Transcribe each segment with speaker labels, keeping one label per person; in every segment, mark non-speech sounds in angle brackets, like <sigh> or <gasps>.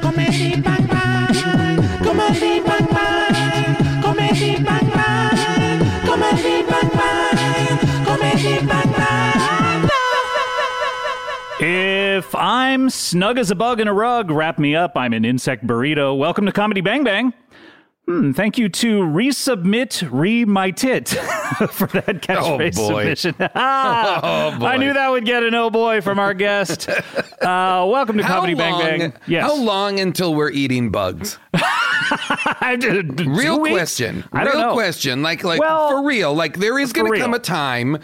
Speaker 1: comedy bang bang, comedy bang bang, comedy bang bang, comedy bang bang.
Speaker 2: If I'm snug as a bug in a rug, wrap me up. I'm an insect burrito. Welcome to Comedy Bang Bang. Hmm, thank you to resubmit re my tit <laughs> for that catchphrase
Speaker 3: Oh, boy.
Speaker 2: submission.
Speaker 3: <laughs>
Speaker 2: Ah,
Speaker 3: Oh, boy.
Speaker 2: I knew that would get an oh boy from our
Speaker 3: <laughs>
Speaker 2: guest. uh, welcome to Comedy Bang Bang. Yes,
Speaker 3: How long until we're eating bugs?
Speaker 2: <laughs> I did- two
Speaker 3: Real
Speaker 2: weeks?
Speaker 3: question.
Speaker 2: I don't
Speaker 3: real
Speaker 2: know.
Speaker 3: question. Like like
Speaker 2: Well,
Speaker 3: for real. Like there is going
Speaker 2: for
Speaker 3: to
Speaker 2: real.
Speaker 3: come a time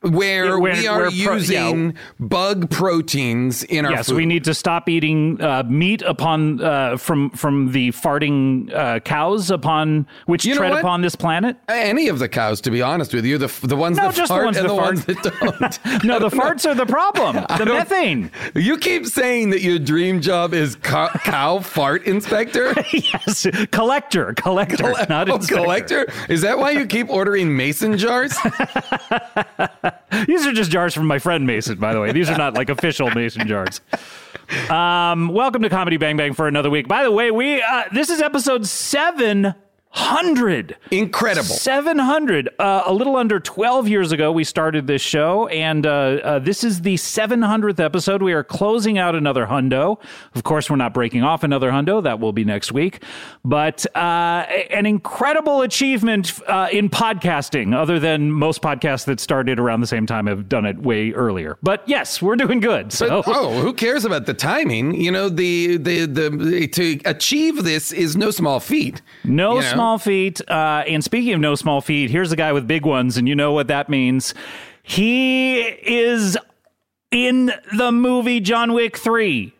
Speaker 3: where
Speaker 2: Yeah, where-
Speaker 3: we are
Speaker 2: where pro- yeah.
Speaker 3: using bug proteins in our
Speaker 2: Yes,
Speaker 3: food.
Speaker 2: we need to stop eating uh, meat upon uh, from from the farting uh, cows upon which
Speaker 3: You know
Speaker 2: tread
Speaker 3: what?
Speaker 2: upon this
Speaker 3: <laughs>
Speaker 2: planet.
Speaker 3: any of the cows to be honest with you. The f- the ones
Speaker 2: No,
Speaker 3: that
Speaker 2: just the
Speaker 3: fart
Speaker 2: ones
Speaker 3: and
Speaker 2: that
Speaker 3: the
Speaker 2: fart.
Speaker 3: ones that
Speaker 2: <laughs>
Speaker 3: don't.
Speaker 2: No, the farts are the problem.
Speaker 3: <laughs>
Speaker 2: The
Speaker 3: don't-
Speaker 2: methane.
Speaker 3: You keep saying that your dream job is co- cow fart
Speaker 2: <laughs>
Speaker 3: inspector.
Speaker 2: yes, collector, collector, not
Speaker 3: Oh,
Speaker 2: inspector.
Speaker 3: collector? Is that why you keep ordering
Speaker 2: <laughs>
Speaker 3: mason jars?
Speaker 2: These are just jars from my friend Mason, by the way. These are not like official Mason jars. Um, welcome to Comedy Bang Bang for another week. By the way, we uh, this is episode seven hundred.
Speaker 3: Incredible.
Speaker 2: 700. Uh, a little under 12 years ago, we started this show, and uh, uh, this is the 700th episode. We are closing out another hundo. Of course, we're not breaking off another hundo. That will be next week. But uh, a- an incredible achievement uh, in podcasting, other than most podcasts that started around the same time have done it way earlier. But yes, we're doing good. So.
Speaker 3: But, <laughs> oh, who cares about the timing? You know, the the the to achieve this is no small feat.
Speaker 2: No
Speaker 3: You know?
Speaker 2: small feet. Uh, and speaking of no small feet, here's a guy with big ones, and you know what that means. He is in the movie John Wick 3,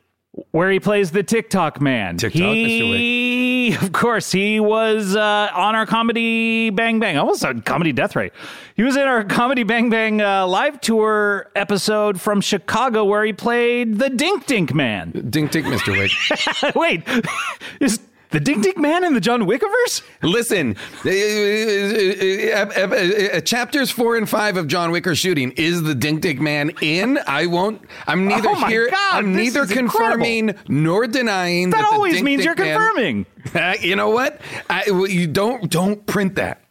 Speaker 2: where he plays the TikTok man.
Speaker 3: TikTok, Mr. Wick.
Speaker 2: He, of course, he was uh, on our comedy Bang Bang. I almost said comedy Death Ray. He was in our comedy Bang Bang uh, live tour episode from Chicago, where he played the Dink Dink Man. <laughs>
Speaker 3: Dink dink, Mr. Wick.
Speaker 2: Wait, <laughs> is the Dink Dink Man in the John Wickiverse?
Speaker 3: Listen, eh, eh, eh, eh, eh, eh, chapters four and five of John Wick are shooting. Is the Dink Dink Man in? I won't. I'm neither
Speaker 2: Oh my
Speaker 3: here.
Speaker 2: God,
Speaker 3: I'm
Speaker 2: this
Speaker 3: neither
Speaker 2: is incredible.
Speaker 3: confirming nor denying.
Speaker 2: That
Speaker 3: the
Speaker 2: always
Speaker 3: Dink Uh,
Speaker 2: means
Speaker 3: <laughs> Dink
Speaker 2: you're
Speaker 3: Man-
Speaker 2: confirming.
Speaker 3: you know what? I, well, you don't don't print that.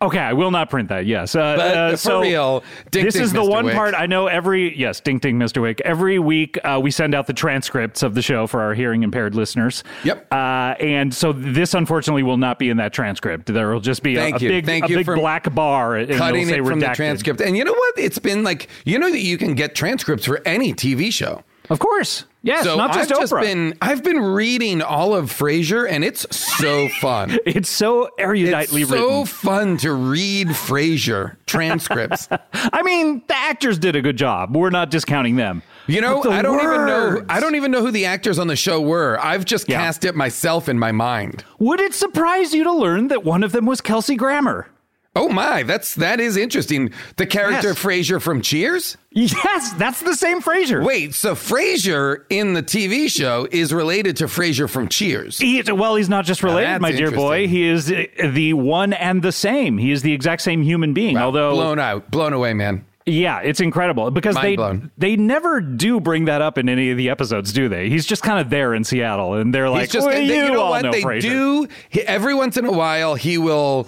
Speaker 2: Okay, I will not print that. Yes, uh,
Speaker 3: But
Speaker 2: uh,
Speaker 3: for
Speaker 2: so
Speaker 3: real, Dink
Speaker 2: this
Speaker 3: Dink,
Speaker 2: is the
Speaker 3: Mr.
Speaker 2: one
Speaker 3: Wick.
Speaker 2: part I know. Every yes, ding ding, Mister Wick. Every week uh, we send out the transcripts of the show for our hearing impaired listeners.
Speaker 3: Yep.
Speaker 2: Uh, and so this unfortunately will not be in that transcript. There will just be a-
Speaker 3: Thank
Speaker 2: a,
Speaker 3: you.
Speaker 2: big,
Speaker 3: Thank
Speaker 2: a
Speaker 3: you
Speaker 2: big
Speaker 3: for
Speaker 2: black bar and it'll
Speaker 3: Cutting
Speaker 2: say
Speaker 3: it from the
Speaker 2: redacted.
Speaker 3: transcript. And you know what? It's been like, you know that you can get transcripts for any TV show.
Speaker 2: Of course. Yes,
Speaker 3: so
Speaker 2: not just
Speaker 3: I've
Speaker 2: Oprah.
Speaker 3: just been I've been reading all of Frasier and it's
Speaker 2: <laughs>
Speaker 3: so fun.
Speaker 2: it's so
Speaker 3: it's
Speaker 2: eruditely
Speaker 3: so
Speaker 2: written.
Speaker 3: fun to read Frasier transcripts.
Speaker 2: I mean, the actors did a good job. We're not discounting them.
Speaker 3: You know,
Speaker 2: But the
Speaker 3: I don't even know
Speaker 2: words.
Speaker 3: I don't even know who the actors on the show were. I've just
Speaker 2: Yeah.
Speaker 3: cast it myself in my mind.
Speaker 2: Would it surprise you to learn that one of them was Kelsey Grammer?
Speaker 3: Oh my, that's that is interesting. The character
Speaker 2: Yes.
Speaker 3: Frasier from Cheers?
Speaker 2: Yes, that's the same Fraser.
Speaker 3: Wait, so Frasier in the TV show is related to Frasier from Cheers.
Speaker 2: He, well, he's not just related,
Speaker 3: that's
Speaker 2: my dear boy.
Speaker 3: interesting.
Speaker 2: He is uh, the one and the same. He is the exact same human being. Although,
Speaker 3: blown out, blown away, man.
Speaker 2: yeah, it's incredible because
Speaker 3: Mind
Speaker 2: they
Speaker 3: blown.
Speaker 2: they never do bring that up in any of the episodes, do they? He's just kind of there in Seattle, and they're like,
Speaker 3: He's just
Speaker 2: "Well,
Speaker 3: they-
Speaker 2: you,
Speaker 3: you know
Speaker 2: all
Speaker 3: what
Speaker 2: know
Speaker 3: they
Speaker 2: Frasier."
Speaker 3: do. He, every once in a while, he will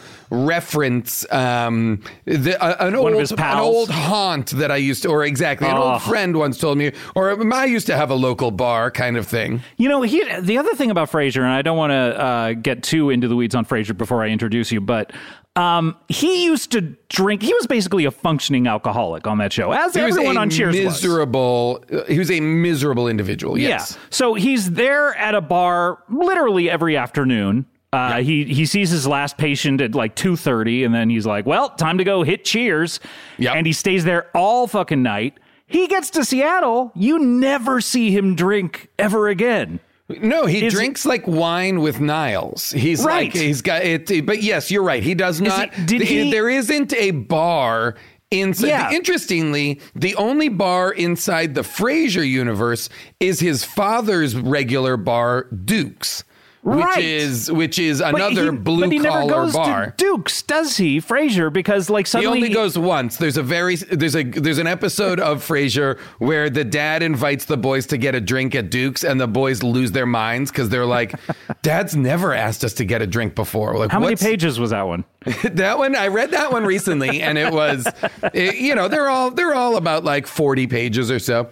Speaker 3: reference um, the, uh, an
Speaker 2: One of
Speaker 3: old
Speaker 2: his
Speaker 3: an
Speaker 2: pals?
Speaker 3: old haunt that I used to, or exactly an
Speaker 2: Oh.
Speaker 3: old friend once told me, or um, I used to have a local bar kind of thing.
Speaker 2: You know, he, the other thing about Frasier, and I don't want to uh, get too into the weeds on Frasier before I introduce you, but um, he used to drink. He was basically a functioning alcoholic on that show, as
Speaker 3: He was
Speaker 2: everyone
Speaker 3: a
Speaker 2: on Cheers was.
Speaker 3: miserable. uh, He was a miserable individual. Yes.
Speaker 2: Yeah. So he's there at a bar literally every afternoon. Uh, He he sees his last patient at like two thirty, and then he's like, "Well, time to go hit Cheers,"
Speaker 3: Yep.
Speaker 2: and he stays there all fucking night. He gets to Seattle. You never see him drink ever again.
Speaker 3: No, he
Speaker 2: Is-
Speaker 3: drinks like wine with Niles. He's
Speaker 2: Right.
Speaker 3: like he's got it. But yes, you're right. He does not.
Speaker 2: he- did
Speaker 3: the-
Speaker 2: he-
Speaker 3: there isn't a bar inside.
Speaker 2: Yeah.
Speaker 3: Interestingly, the only bar inside the Frasier universe is his father's regular bar, Duke's,
Speaker 2: Right.
Speaker 3: which is which is another blue
Speaker 2: never
Speaker 3: collar
Speaker 2: goes
Speaker 3: bar.
Speaker 2: To Duke's does he, Frasier? Because like
Speaker 3: He
Speaker 2: suddenly
Speaker 3: only goes once. There's a very there's a there's an episode of Frasier where the dad invites the boys to get a drink at Duke's, and the boys lose their minds because
Speaker 2: <laughs>
Speaker 3: they're like, "Dad's never asked us to get a drink before." Like,
Speaker 2: How many
Speaker 3: what's-
Speaker 2: pages was that one?
Speaker 3: <laughs> that one? I read that one recently, and it was, it- you know, they're all they're all about like forty pages or so.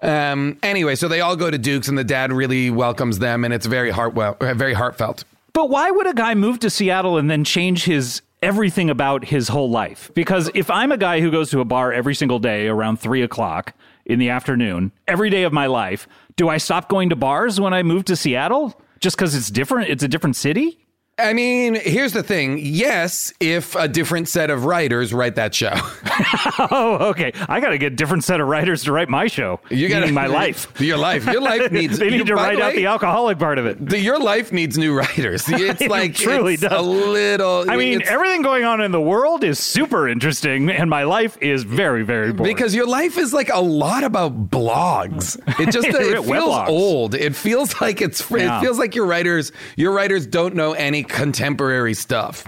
Speaker 3: Um, anyway, so they all go to Duke's, and the dad really welcomes them, and it's very heart uh, very heartfelt.
Speaker 2: But why would a guy move to Seattle and then change his everything about his whole life? Because if I'm a guy who goes to a bar every single day around three o'clock in the afternoon, every day of my life, do I stop going to bars when I move to Seattle? Just because it's different, it's a different city? <laughs>
Speaker 3: I mean, here's the thing. Yes, if a different set of writers write that show. <laughs>
Speaker 2: Oh, okay. I got to get a different set of writers to write my show.
Speaker 3: You got
Speaker 2: meaning
Speaker 3: <laughs>
Speaker 2: my life.
Speaker 3: Your life. Your
Speaker 2: <laughs>
Speaker 3: life needs.
Speaker 2: they need
Speaker 3: you-
Speaker 2: to
Speaker 3: by
Speaker 2: write out
Speaker 3: way,
Speaker 2: the alcoholic part of it.
Speaker 3: the- Your life needs new
Speaker 2: <laughs>
Speaker 3: writers. It's
Speaker 2: It
Speaker 3: like
Speaker 2: truly
Speaker 3: it's
Speaker 2: does.
Speaker 3: a little.
Speaker 2: I mean,
Speaker 3: it's-
Speaker 2: everything going on in the world is super interesting, and my life is very, very boring.
Speaker 3: because your life is like a lot about blogs. It
Speaker 2: <laughs>
Speaker 3: just it
Speaker 2: Web
Speaker 3: feels
Speaker 2: blogs.
Speaker 3: old. It feels <laughs> like it's fr-
Speaker 2: Yeah.
Speaker 3: it feels like your writers your writers don't know any contemporary stuff.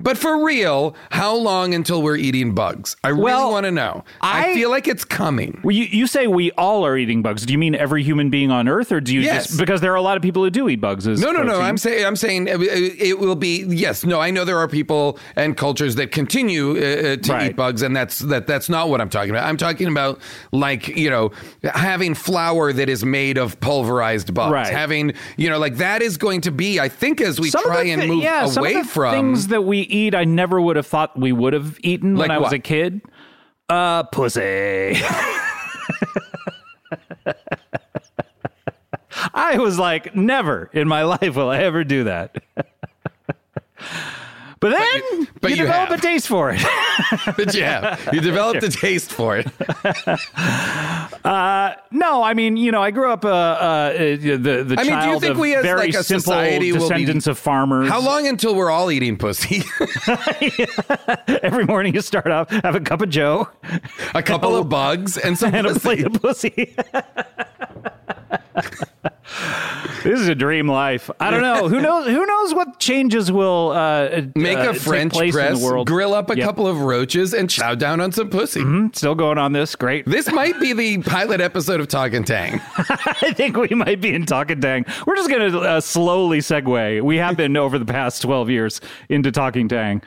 Speaker 3: But for real, how long until we're eating bugs? I really
Speaker 2: Well,
Speaker 3: want to know.
Speaker 2: I-
Speaker 3: I feel like it's coming.
Speaker 2: well, you, you say we all are eating bugs. Do you mean every human being on Earth, or do you
Speaker 3: Yes.
Speaker 2: just because there are a lot of people who do eat bugs? As
Speaker 3: No, no, no.
Speaker 2: protein?
Speaker 3: I'm saying, I'm saying uh, it will be yes. No, I know there are people and cultures that continue uh, uh, to
Speaker 2: Right.
Speaker 3: eat bugs, and that's that. That's not what I'm talking about. I'm talking about like you know having flour that is made of pulverized bugs.
Speaker 2: Right.
Speaker 3: Having you know like that is going to be. I think as we
Speaker 2: Some of
Speaker 3: try
Speaker 2: the
Speaker 3: and
Speaker 2: thi-
Speaker 3: move
Speaker 2: yeah, some of
Speaker 3: away
Speaker 2: the
Speaker 3: from
Speaker 2: things that we eat, I never would have thought we would have eaten
Speaker 3: Like
Speaker 2: when I was
Speaker 3: what?
Speaker 2: a kid. Uh, pussy. <laughs> I was like, never in my life will I ever do that. <laughs> but then you,
Speaker 3: but you
Speaker 2: develop
Speaker 3: have.
Speaker 2: a taste for it. <laughs>
Speaker 3: <laughs> that you have, you developed a taste for it.
Speaker 2: Uh, No, I mean, you know, I grew up uh, uh, the the
Speaker 3: I mean,
Speaker 2: child
Speaker 3: do you think
Speaker 2: of
Speaker 3: we as
Speaker 2: very
Speaker 3: like a
Speaker 2: simple
Speaker 3: society will be
Speaker 2: descendants of farmers.
Speaker 3: How long until we're all eating pussy?
Speaker 2: <laughs>
Speaker 3: <laughs>
Speaker 2: Every morning you start off, have a cup of Joe
Speaker 3: a
Speaker 2: <laughs>
Speaker 3: couple of bugs and some
Speaker 2: and a
Speaker 3: pussy.
Speaker 2: plate of pussy. <laughs> this is a dream life. I don't know. Who knows? Who knows what changes will uh,
Speaker 3: Make
Speaker 2: uh,
Speaker 3: a
Speaker 2: take
Speaker 3: French
Speaker 2: place in
Speaker 3: press,
Speaker 2: the world?
Speaker 3: grill up a
Speaker 2: Yep.
Speaker 3: couple of roaches, and chow down on some pussy.
Speaker 2: Still going on this. Great. <laughs>
Speaker 3: This might be the pilot episode of Talk and Tang.
Speaker 2: I think we might be in Talking Tang. We're just going to uh, slowly segue. We have been over the past 12 years into Talking Tang.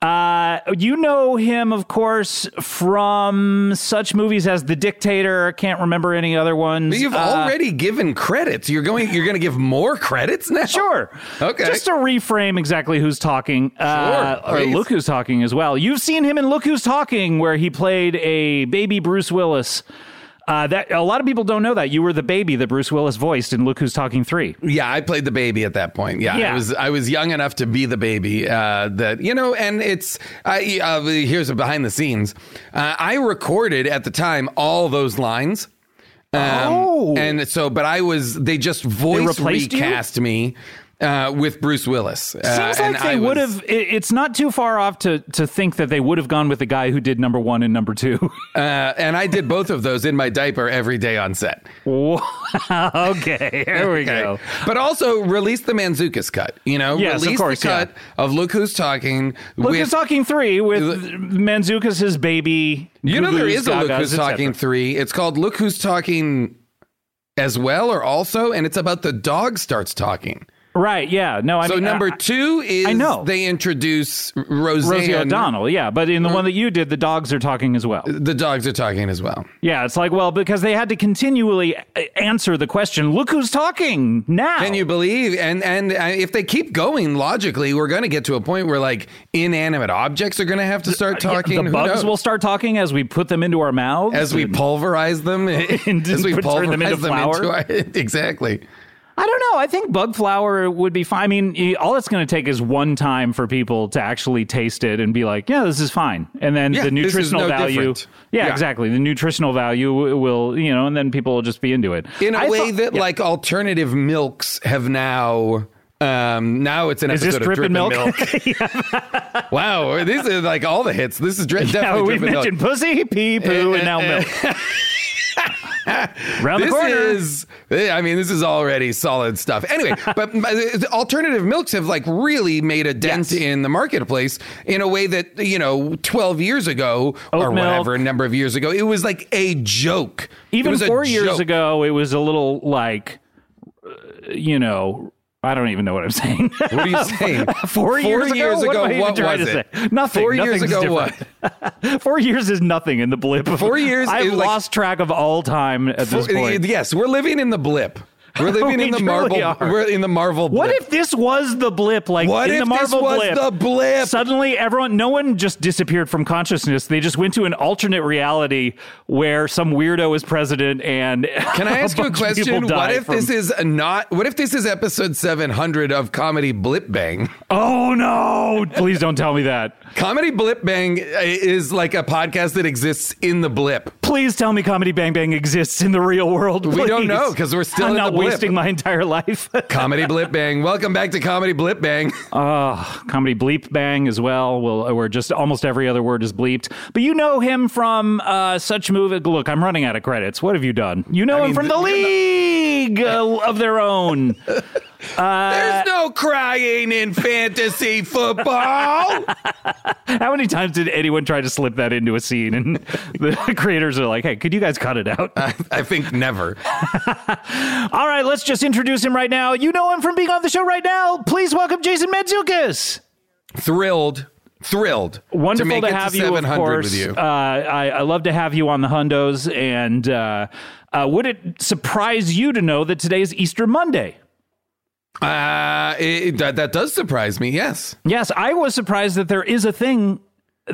Speaker 2: Uh, you know him, of course, from such movies as The Dictator. Can't remember any other ones.
Speaker 3: You've
Speaker 2: Uh,
Speaker 3: already given credits. You're going. You're going to give more credits now.
Speaker 2: Sure.
Speaker 3: Okay.
Speaker 2: Just to reframe exactly who's talking, uh,
Speaker 3: Sure,
Speaker 2: or
Speaker 3: please.
Speaker 2: look who's talking as well. You've seen him in Look Who's Talking, where he played a baby Bruce Willis. Uh, that a lot of people don't know that you were the baby that Bruce Willis voiced in Look Who's Talking three.
Speaker 3: Yeah, I played the baby at that point. Yeah,
Speaker 2: Yeah.
Speaker 3: I was I was young enough to be the baby. Uh, that you know, and it's I, uh, here's a behind the scenes. Uh, I recorded at the time all those lines. Um,
Speaker 2: Oh.
Speaker 3: and so, but I was they just voice
Speaker 2: replaced you?
Speaker 3: recast me uh, with Bruce Willis. Uh,
Speaker 2: Seems
Speaker 3: and
Speaker 2: like they
Speaker 3: I
Speaker 2: would
Speaker 3: was-
Speaker 2: have. It, it's not too far off to to think that they would have gone with the guy who did number one and number two. <laughs>
Speaker 3: Uh, and I did both of those in my diaper every day on set.
Speaker 2: Wow. okay, here we
Speaker 3: Okay.
Speaker 2: go.
Speaker 3: But also release the Manzukis cut. You know,
Speaker 2: Yes, of
Speaker 3: release
Speaker 2: course,
Speaker 3: the
Speaker 2: yeah.
Speaker 3: cut of Look Who's Talking.
Speaker 2: Look
Speaker 3: with-
Speaker 2: who's talking three with Manzukas, his baby.
Speaker 3: You know, there
Speaker 2: Gugu's,
Speaker 3: is a Look
Speaker 2: Gagas,
Speaker 3: Who's
Speaker 2: et cetera.
Speaker 3: Talking 3. It's called Look Who's Talking as well or also, and it's about the dog starts talking.
Speaker 2: Right? Yeah. No. I
Speaker 3: So
Speaker 2: mean, uh,
Speaker 3: number
Speaker 2: I-
Speaker 3: two is
Speaker 2: I know.
Speaker 3: they introduce Roseanne.
Speaker 2: Rosie O'Donnell. Yeah, but in the one that you did, the dogs are talking as well.
Speaker 3: The dogs are talking as well.
Speaker 2: Yeah, it's like well because they had to continually a- answer the question. Look who's talking now.
Speaker 3: Can you believe? And and uh, if they keep going logically, we're going to get to a point where like inanimate objects are going to have to start
Speaker 2: Yeah,
Speaker 3: talking.
Speaker 2: the
Speaker 3: Who
Speaker 2: bugs
Speaker 3: knows?
Speaker 2: will start talking as we put them into our mouths.
Speaker 3: as we
Speaker 2: And- <laughs>
Speaker 3: pulverize them,
Speaker 2: And
Speaker 3: <laughs> as we
Speaker 2: turn them into
Speaker 3: pulverize them into,
Speaker 2: flour?
Speaker 3: our, <laughs> exactly.
Speaker 2: I don't know. I think bug flour would be fine. I mean, y- all it's going to take is one time for people to actually taste it and be like, "Yeah, this is fine." And then
Speaker 3: Yeah,
Speaker 2: the
Speaker 3: this is
Speaker 2: nutritional
Speaker 3: no
Speaker 2: value.
Speaker 3: different.
Speaker 2: Yeah,
Speaker 3: Yeah.
Speaker 2: exactly. The nutritional value w- will, you know, and then people will just be into it
Speaker 3: in a
Speaker 2: a
Speaker 3: way that like alternative milks have now um now it's an
Speaker 2: Is this
Speaker 3: episode
Speaker 2: Drip
Speaker 3: of
Speaker 2: and
Speaker 3: drip and
Speaker 2: <laughs>
Speaker 3: milk wow these are like all the hits this is dri-
Speaker 2: Yeah,
Speaker 3: definitely
Speaker 2: Oh, we
Speaker 3: drip and milk
Speaker 2: mentioned pussy, pee, poo, and now milk.
Speaker 3: <laughs>
Speaker 2: Round the
Speaker 3: eh, this
Speaker 2: corner.
Speaker 3: is eh, i mean this is already solid stuff
Speaker 2: <laughs>
Speaker 3: anyway but m- the alternative milks have like really made a dent in the marketplace in a way that you know 12 years ago or
Speaker 2: milk.
Speaker 3: whatever a number of years ago it was like a joke It
Speaker 2: Even
Speaker 3: was a
Speaker 2: four years
Speaker 3: joke.
Speaker 2: ago, it was a little like, uh, you know, I don't even know what I'm saying. <laughs>
Speaker 3: what are you saying
Speaker 2: Four, years, ago, what, am I even trying
Speaker 3: was
Speaker 2: to
Speaker 3: it?
Speaker 2: say? Nothing.
Speaker 3: Four years
Speaker 2: Nothing's
Speaker 3: ago,
Speaker 2: different. <laughs>
Speaker 3: what?
Speaker 2: Four years is nothing in the blip. of-
Speaker 3: Four years
Speaker 2: <laughs> I've
Speaker 3: is like-
Speaker 2: lost track of all time at this
Speaker 3: Four-
Speaker 2: point.
Speaker 3: Yes, we're living in the blip. We're
Speaker 2: <laughs>
Speaker 3: living
Speaker 2: We
Speaker 3: in the
Speaker 2: truly
Speaker 3: Marvel.
Speaker 2: are.
Speaker 3: We're in the Marvel.
Speaker 2: What
Speaker 3: blip.
Speaker 2: if this was the blip? Like
Speaker 3: What
Speaker 2: in
Speaker 3: if
Speaker 2: the Marvel
Speaker 3: this was
Speaker 2: blip,
Speaker 3: the blip?
Speaker 2: Suddenly, everyone, no one just disappeared from consciousness. They just went to an alternate reality where some weirdo is president. And <laughs>
Speaker 3: Can I ask you a question? What if this is not? What if this is episode seven hundred of comedy Blip Bang?
Speaker 2: Oh no! Please don't tell me that.
Speaker 3: Comedy Blip Bang uh, is like a podcast that exists in the blip.
Speaker 2: Please tell me Comedy Bang Bang exists in the real world.
Speaker 3: We don't
Speaker 2: please.
Speaker 3: know, 'cause we're still
Speaker 2: I'm
Speaker 3: in
Speaker 2: not
Speaker 3: the blip.
Speaker 2: wasting my entire life. <laughs>
Speaker 3: Comedy Blip Bang. Welcome back to Comedy Blip Bang.
Speaker 2: Ah, comedy bleep bang as well well where just almost every other word is bleeped but you know him from uh, such movie look i'm running out of credits what have you done you know him
Speaker 3: mean,
Speaker 2: from the,
Speaker 3: th- <laughs>
Speaker 2: league uh, of their own Uh,
Speaker 3: There's no crying in
Speaker 2: <laughs>
Speaker 3: fantasy football.
Speaker 2: how many times did anyone try to slip that into a scene and the <laughs> creators are like hey could you guys cut it
Speaker 3: <laughs>
Speaker 2: out
Speaker 3: I think never.
Speaker 2: all right let's just introduce him right now you know him from being on the show right now please welcome jason mantzoukas
Speaker 3: Thrilled, thrilled.
Speaker 2: Wonderful to,
Speaker 3: make it
Speaker 2: have you, of
Speaker 3: 700
Speaker 2: course.
Speaker 3: With you.
Speaker 2: Uh, I, I love to have you on the Hundos, and uh, uh, would it surprise you to know that today is Easter Monday?
Speaker 3: Uh, it, that, that does surprise me. Yes.
Speaker 2: Yes, I was surprised that there is a thing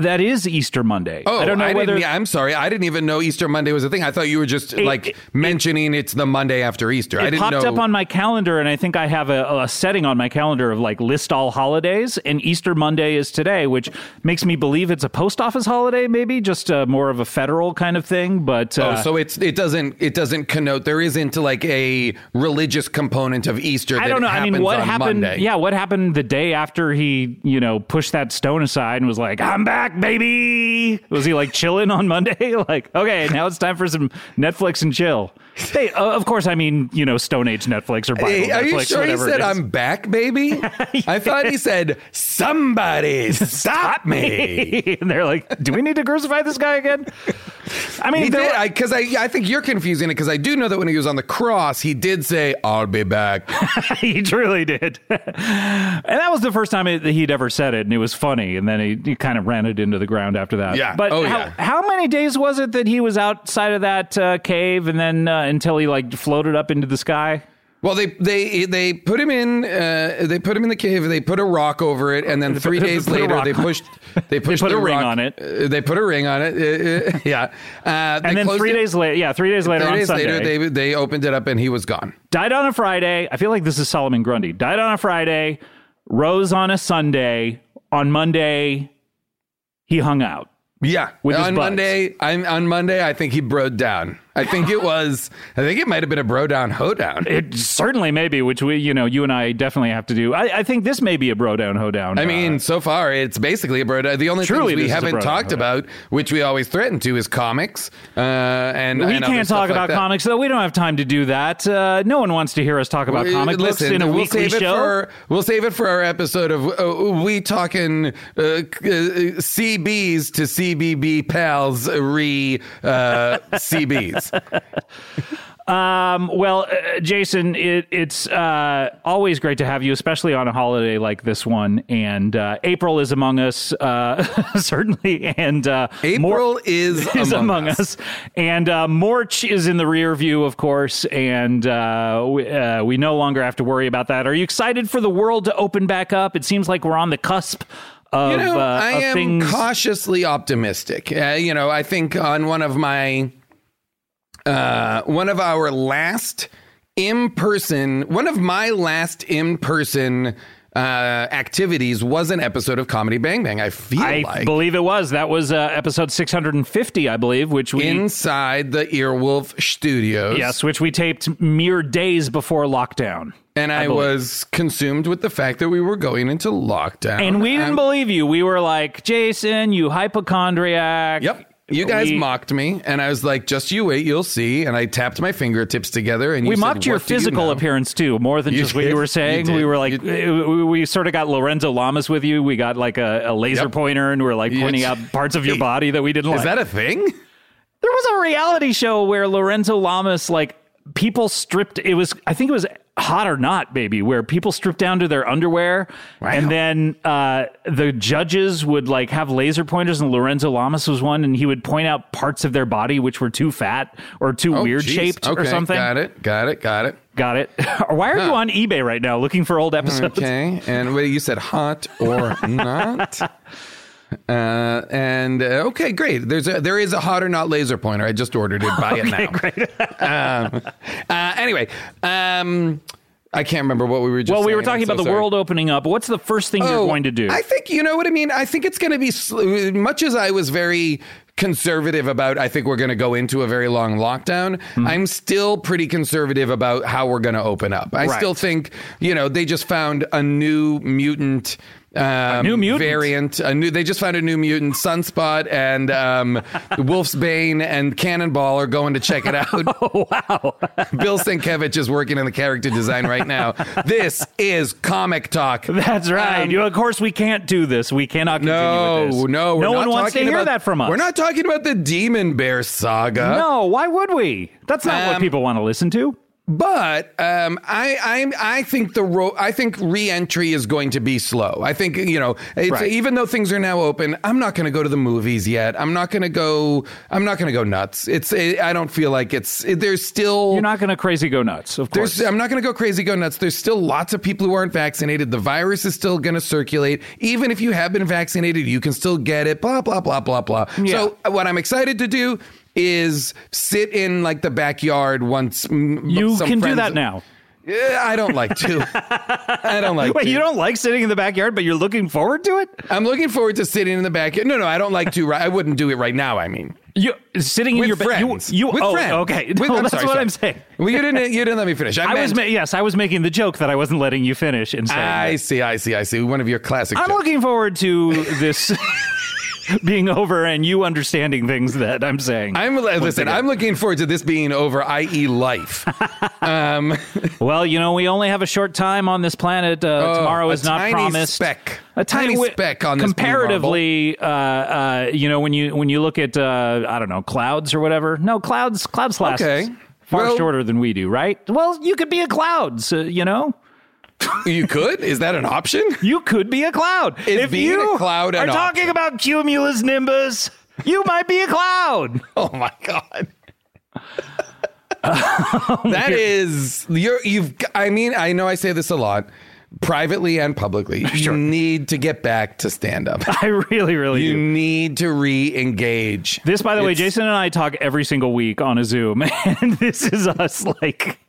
Speaker 2: that is Easter Monday. I don't know
Speaker 3: Oh, didn't-
Speaker 2: whether.
Speaker 3: yeah, I'm sorry. I didn't even know Easter Monday was a thing. I thought you were just like
Speaker 2: it-
Speaker 3: mentioning it's the Monday after Easter. I
Speaker 2: It
Speaker 3: didn't
Speaker 2: popped
Speaker 3: know.
Speaker 2: up on my calendar, and I think I have a, a setting on my calendar of like list all holidays, and Easter Monday is today, which makes me believe it's a post office holiday, maybe just uh, more of a federal kind of thing. But uh,
Speaker 3: Oh, so it's it doesn't it doesn't connote there isn't like a religious component of Easter.
Speaker 2: I
Speaker 3: that
Speaker 2: don't know. I mean,
Speaker 3: happens
Speaker 2: what
Speaker 3: on
Speaker 2: happened?
Speaker 3: Monday.
Speaker 2: Yeah, what happened the day after he, you know, pushed that stone aside and was like, "I'm back, baby." Was he like chilling on Monday? <laughs> like, okay, now it's time for some Netflix and chill. They, uh, of course, I mean, you know, Stone Age Netflix or Bible
Speaker 3: Hey, Eh, are
Speaker 2: Netflix,
Speaker 3: you sure he
Speaker 2: whatever. it
Speaker 3: said
Speaker 2: is. <laughs>
Speaker 3: I'm back, baby? I thought he said
Speaker 2: <laughs>
Speaker 3: somebody stop me.
Speaker 2: and they're like, "Do we need to crucify this guy again?" I mean,
Speaker 3: He
Speaker 2: there
Speaker 3: did,
Speaker 2: were-
Speaker 3: because I, I, think you're confusing it because I do know that when he was on the cross, he did say, "I'll be back." <laughs>
Speaker 2: he truly did. and that was the first time it, he'd ever said it, and it was funny. And then he, he kind of ran it into the ground after that.
Speaker 3: Yeah.
Speaker 2: But
Speaker 3: Oh,
Speaker 2: how,
Speaker 3: yeah.
Speaker 2: how many days was it that he was outside of that uh, cave and then uh, until he like floated up into the sky?
Speaker 3: well, they they they put him in. Uh, they put him in the cave. They put a rock over it, and then three
Speaker 2: put-
Speaker 3: days
Speaker 2: put a
Speaker 3: later,
Speaker 2: rock
Speaker 3: they
Speaker 2: on-
Speaker 3: pushed. They pushed
Speaker 2: put
Speaker 3: the
Speaker 2: a ring
Speaker 3: rock-
Speaker 2: on it.
Speaker 3: uh, they put a ring on it. uh, <laughs> uh, yeah, uh,
Speaker 2: And then three days later, yeah, three days later
Speaker 3: Three
Speaker 2: on
Speaker 3: days
Speaker 2: Sunday,
Speaker 3: later, they they opened it up, and he was gone.
Speaker 2: died on a Friday. I feel like this is Solomon Grundy. Died on a Friday, rose on a Sunday. On Monday, he hung out.
Speaker 3: Yeah,
Speaker 2: With his
Speaker 3: on
Speaker 2: buds.
Speaker 3: Monday, I'm, on Monday, I think he broed down. I think it was. I think it might have been a bro down, ho down.
Speaker 2: It certainly may be, which we, you know, you and I definitely have to do. I, I think this may be a bro down, ho down.
Speaker 3: I mean, so far it's basically a bro down. The only
Speaker 2: Truly,
Speaker 3: things
Speaker 2: this
Speaker 3: we
Speaker 2: is a
Speaker 3: haven't
Speaker 2: bro down,
Speaker 3: talked
Speaker 2: ho down.
Speaker 3: about, which we always threaten to, is comics. Uh, and
Speaker 2: we
Speaker 3: and other
Speaker 2: can't
Speaker 3: stuff
Speaker 2: talk
Speaker 3: like
Speaker 2: about
Speaker 3: that.
Speaker 2: comics, though. We don't have time to do that. Uh, no one wants to hear us talk about
Speaker 3: Uh,
Speaker 2: comic books
Speaker 3: listen,
Speaker 2: in a
Speaker 3: we'll
Speaker 2: weekly
Speaker 3: save it
Speaker 2: show.
Speaker 3: For, we'll save it for our episode of uh, we talking uh, c- uh, CBs to CBB pals re uh,
Speaker 2: <laughs>
Speaker 3: CBs.
Speaker 2: Um, well, uh, Jason, it, it's uh, always great to have you, especially on a holiday like this one. And uh, April is among us, uh, <laughs> certainly. And uh,
Speaker 3: April
Speaker 2: Mor- <laughs>
Speaker 3: is, among us.
Speaker 2: And uh, Morch is in the rear view, of course. And uh, we, uh, we no longer have to worry about that. Are you excited for the world to open back up? It seems like we're on the cusp of,
Speaker 3: You know,
Speaker 2: uh,
Speaker 3: I
Speaker 2: of
Speaker 3: am
Speaker 2: things.
Speaker 3: cautiously optimistic. Uh, you know, I think on one of my uh, one of our last in person, one of my last in person uh, activities was an episode of Comedy Bang Bang. I feel
Speaker 2: I
Speaker 3: like
Speaker 2: believe it was. That was uh, episode 650, I believe, which we.
Speaker 3: inside the Earwolf Studios.
Speaker 2: Yes, which we taped mere days before lockdown.
Speaker 3: and I, was consumed with the fact that we were going into lockdown.
Speaker 2: And we didn't
Speaker 3: I'm-
Speaker 2: believe you. We were like, Jason, you hypochondriac.
Speaker 3: Yep. You guys
Speaker 2: We-
Speaker 3: mocked me, and I was like, "Just you wait, you'll see." And I tapped my fingertips together, and you
Speaker 2: We
Speaker 3: said,
Speaker 2: mocked your
Speaker 3: "What do you
Speaker 2: physical
Speaker 3: know?"
Speaker 2: appearance too, more than
Speaker 3: You
Speaker 2: just what
Speaker 3: did.
Speaker 2: you were
Speaker 3: You
Speaker 2: saying.
Speaker 3: did.
Speaker 2: we were like, eh, we, we sort of got Lorenzo Lamas with you. We got like a, a laser
Speaker 3: Yep.
Speaker 2: pointer, and we are like pointing out parts of your body that we didn't like.
Speaker 3: Is that a thing?
Speaker 2: there was a reality show where Lorenzo Lamas like people stripped it was I think it was hot or not maybe where people stripped down to their underwear and then uh, the judges would like have laser pointers and Lorenzo Lamas was one and he would point out parts of their body which were too fat or too weird
Speaker 3: Oh, Jeez.
Speaker 2: shaped
Speaker 3: okay,
Speaker 2: or something
Speaker 3: Got it. Got it. Got it.
Speaker 2: Got it. <laughs> Or why are you on eBay right now looking for old episodes
Speaker 3: Okay. And wait, you said hot or
Speaker 2: <laughs>
Speaker 3: not? Uh, and uh, okay, great. There's a there is a hot or not laser pointer. I just ordered it. Buy it now. <laughs> um, uh, anyway, um, I can't remember what we were just.
Speaker 2: Well, we were
Speaker 3: saying.
Speaker 2: talking
Speaker 3: I'm so
Speaker 2: about the
Speaker 3: sorry.
Speaker 2: world opening up. What's the first thing
Speaker 3: Oh,
Speaker 2: you're going to do?
Speaker 3: I think you know what I mean. I think it's going to be sl- much as I was very conservative about. I think we're going to go into a very long lockdown.
Speaker 2: Hmm.
Speaker 3: I'm still pretty conservative about how we're going to open up. I
Speaker 2: Right.
Speaker 3: still think you know they just found a new mutant. Um,
Speaker 2: new mutant?
Speaker 3: variant. A new. They just found a new mutant. Sunspot and
Speaker 2: <laughs>
Speaker 3: um, Wolf's Bane and Cannonball are going to check it out.
Speaker 2: <laughs> Oh,
Speaker 3: <laughs> Bill Sienkiewicz is working on the character design right now.
Speaker 2: <laughs>
Speaker 3: This is comic talk.
Speaker 2: That's right.
Speaker 3: Um,
Speaker 2: You- of course, we can't do this. We cannot continue
Speaker 3: no,
Speaker 2: with this.
Speaker 3: no, we're
Speaker 2: no
Speaker 3: not
Speaker 2: one wants to
Speaker 3: talking
Speaker 2: hear
Speaker 3: about-
Speaker 2: that from us.
Speaker 3: We're not talking about the Demon Bear saga.
Speaker 2: No, why would we? That's not what
Speaker 3: Um,
Speaker 2: people want to listen to.
Speaker 3: But um, I, I'm, I think the ro- I think reentry is going to be slow. I think you know, it's,
Speaker 2: Right.
Speaker 3: even though things are now open, I'm not going to go to the movies yet. I'm not going to go. I'm not going to go nuts. It's. It, I don't feel like it's. It, there's still.
Speaker 2: You're not going to crazy go nuts, of course.
Speaker 3: There's, um, I'm not going to go crazy, go nuts. There's still lots of people who aren't vaccinated. The virus is still going to circulate. Even if you have been vaccinated, you can still get it. Blah blah blah blah blah.
Speaker 2: Yeah.
Speaker 3: So uh, what I'm excited to do is sit in like the backyard once.
Speaker 2: you can do that now.
Speaker 3: I don't
Speaker 2: <laughs>
Speaker 3: like to. I don't like.
Speaker 2: Wait,
Speaker 3: to.
Speaker 2: you don't like sitting in the backyard, but you're looking forward to it?
Speaker 3: I'm looking forward to sitting in the backyard. No, no, I don't like to. Right, I wouldn't do it right now. I mean.
Speaker 2: You sitting in
Speaker 3: With
Speaker 2: your ba- you-
Speaker 3: friends,
Speaker 2: You,
Speaker 3: with
Speaker 2: oh,
Speaker 3: friends.
Speaker 2: okay.
Speaker 3: With-
Speaker 2: No,
Speaker 3: I'm
Speaker 2: that's
Speaker 3: sorry,
Speaker 2: what
Speaker 3: sorry.
Speaker 2: I'm saying.
Speaker 3: Well, you didn't. You didn't let me finish. I,
Speaker 2: I was
Speaker 3: meant-
Speaker 2: ma- yes, I was making the joke that I wasn't letting you finish and saying
Speaker 3: I
Speaker 2: that.
Speaker 3: see. I see. I see. One of your classic.
Speaker 2: I'm
Speaker 3: jokes.
Speaker 2: looking forward to this <laughs> being over and you understanding things that I'm saying.
Speaker 3: I'm listen. I'm looking forward to this being over, i.e., life. um,
Speaker 2: well, you know, we only have a short time on this planet. Uh, <laughs> tomorrow
Speaker 3: Oh, a
Speaker 2: is not
Speaker 3: tiny
Speaker 2: promised.
Speaker 3: Speck.
Speaker 2: a tiny,
Speaker 3: Tiny
Speaker 2: wi-
Speaker 3: speck on this blue
Speaker 2: comparatively. uh, uh, you know, when you when you look at uh, I don't know clouds or whatever. No clouds. Clouds last
Speaker 3: Okay.
Speaker 2: far
Speaker 3: Well-
Speaker 2: shorter than we do, right? Well, you could be a cloud. So, you know,
Speaker 3: You could? Is that an option? <laughs>
Speaker 2: you could be a cloud.
Speaker 3: Is
Speaker 2: if
Speaker 3: being
Speaker 2: you
Speaker 3: a cloud
Speaker 2: are
Speaker 3: an
Speaker 2: talking about cumulus nimbus, you might be a cloud. <laughs>
Speaker 3: Oh my god.
Speaker 2: Oh
Speaker 3: that is you're you've I mean, I know I say this a lot, privately
Speaker 2: <laughs>
Speaker 3: and publicly. You need to get back to stand up.
Speaker 2: I really, really
Speaker 3: You
Speaker 2: do.
Speaker 3: need to re-engage.
Speaker 2: This, by the way,
Speaker 3: It's-
Speaker 2: Jason and I talk every single week on a Zoom, <laughs> and this is us like <laughs>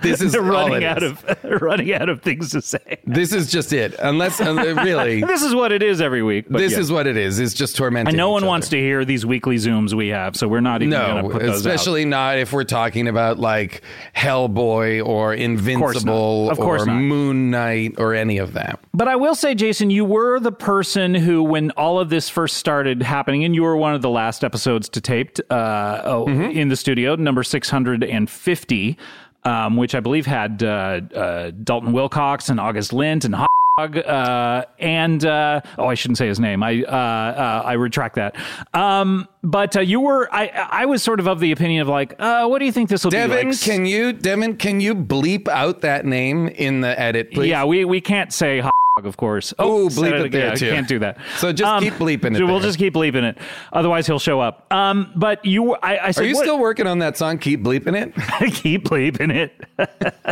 Speaker 3: This is all it
Speaker 2: running
Speaker 3: is.
Speaker 2: out of <laughs> running out of things to say.
Speaker 3: This is just it. Unless unless-
Speaker 2: <laughs>
Speaker 3: really
Speaker 2: This is what it is every week. but
Speaker 3: this
Speaker 2: yeah.
Speaker 3: is what it is. It's just tormenting.
Speaker 2: and no
Speaker 3: each
Speaker 2: one
Speaker 3: other.
Speaker 2: wants to hear these weekly Zooms we have, so we're not even
Speaker 3: No,
Speaker 2: going to put those
Speaker 3: especially not if we're talking about like Hellboy or Invincible
Speaker 2: Of course
Speaker 3: or
Speaker 2: not.
Speaker 3: Moon Knight or any of that.
Speaker 2: out. But I will say, Jason, you were the person who, when all of this first started happening, and you were one of the last episodes to taped uh, oh,
Speaker 3: Mm-hmm.
Speaker 2: in the studio, number six hundred and fifty, um, which I believe had uh, uh, Dalton Wilcox and August Lint and. Hog, Uh, and uh, oh, I shouldn't say his name. I uh, uh, I retract that. Um, but uh, you were I I was sort of of the opinion of like, uh, what do you think this will be?
Speaker 3: Devin,
Speaker 2: like?
Speaker 3: can you Devin, can you bleep out that name in the edit, please?
Speaker 2: Yeah, we, we can't say hog, of course. Oh,
Speaker 3: Ooh,
Speaker 2: said
Speaker 3: bleep it
Speaker 2: again.
Speaker 3: there,
Speaker 2: I
Speaker 3: too.
Speaker 2: Can't do that. Um,
Speaker 3: So just keep bleeping it
Speaker 2: We'll
Speaker 3: there.
Speaker 2: just keep bleeping it. Otherwise, he'll show up. Um, but you, I, I said,
Speaker 3: Are you
Speaker 2: what- <laughs>
Speaker 3: still working on that song? Keep bleeping it.
Speaker 2: keep bleeping it? <laughs>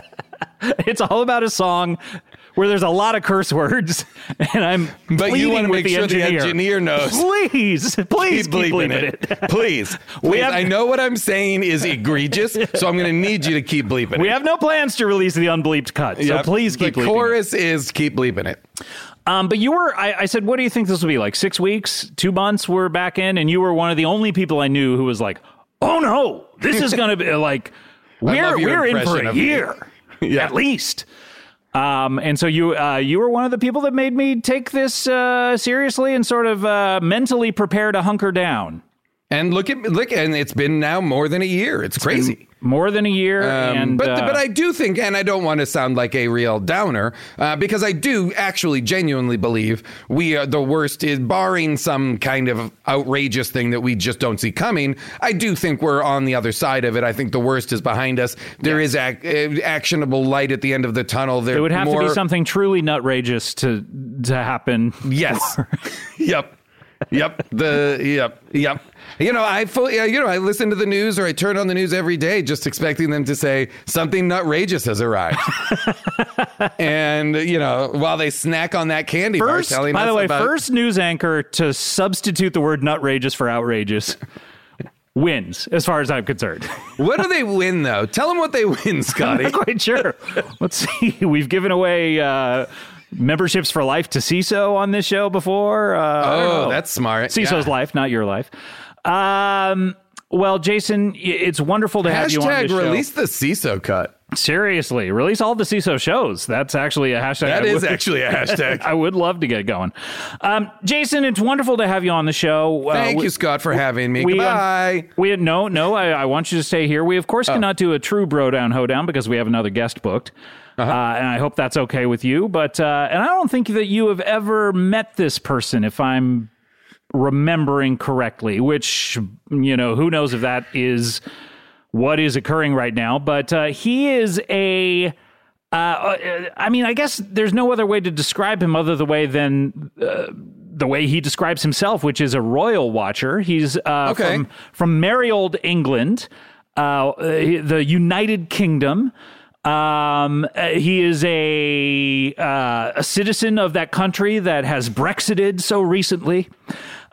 Speaker 2: it's all about a song where there's a lot of curse words, <laughs> and I'm
Speaker 3: But you
Speaker 2: pleading
Speaker 3: want to
Speaker 2: with
Speaker 3: make sure
Speaker 2: engineer.
Speaker 3: the engineer knows.
Speaker 2: Please, please keep bleeping, it.
Speaker 3: <laughs> please,
Speaker 2: We
Speaker 3: please.
Speaker 2: have-
Speaker 3: I know what I'm saying is egregious,
Speaker 2: <laughs>
Speaker 3: so I'm going to need you to keep bleeping.
Speaker 2: We
Speaker 3: it.
Speaker 2: have no plans to release the unbleeped cut, so
Speaker 3: Yep.
Speaker 2: please keep
Speaker 3: The
Speaker 2: bleeping it.
Speaker 3: chorus is keep bleeping it.
Speaker 2: Um, but you were, I, I said, what do you think this will be like? Six weeks, two months, we're back in. And you were one of the only people I knew who was like, oh no, this is going to be <laughs> like, we're,
Speaker 3: love your
Speaker 2: we're in for
Speaker 3: impression
Speaker 2: a
Speaker 3: of me.
Speaker 2: year
Speaker 3: <laughs> Yeah.
Speaker 2: at least. Um, and so you, uh, you were one of the people that made me take this, uh, seriously and sort of, uh, mentally prepare to hunker down
Speaker 3: And look at look, and it's been now more than a year. It's, crazy.
Speaker 2: more than a year.
Speaker 3: Um,
Speaker 2: and,
Speaker 3: but
Speaker 2: uh,
Speaker 3: but I do think, and I don't want to sound like a real downer, uh, because I do actually genuinely believe we are the worst. Is barring some kind of outrageous thing that we just don't see coming. I do think we're on the other side of it. I think the worst is behind us. There is ac- uh, actionable light at the end of the tunnel. There
Speaker 2: it would have
Speaker 3: more,
Speaker 2: to be something truly nutrageous to, to happen.
Speaker 3: Yes. <laughs> yep. Yep. The yep. Yep. You know, I fully, you know, I listen to the news or I turn on the news every day just expecting them to say something outrageous has arrived. <laughs> and you know, while they snack on that candy
Speaker 2: first,
Speaker 3: bar, telling
Speaker 2: by
Speaker 3: us
Speaker 2: the way,
Speaker 3: about,
Speaker 2: first news anchor to substitute the word nutrageous for outrageous wins, as far as I'm concerned. <laughs>
Speaker 3: what do they win though? Tell them what they win, Scotty.
Speaker 2: Not quite sure. Let's see. <laughs> We've given away uh, memberships for life to CISO on this show before. Uh, I don't
Speaker 3: oh,
Speaker 2: know.
Speaker 3: that's smart.
Speaker 2: CISO's
Speaker 3: Yeah.
Speaker 2: life, not your life. Um, well, Jason, y- it's wonderful to have you on
Speaker 3: Hashtag
Speaker 2: this show.
Speaker 3: release the CISO cut.
Speaker 2: Seriously, release all the CISO shows. That's actually a hashtag.
Speaker 3: That
Speaker 2: I
Speaker 3: is
Speaker 2: would-
Speaker 3: actually a
Speaker 2: <laughs>
Speaker 3: hashtag.
Speaker 2: I would love to get going. Um, Jason, it's wonderful to have you on the show. Uh,
Speaker 3: Thank
Speaker 2: we-
Speaker 3: you, Scott, for having me.
Speaker 2: we, um,
Speaker 3: Goodbye.
Speaker 2: We no, no. I, I want you to stay here. We of course cannot do a true bro down ho down because we have another guest booked, uh and I hope that's okay with you. But uh, and I don't think that you have ever met this person, if I'm remembering correctly. Which you know, who knows if that is what is occurring right now. But uh, he is a. Uh, uh, I mean, I guess there's no other way to describe him other the way than uh, the way he describes himself, which is a royal watcher. He's uh,
Speaker 3: Okay.
Speaker 2: from from merry old England, uh, uh, the United Kingdom. Um, uh, he is a uh, a citizen of that country that has Brexited so recently.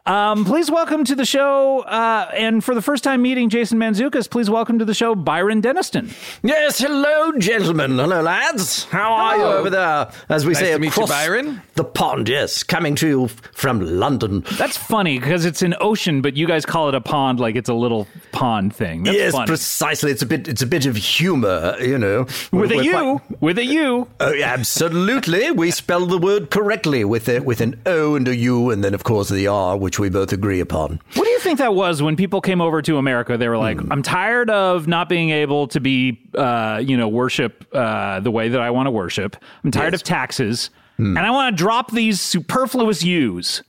Speaker 2: Um, please welcome to the show, uh, and for the first time meeting Jason Manzukas, please welcome to the show Byron Deniston.
Speaker 4: Yes, hello, gentlemen. Hello, lads. How are you
Speaker 3: Hello.
Speaker 4: over there? As we
Speaker 3: Nice
Speaker 4: say,
Speaker 3: to meet you,
Speaker 4: across
Speaker 3: Byron.
Speaker 4: The pond, yes, coming to you f- from London.
Speaker 2: That's funny because it's an ocean, but you guys call it a pond like it's a little pond thing. That's
Speaker 4: yes,
Speaker 2: funny.
Speaker 4: precisely. It's a bit. It's a bit of humour, you know.
Speaker 2: with a
Speaker 4: We're
Speaker 2: U,
Speaker 4: quite-
Speaker 2: with a U.
Speaker 4: Oh, yeah, absolutely. we spell the word correctly with a, with an O and a U, and then of course the R, which we both agree upon.
Speaker 2: What do you think that was when people came over to America? They were like,
Speaker 4: Hmm.
Speaker 2: "I'm tired of not being able to be, uh, you know, worship uh, the way that I want to worship. I'm tired of taxes.
Speaker 4: Hmm.
Speaker 2: And I want to drop these superfluous U's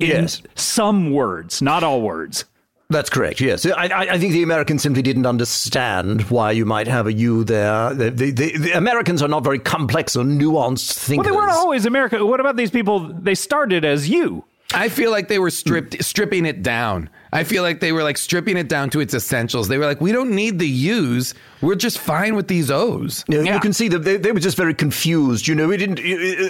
Speaker 2: in
Speaker 4: Yes.
Speaker 2: some words, not all words.
Speaker 4: That's correct. Yes, I, I, I think the Americans simply didn't understand why you might have a U there. The, the, the, the Americans are not very complex or nuanced
Speaker 2: Well,
Speaker 4: thinkers.
Speaker 2: they weren't always America. What about these people? They started as you.
Speaker 3: I feel like they were stripped, stripping it down. I feel like they were like stripping it down to its essentials. They were like, we don't need the U's. We're just fine with these O's.
Speaker 4: You, know,
Speaker 2: Yeah.
Speaker 4: you can see that they, they were just very confused. You know, we didn't.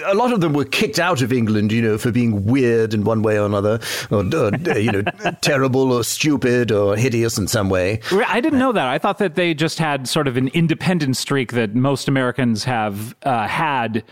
Speaker 4: A lot of them were kicked out of England. You know, for being weird in one way or another, or, or you know, <laughs> terrible or stupid or hideous in some way.
Speaker 2: Re- I didn't know that. I thought that they just had sort of an independent streak that most Americans have uh, had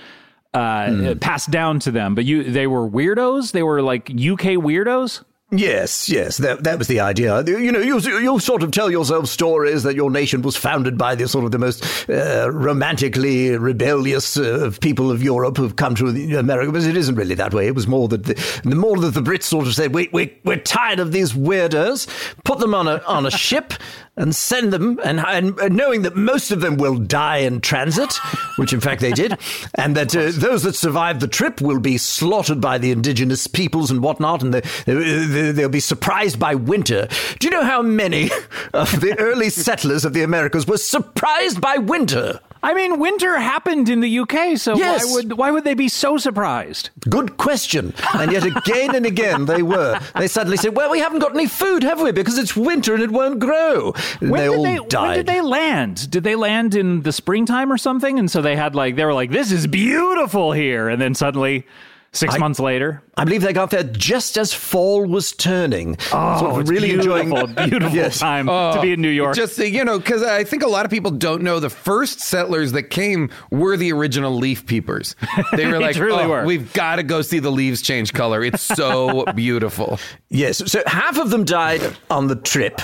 Speaker 2: uh, uh,
Speaker 4: Hmm.
Speaker 2: passed down to them. But you, they were weirdos. They were like UK weirdos.
Speaker 4: Yes, yes, that that was the idea. You know, you you sort of tell yourself stories that your nation was founded by the sort of the most uh, romantically rebellious uh, people of Europe who've come to the- America, but it isn't really that way. It was more that the, the more that the Brits sort of said, "We we we're tired of these weirdos. Put them on a on a ship." And send them, and, and, and knowing that most of them will die in transit, which in fact
Speaker 2: <laughs>
Speaker 4: they did, and that uh, those that survive the trip will be slaughtered by the indigenous peoples and whatnot, and they, they, they'll be surprised by winter. Do you know how many <laughs> of the
Speaker 2: <laughs>
Speaker 4: early settlers of the Americas were surprised by winter?
Speaker 2: I mean, winter happened in the UK, so
Speaker 4: Yes.
Speaker 2: why would why would they be so surprised?
Speaker 4: Good question. And yet again and again they were. They suddenly said, Well, we haven't got any food, have we? Because it's winter and it won't grow. And
Speaker 2: When
Speaker 4: they
Speaker 2: did
Speaker 4: all
Speaker 2: they
Speaker 4: died.
Speaker 2: when did they land? Did they land in the springtime or something? And so they had like they were like, "This is beautiful here," and then suddenly. Six months later,
Speaker 4: I believe they got there just as fall was turning. Oh,
Speaker 2: oh, it's
Speaker 4: really
Speaker 2: beautiful,
Speaker 4: enjoying
Speaker 2: beautiful
Speaker 4: <laughs> Yes.
Speaker 2: time to be in New York.
Speaker 3: Just so you know, because I think a lot of people don't know the first settlers that came were the original leaf peepers. They
Speaker 2: <laughs>
Speaker 3: were
Speaker 2: They
Speaker 3: like,
Speaker 2: truly
Speaker 3: "Oh,
Speaker 2: were."
Speaker 3: we've got to go see the leaves change color. It's so <laughs> beautiful.
Speaker 4: Yes, so half of them died on the trip,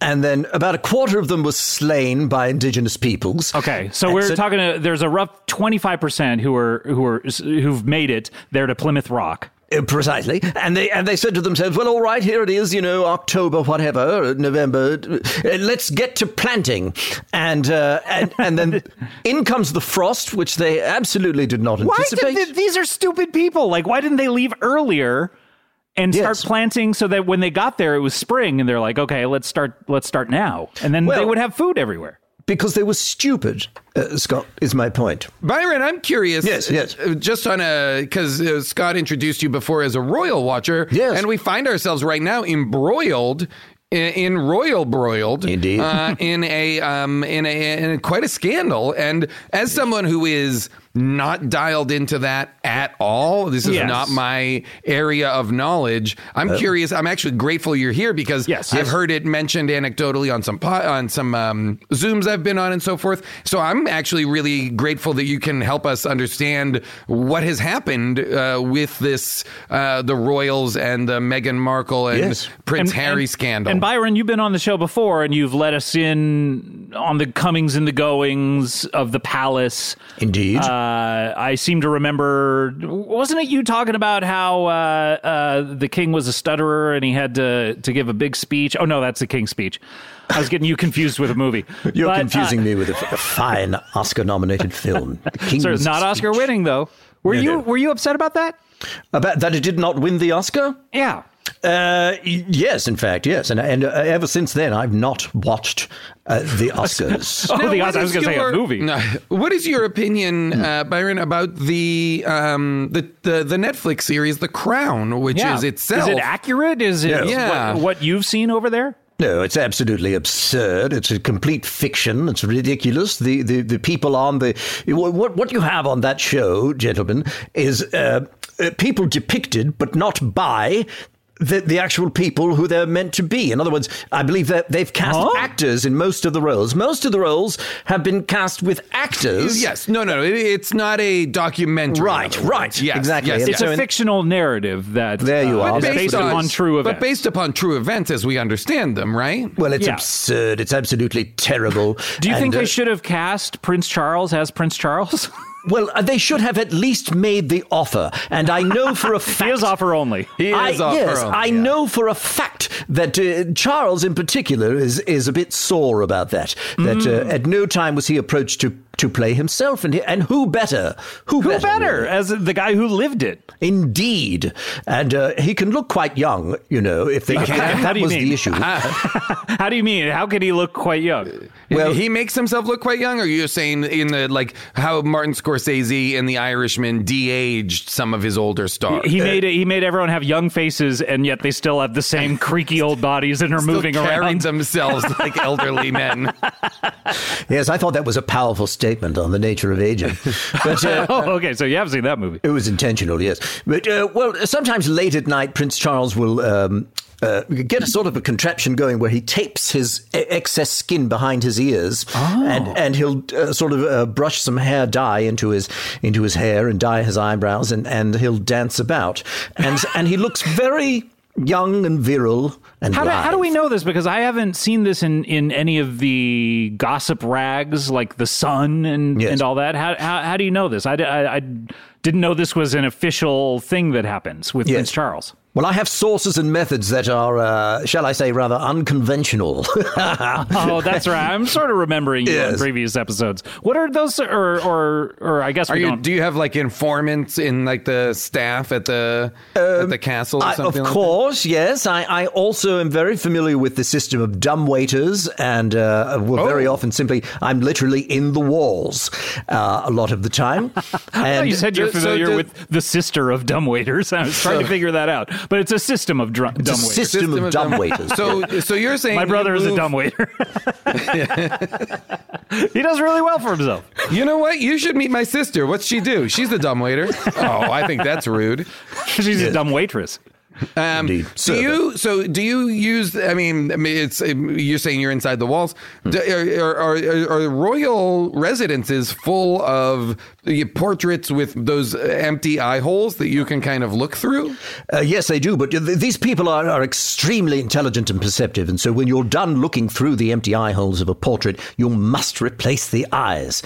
Speaker 4: and then about a quarter of them was slain by indigenous peoples.
Speaker 2: Okay, so
Speaker 4: And
Speaker 2: we're talking. To, there's a rough twenty five percent who are who are who've made it there to Plymouth Rock.
Speaker 4: uh, precisely, and they and they said to themselves, "Well, all right, here it is, you know, October, whatever, November. uh, let's get to planting," and uh, and
Speaker 2: <laughs>
Speaker 4: and then in comes the frost, which they absolutely did not
Speaker 2: Why
Speaker 4: anticipate.
Speaker 2: did they, these are stupid people? Like, why didn't they leave earlier and start
Speaker 4: Yes.
Speaker 2: planting so that when they got there it was spring and they're like, okay, let's start let's start now, and then they
Speaker 4: Well-
Speaker 2: would have food everywhere.
Speaker 4: because they were stupid. Uh, Scott is my point.
Speaker 3: Byron, I'm curious.
Speaker 4: Yes, yes.
Speaker 3: uh, Just on a because uh, Scott introduced you before as a royal watcher.
Speaker 4: Yes.
Speaker 3: and we find ourselves right now embroiled. In, in royal broiled,
Speaker 4: Indeed.
Speaker 3: uh,
Speaker 4: <laughs>
Speaker 3: in a um, in a in a, quite a scandal, and as someone who is not dialed into that at all, this is
Speaker 2: Yes.
Speaker 3: not my area of knowledge. I'm curious. I'm actually grateful you're here because
Speaker 2: Uh, Yes.
Speaker 3: I've
Speaker 2: Yes.
Speaker 3: heard it mentioned anecdotally on some po- on some um, zooms I've been on and so forth. So I'm actually really grateful that you can help us understand what has happened uh, with this uh, the royals and the Meghan Markle and
Speaker 4: Yes.
Speaker 3: Prince
Speaker 2: And-
Speaker 3: Harry
Speaker 2: and-
Speaker 3: scandal.
Speaker 2: And Byron, you've been on the show before, and you've let us in on the comings and the goings of the palace.
Speaker 4: Indeed.
Speaker 2: Uh, I seem to remember, wasn't it you talking about how uh, uh, the king was a stutterer and he had to to give a big speech? Oh no, that's the king's speech. I was getting you confused with a movie.
Speaker 4: <laughs> You're
Speaker 2: But, uh,
Speaker 4: confusing me with a, a fine
Speaker 2: <laughs>
Speaker 4: Oscar-nominated film, The King's
Speaker 2: sir, not Oscar
Speaker 4: Speech.
Speaker 2: winning though. Were
Speaker 4: No,
Speaker 2: you
Speaker 4: no.
Speaker 2: were you upset about that?
Speaker 4: About that it did not win the Oscar.
Speaker 2: Yeah.
Speaker 4: Uh, y- yes, in fact, yes, and and uh, ever since then, I've not watched uh,
Speaker 2: <laughs>
Speaker 4: the Oscars.
Speaker 2: Oh, the Oscar, I
Speaker 3: Now, what
Speaker 2: was
Speaker 3: is
Speaker 2: going to say a
Speaker 3: your-
Speaker 2: movie.
Speaker 3: No, Uh, what is your opinion,
Speaker 2: Hmm.
Speaker 3: uh, Byron, about the, um, the the the Netflix series The Crown, which
Speaker 2: Yeah.
Speaker 3: is itself
Speaker 2: it accurate? Is it
Speaker 3: Yeah.
Speaker 2: what, what you've seen over there?
Speaker 4: No, it's absolutely absurd. It's a complete fiction. It's ridiculous. The the, the people on the what what you have on that show, gentlemen, is uh, uh, people depicted but not by. The, the actual people who they're meant to be. In other words, I believe that they've cast
Speaker 2: Huh?
Speaker 4: actors in most of the roles. Most of the roles have been cast with actors.
Speaker 3: Yes, no, no, it, it's not a documentary.
Speaker 4: Right,
Speaker 3: in other words.
Speaker 4: right,
Speaker 3: yes,
Speaker 4: exactly.
Speaker 3: Yes,
Speaker 4: And
Speaker 2: It's
Speaker 3: yes.
Speaker 4: so
Speaker 2: a
Speaker 4: in-
Speaker 2: fictional narrative that uh,
Speaker 4: There you are.
Speaker 2: is
Speaker 4: That's
Speaker 2: based
Speaker 4: what it
Speaker 2: on
Speaker 4: is.
Speaker 2: true events.
Speaker 3: But based upon true events as we understand them, right?
Speaker 4: Well, it's
Speaker 2: Yeah.
Speaker 4: absurd. It's absolutely terrible.
Speaker 2: Do you think
Speaker 4: And,
Speaker 2: they
Speaker 4: uh,
Speaker 2: should have cast Prince Charles as Prince Charles? <laughs>
Speaker 4: Well, uh, they should have at least made the offer. And I know
Speaker 2: <laughs>
Speaker 4: for a fact.
Speaker 2: he is offer only.
Speaker 3: He
Speaker 4: I,
Speaker 3: is off
Speaker 4: yes,
Speaker 3: her own,
Speaker 4: I
Speaker 3: yeah.
Speaker 4: know for a fact that uh,
Speaker 2: Mm.
Speaker 4: Charles, in particular, is is a bit sore about that. That uh, at no time was he approached to to play himself. And, and who better? Who,
Speaker 2: Who better
Speaker 4: really?
Speaker 2: as the guy who lived it?
Speaker 4: Indeed. And uh, he can look quite young, you know,
Speaker 2: <laughs>
Speaker 4: if, they, if that, if
Speaker 2: How
Speaker 4: that
Speaker 2: do you
Speaker 4: was
Speaker 2: mean? Ah.
Speaker 4: the issue.
Speaker 2: How do you mean? How could he look quite young?
Speaker 3: Well,
Speaker 4: Well-
Speaker 3: he makes himself look quite young. Or you're saying in the like how Martin Scorsese in The Irishman de-aged some of his older stars.
Speaker 2: He made it, he made everyone have young faces, and yet they <laughs> still have the same creaky old bodies and are
Speaker 3: Still
Speaker 2: moving
Speaker 3: carried
Speaker 2: around.
Speaker 3: themselves like elderly men.
Speaker 4: yes, I thought that was a powerful statement on the nature of
Speaker 2: <laughs>
Speaker 4: aging. But uh,
Speaker 2: <laughs> Oh, okay. So you have seen that movie.
Speaker 4: It was intentional, yes. But uh, well, sometimes late at night, Prince Charles will. Um, uh, get a sort of a contraption going where he tapes his e- excess skin behind his ears,
Speaker 2: Oh.
Speaker 4: and and he'll uh, sort of uh, brush some hair dye into his into his hair and dye his eyebrows, and, and he'll dance about,
Speaker 2: <laughs>
Speaker 4: and and he looks very young and virile and
Speaker 2: How do,
Speaker 4: live.
Speaker 2: how do we know this? Because I haven't seen this in, in any of the gossip rags like The Sun and,
Speaker 4: Yes.
Speaker 2: and all that. How, how, how do you know this? I, d- I- I didn't know this was an official thing that happens with
Speaker 4: Yes.
Speaker 2: Prince Charles.
Speaker 4: Well, I have sources and methods that are, uh, shall I say, rather unconventional. <laughs>
Speaker 2: Oh, that's right. I'm sort of remembering you in <laughs>
Speaker 4: Yes.
Speaker 2: previous episodes. What are those? Or or or I guess
Speaker 3: Are
Speaker 2: we
Speaker 3: you?
Speaker 2: don't.
Speaker 3: Do you have like informants in like the staff at the at the castle or
Speaker 4: I-
Speaker 3: something?
Speaker 4: of
Speaker 3: like
Speaker 4: course, yes. I, I also am very familiar with the system of dumb waiters, and uh, well, very often simply, I'm literally in the walls uh, a lot of the time.
Speaker 2: Oh,
Speaker 4: And
Speaker 2: you said you're
Speaker 3: So- so
Speaker 2: familiar
Speaker 3: does-
Speaker 2: with the sister of dumb waiters. I was trying to figure that out, but it's a system of drum,
Speaker 4: the
Speaker 2: dumb waiters.
Speaker 4: system, of dumb waiters.
Speaker 3: So, so you're saying
Speaker 2: My brother
Speaker 3: you
Speaker 2: is a
Speaker 3: move-
Speaker 2: dumb
Speaker 4: <laughs>
Speaker 2: waiter. he does really well for himself.
Speaker 3: You know what? You should meet my sister. What's she do? She's the dumb waiter. Oh, I think that's rude.
Speaker 2: She's a dumb waitress.
Speaker 3: Um,
Speaker 4: Indeed.
Speaker 3: Do
Speaker 4: Server.
Speaker 3: you so do you use? I mean, I mean, it's um, you're saying you're inside the walls. Do,
Speaker 4: Hmm.
Speaker 3: are, are, are, are royal residences full of uh, portraits with those empty eye holes that you can kind of look through?
Speaker 4: Uh, yes, they do, but th- these people are, are extremely intelligent and perceptive, and so when you're done looking through the empty eye holes of a portrait, you must replace the eyes.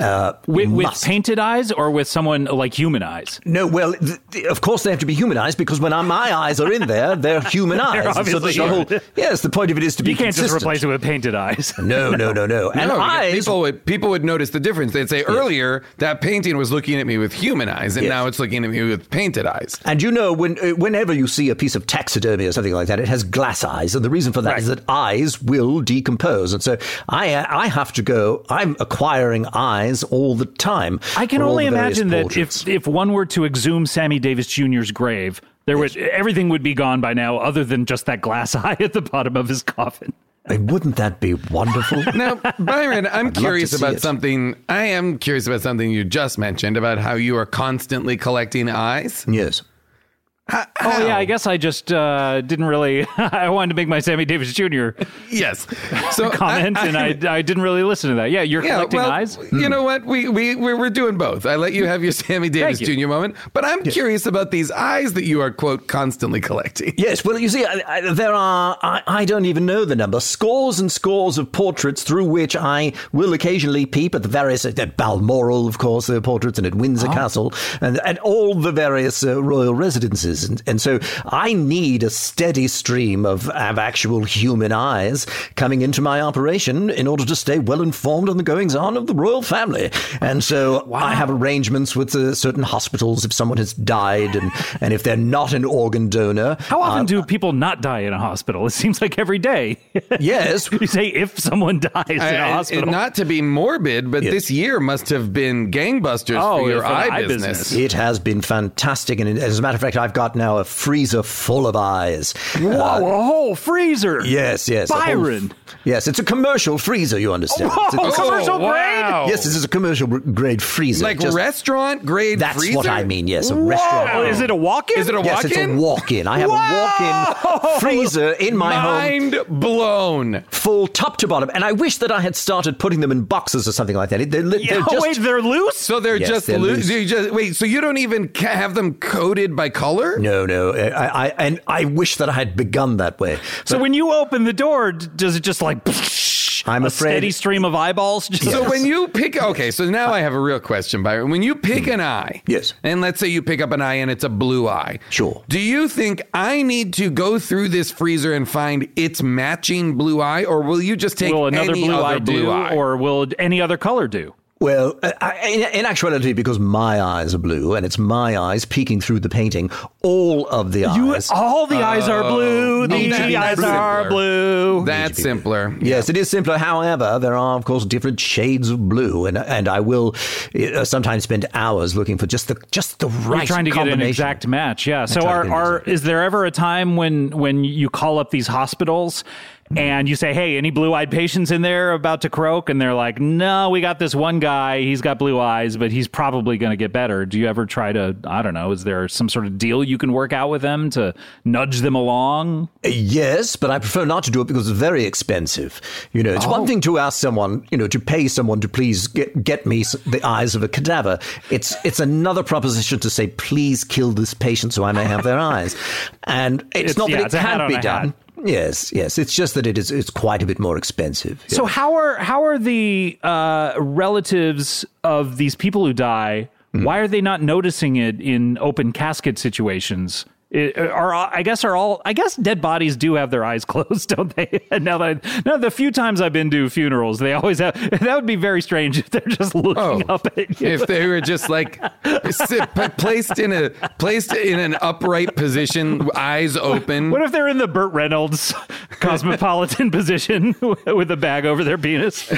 Speaker 4: Uh,
Speaker 2: With, with
Speaker 4: must.
Speaker 2: painted eyes or with someone like human eyes?
Speaker 4: No, well, th- th- of course they have to be humanized because when I- my eyes are in there,
Speaker 2: <laughs>
Speaker 4: they're human eyes. And so
Speaker 2: obviously
Speaker 4: there's a whole-
Speaker 2: human.
Speaker 4: <laughs> yes, the point of it is to be
Speaker 2: You can't just
Speaker 4: consistent.
Speaker 2: replace it with painted eyes.
Speaker 4: No,
Speaker 2: <laughs>
Speaker 4: no, no, no. And
Speaker 3: No, because
Speaker 4: eyes.
Speaker 3: people would people would notice the difference. They'd say earlier that painting was looking at me with human eyes, and
Speaker 4: Yes.
Speaker 3: now it's looking at me with painted eyes.
Speaker 4: And you know, when uh, whenever you see a piece of taxidermy or something like that, it has glass eyes, and the reason for that is that eyes will decompose, and so I uh, I have to go. I'm acquiring eyes all the time.
Speaker 2: I can
Speaker 4: for all
Speaker 2: only
Speaker 4: the various
Speaker 2: imagine that
Speaker 4: portraits.
Speaker 2: if if one were to exhume Sammy Davis Jr.'s grave, there would everything would be gone by now, other than just that glass <laughs> eye at the bottom of his coffin.
Speaker 4: Uh, wouldn't that be
Speaker 2: <laughs>
Speaker 4: wonderful?
Speaker 3: Now, Byron, I'm
Speaker 4: to
Speaker 3: curious
Speaker 4: see
Speaker 3: about
Speaker 4: it.
Speaker 3: something. I am curious about something you just mentioned about how you are constantly collecting eyes.
Speaker 4: yes.
Speaker 2: Oh yeah, I guess I just uh, didn't really. <laughs> I wanted to make my Sammy Davis Jr. <laughs>
Speaker 3: Yes. So
Speaker 2: comment,
Speaker 3: I- I-
Speaker 2: and I I didn't really listen to that. Yeah, you're collecting eyes. Hmm.
Speaker 3: You know what? We we we're, we're doing both. I let you have your Sammy Davis
Speaker 2: you.
Speaker 3: Jr. moment, but I'm curious about these eyes that you are quote constantly collecting.
Speaker 4: Yes, well, you see, I, I, there are, I, I don't even know the number, scores and scores of portraits through which I will occasionally peep at the various, at Balmoral, of course, there are portraits, and at Windsor Castle, and at all the various uh, royal residences. And, and so I need a steady stream of, of actual human eyes coming into my operation in order to stay well informed on the goings on of the royal family. And so I have arrangements with uh, certain hospitals if someone has died and, and if they're not an organ donor.
Speaker 2: How often do people not die in a hospital? It seems like every day. <laughs>
Speaker 4: Uh, Yes.
Speaker 2: you say if someone dies in
Speaker 3: I-
Speaker 2: a
Speaker 3: I-
Speaker 2: hospital.
Speaker 3: not to be morbid, but this year must have been gangbusters
Speaker 2: Oh,
Speaker 3: for your
Speaker 2: for the
Speaker 3: eye,
Speaker 2: eye
Speaker 3: business.
Speaker 2: business.
Speaker 4: It has been fantastic, and as a matter of fact, I've got now a freezer full of eyes.
Speaker 2: Whoa,
Speaker 4: Uh,
Speaker 2: a whole freezer.
Speaker 4: yes, yes, a whole f-
Speaker 2: Byron.
Speaker 4: yes, it's a commercial freezer. You understand? It's a-
Speaker 2: <laughs> Whoa, commercial grade?
Speaker 3: wow.
Speaker 4: yes, this is a commercial br- grade freezer.
Speaker 3: like
Speaker 4: Just-
Speaker 3: restaurant grade.
Speaker 4: That's
Speaker 3: freezer?
Speaker 4: what I mean. Yes, a
Speaker 2: Oh,
Speaker 4: restaurant.
Speaker 2: is it a walk-in?
Speaker 3: Is it a
Speaker 4: yes, it's a
Speaker 3: walk-in?
Speaker 4: walk-in. I have a walk-in freezer in my home.
Speaker 3: Mind blown.
Speaker 4: Full top to bottom, and I wish that I had started putting them in boxes or something like that. They're, li-
Speaker 2: Yeah,
Speaker 4: they're just
Speaker 2: wait, they're loose.
Speaker 3: So they're
Speaker 4: Yes,
Speaker 3: just
Speaker 4: they're
Speaker 3: loo-
Speaker 4: loose.
Speaker 3: you just wait. So you don't even ca- have them coded by color?
Speaker 4: no, no. I, I, I- and I wish that I had begun that way.
Speaker 2: So when you open the door, d- does it just like <laughs>
Speaker 4: I'm
Speaker 2: a
Speaker 4: afraid-
Speaker 2: steady stream of eyeballs? <laughs> Just
Speaker 3: So when you pick, okay, so now I have a real question, Byron. When you pick an eye,
Speaker 4: Mm-hmm. Yes.
Speaker 3: and let's say you pick up an eye and it's a blue eye,
Speaker 4: Sure.
Speaker 3: Do you think I need to go through this freezer and find its matching blue eye, or will you just take
Speaker 2: will another
Speaker 3: any
Speaker 2: blue
Speaker 3: other
Speaker 2: eye
Speaker 3: blue
Speaker 2: do,
Speaker 3: eye?
Speaker 2: or will any other color do?
Speaker 4: Well, uh, I- in, in actuality, because my eyes are blue and it's my eyes peeking through the painting, all of the
Speaker 2: You,
Speaker 4: eyes.
Speaker 2: all the eyes are blue.
Speaker 3: Oh,
Speaker 2: The
Speaker 3: that'd be
Speaker 2: eyes
Speaker 3: simpler.
Speaker 2: are blue.
Speaker 3: That's simpler.
Speaker 4: Yes, it is simpler. However, there are, of course, different shades of blue, and and I will uh, sometimes spend hours looking for just the just the right
Speaker 2: You're trying to get an
Speaker 4: combination.
Speaker 2: exact match. Yeah. So
Speaker 4: trying to
Speaker 2: are,
Speaker 4: get an
Speaker 2: are
Speaker 4: exact-
Speaker 2: is there ever a time when when you call up these hospitals and you say, "Hey, any blue-eyed patients in there about to croak?" and they're like, "No, we got this one guy. He's got blue eyes, but he's probably going to get better." Do you ever try to, I don't know, is there some sort of deal you can work out with them to nudge them along?
Speaker 4: Yes, but I prefer not to do it because it's very expensive. You know, it's
Speaker 2: Oh.
Speaker 4: one thing to ask someone, you know, to pay someone to please get, get me s- the eyes of a cadaver. It's it's another proposition to say, please kill this patient so I may have their eyes. And it's,
Speaker 2: It's-
Speaker 4: not
Speaker 2: yeah,
Speaker 4: that
Speaker 2: it's
Speaker 4: it
Speaker 2: a hat
Speaker 4: can't
Speaker 2: on
Speaker 4: be
Speaker 2: a hat.
Speaker 4: done. Yes, yes. It's just that it is it's quite a bit more expensive.
Speaker 2: So how are how are the uh, relatives of these people who die?
Speaker 4: Mm-hmm.
Speaker 2: Why are they not noticing it in open casket situations? It, are I guess are all I guess dead bodies do have their eyes <laughs> closed, don't they? now that I, now the few times I've been to funerals, they always have. <laughs> That would be very strange if they're just looking
Speaker 3: Oh.
Speaker 2: up at you.
Speaker 3: If they were just
Speaker 4: <laughs>
Speaker 3: like sit, placed in a placed in an upright position, eyes open.
Speaker 2: <laughs> What if they're in the Burt
Speaker 4: <laughs>
Speaker 2: Reynolds cosmopolitan position <laughs> with a bag over their penis?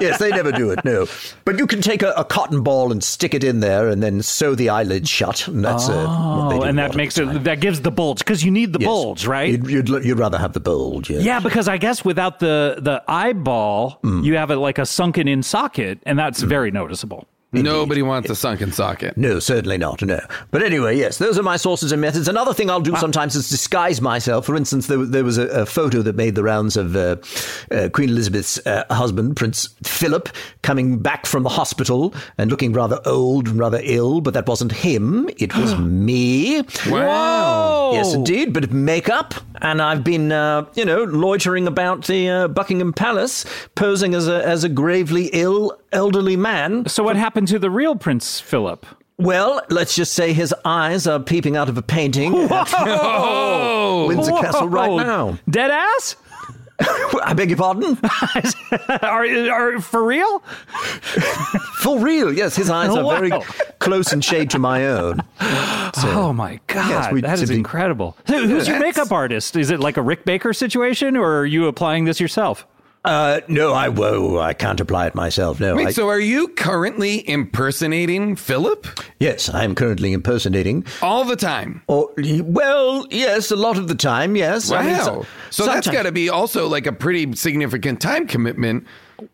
Speaker 4: yes, they never do it. No, but you can take a, a cotton ball and stick it in there, and then sew the eyelid shut, and that's uh, what they
Speaker 2: Oh,
Speaker 4: do
Speaker 2: and
Speaker 4: a lot
Speaker 2: that
Speaker 4: of
Speaker 2: makes
Speaker 4: the
Speaker 2: it
Speaker 4: time.
Speaker 2: that gives the bulge because you need the
Speaker 4: Yes.
Speaker 2: bulge, right?
Speaker 4: You'd, you'd, you'd rather have the bulge. Yes. Mm.
Speaker 2: Yeah, because I guess without the the eyeball, you have it like a sunken in socket, and that's very noticeable.
Speaker 3: Nobody wants a sunken socket.
Speaker 4: No, certainly not. No. But anyway, yes, those are my sources and methods. Another thing I'll do sometimes is disguise myself. For instance, there, there was a, a photo that made the rounds of uh, uh, Queen Elizabeth's uh, husband, Prince Philip, coming back from the hospital and looking rather old and rather ill, but that wasn't him. It <gasps> was me.
Speaker 3: Wow.
Speaker 4: Yes, indeed. Bit of makeup. And I've been, uh, you know, loitering about the uh, Buckingham Palace, posing as a, as a gravely ill elderly man.
Speaker 2: So what happened to the real Prince Philip?
Speaker 4: Well, let's just say his eyes are peeping out of a painting at uh, Windsor Castle right
Speaker 2: Whoa.
Speaker 4: now.
Speaker 2: Dead ass? <laughs>
Speaker 4: I beg your <laughs> pardon?
Speaker 2: are, are for real?
Speaker 4: For real, yes, his eyes are very
Speaker 2: Wow.
Speaker 4: close in shade to my own. <laughs>
Speaker 2: Oh my god,
Speaker 4: we
Speaker 2: that is
Speaker 4: simply-
Speaker 2: incredible. Who- Who's your makeup artist? Is it like a Rick Baker situation, or are you applying this yourself?
Speaker 4: Uh, no, I whoa, I can't apply it myself. No, I,
Speaker 3: Wait, so are you currently impersonating Philip
Speaker 4: yes, I am currently impersonating.
Speaker 3: all the time?
Speaker 4: Or well, yes, a lot of the time, yes.
Speaker 3: Wow.
Speaker 4: I mean,
Speaker 3: so
Speaker 4: so-
Speaker 3: that's
Speaker 4: sometimes-
Speaker 3: got to be also like a pretty significant time commitment.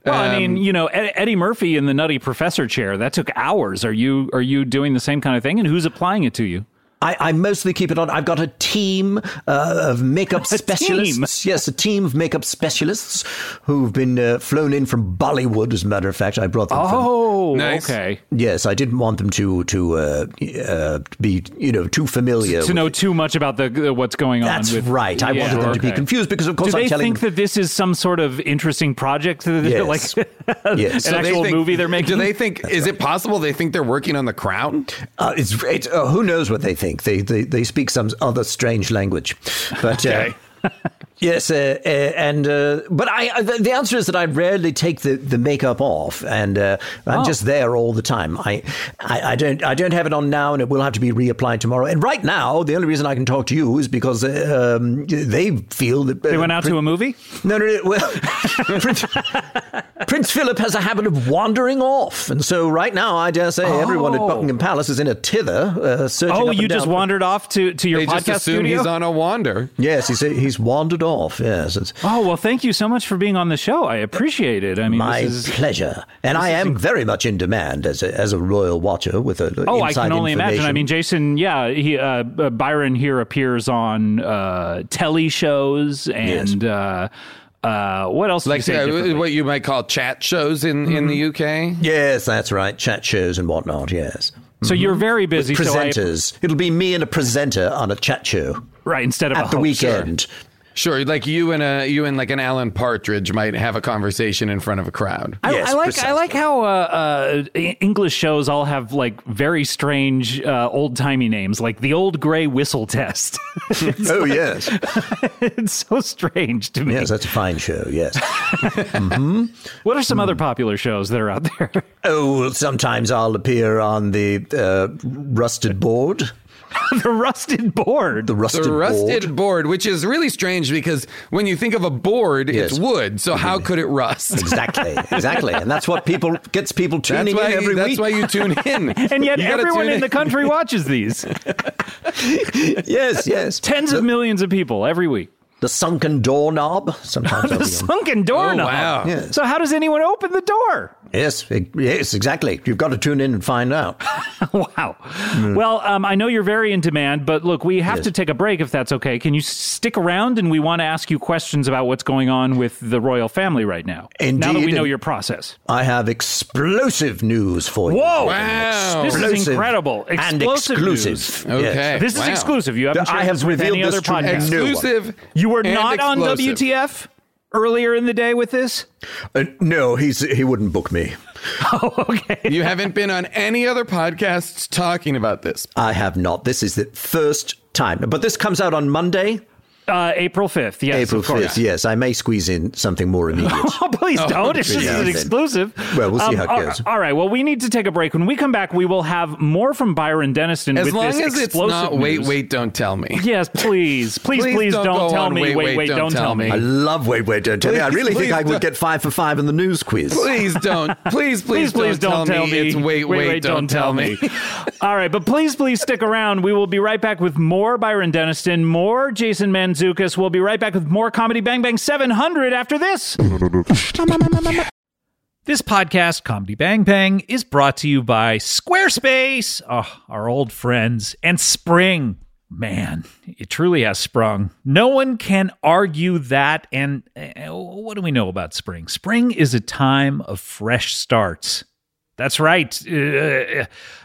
Speaker 2: Well, I
Speaker 3: Um,
Speaker 2: mean, you know, Ed- Eddie Murphy in the Nutty Professor chair that took hours. Are you are you doing the same kind of thing, and who's applying it to you?
Speaker 4: I, I mostly keep it on. I've got a team uh,
Speaker 2: <laughs>
Speaker 4: of makeup specialists. Yes, a team of makeup specialists who've been uh, flown in from Bollywood. As a matter of fact, I brought them.
Speaker 2: Oh,
Speaker 3: Nice.
Speaker 2: okay.
Speaker 4: From, yes, I didn't want them to to uh, uh, be you know too familiar.
Speaker 2: to
Speaker 4: with
Speaker 2: know
Speaker 4: it.
Speaker 2: too much about the uh, what's going on.
Speaker 4: That's
Speaker 2: with-
Speaker 4: right. I
Speaker 2: Yeah,
Speaker 4: wanted them to be
Speaker 2: okay.
Speaker 4: confused because, of course,
Speaker 2: Do
Speaker 4: I'm
Speaker 2: they
Speaker 4: telling
Speaker 2: think that this is some sort of interesting project? That they're <laughs>
Speaker 4: Yes.
Speaker 2: like
Speaker 4: yes.
Speaker 2: an
Speaker 3: do they
Speaker 2: actual
Speaker 3: think-
Speaker 2: movie they're making.
Speaker 3: Do they think is it possible they think they're working on the crown?
Speaker 4: Uh, it's, it's uh, who knows what they think. They they, they speak some other strange language, but. Uh, <laughs> Yes, uh, uh, and uh, but I uh, the the answer is that I rarely take the, the makeup off, and uh,
Speaker 2: Oh.
Speaker 4: I'm just there all the time. I, I I don't I don't have it on now, and it will have to be reapplied tomorrow. And right now, the only reason I can talk to you is because uh, um, they feel that uh,
Speaker 2: They went out to a movie.
Speaker 4: no, no, no. Well, <laughs> Prince, Prince Philip has a habit of wandering off, and so right now, I dare say, everyone at
Speaker 2: Oh.
Speaker 4: Buckingham Palace is in a tither. Uh, searching up
Speaker 2: Oh,
Speaker 4: and
Speaker 2: you just
Speaker 4: down.
Speaker 2: wandered off to to your
Speaker 3: They just
Speaker 2: podcast
Speaker 3: assume
Speaker 2: studio.
Speaker 3: he's on a wander.
Speaker 4: Yes, he's he's wandered off. Yes, it's
Speaker 2: Oh well, thank you so much for being on the show. I appreciate it. I mean,
Speaker 4: my
Speaker 2: this is,
Speaker 4: pleasure, and I am very much in demand as a, as a royal watcher with a.
Speaker 2: oh, I can
Speaker 4: inside
Speaker 2: only imagine. I
Speaker 4: information.
Speaker 2: mean, Jason, yeah, he, uh, uh, Byron here appears on uh, telly shows and uh, uh, what else?
Speaker 3: Like
Speaker 2: do you say
Speaker 3: uh,
Speaker 2: differently?
Speaker 3: what you might call chat shows in in the UK.
Speaker 4: yes, that's right. Chat shows and whatnot. Yes,
Speaker 2: so you're very busy. so I-
Speaker 4: presenters. It'll be me and a presenter on a chat show
Speaker 2: right? Instead of a
Speaker 4: at the
Speaker 2: host. <laughs>
Speaker 4: weekend.
Speaker 3: Sure, like you and a you and like an Alan Partridge might have a conversation in front of a crowd.
Speaker 5: I,
Speaker 4: Yes,
Speaker 5: I like I
Speaker 4: precisely.
Speaker 5: like how uh, uh, E- English shows all have like very strange uh, old timey names, like the old gray whistle test. <laughs>
Speaker 4: Oh, yes.
Speaker 5: it's so strange to me.
Speaker 4: Yes, that's a fine show, yes.
Speaker 5: What are some other popular shows that are out there? <laughs>
Speaker 4: Oh, well, sometimes I'll appear on the uh, rusted board.
Speaker 5: the Rusted Board.
Speaker 4: The rusted,
Speaker 3: The rusted
Speaker 4: board.
Speaker 3: board. which is really strange because when you think of a board,
Speaker 4: Yes.
Speaker 3: it's wood. So how could it rust?
Speaker 4: Exactly, exactly. And that's what people gets people
Speaker 3: That's
Speaker 4: tuning
Speaker 3: why,
Speaker 4: in every
Speaker 3: that's
Speaker 4: week.
Speaker 3: why you <laughs> tune in.
Speaker 5: and yet,
Speaker 3: You gotta
Speaker 5: everyone
Speaker 3: tune
Speaker 5: in the country watches these.
Speaker 3: <laughs>
Speaker 4: Yes, yes.
Speaker 5: Tens of millions of people every week.
Speaker 4: The sunken doorknob. Sometimes I'll
Speaker 5: The
Speaker 4: be on.
Speaker 5: sunken doorknob.
Speaker 3: wow.
Speaker 4: Yes.
Speaker 5: So, how does anyone open the door?
Speaker 4: Yes, e- yes, exactly. You've got to tune in and find out.
Speaker 5: <laughs> Wow. Well, um, I know you're very in demand, but look, we have
Speaker 4: Yes.
Speaker 5: to take a break if that's okay. Can you stick around? And we want to ask you questions about what's going on with the royal family right now. Now that
Speaker 4: Indeed.
Speaker 5: we know your process.
Speaker 4: I have explosive news for you.
Speaker 5: Whoa.
Speaker 3: Wow.
Speaker 5: This is
Speaker 4: Explosive
Speaker 5: incredible.
Speaker 4: and
Speaker 5: Explosive
Speaker 4: exclusive.
Speaker 5: news.
Speaker 3: Okay.
Speaker 4: Yes.
Speaker 5: This is
Speaker 3: Wow.
Speaker 5: exclusive. You haven't shared
Speaker 4: I have
Speaker 5: this with
Speaker 4: revealed
Speaker 5: any
Speaker 4: this
Speaker 5: other
Speaker 4: to
Speaker 5: podcast.
Speaker 4: Ex- new one.
Speaker 3: Exclusive.
Speaker 5: you were
Speaker 3: and
Speaker 5: not on
Speaker 3: explosive.
Speaker 5: WTF earlier in the day with this?
Speaker 4: Uh, no, he's he wouldn't book me.
Speaker 3: You haven't been on any other podcasts talking about this.
Speaker 4: I have not. This is the first time. But this comes out on Monday,
Speaker 5: Uh, April 5th. Yes,
Speaker 4: April
Speaker 5: of course.
Speaker 4: 5th. Yes, I may squeeze in something more <laughs> immediate.
Speaker 5: <laughs> Oh, please don't. It's just
Speaker 4: yeah,
Speaker 5: an
Speaker 4: then.
Speaker 5: exclusive. Um,
Speaker 4: Well, we'll see how it
Speaker 5: all-
Speaker 4: goes.
Speaker 5: All right. Well, we need to take a break. When we come back, we will have more from Byron Deniston
Speaker 3: As
Speaker 5: with
Speaker 3: long
Speaker 5: this
Speaker 3: as it's
Speaker 5: explosive
Speaker 3: not. Wait,
Speaker 5: news.
Speaker 3: wait, don't tell me.
Speaker 5: Yes, please, please, please,
Speaker 3: Please
Speaker 5: don't,
Speaker 3: don't go
Speaker 5: tell
Speaker 3: on,
Speaker 5: me. Wait, wait, don't, tell me.
Speaker 4: I love Wait, Wait, Don't Tell Me. I
Speaker 3: Please,
Speaker 4: really think
Speaker 3: please
Speaker 4: I would
Speaker 3: don't-
Speaker 4: get five for five in the news quiz.
Speaker 3: Please <laughs> don't. Please,
Speaker 5: Please,
Speaker 3: please,
Speaker 5: please don't, tell me.
Speaker 3: It's wait, wait, don't, tell me.
Speaker 5: All right, but please, please stick around. We will be right back with more Byron Deniston, more Jason Manzukis. We'll be right back with more Comedy Bang Bang 700 after this.
Speaker 2: This podcast, Comedy Bang Bang, is brought to you by Squarespace, oh, our old friends, and Spring. Man, it truly has sprung. No one can argue that. And uh, what do we know about spring? Spring is a time of fresh starts. That's right. Uh,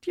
Speaker 2: Do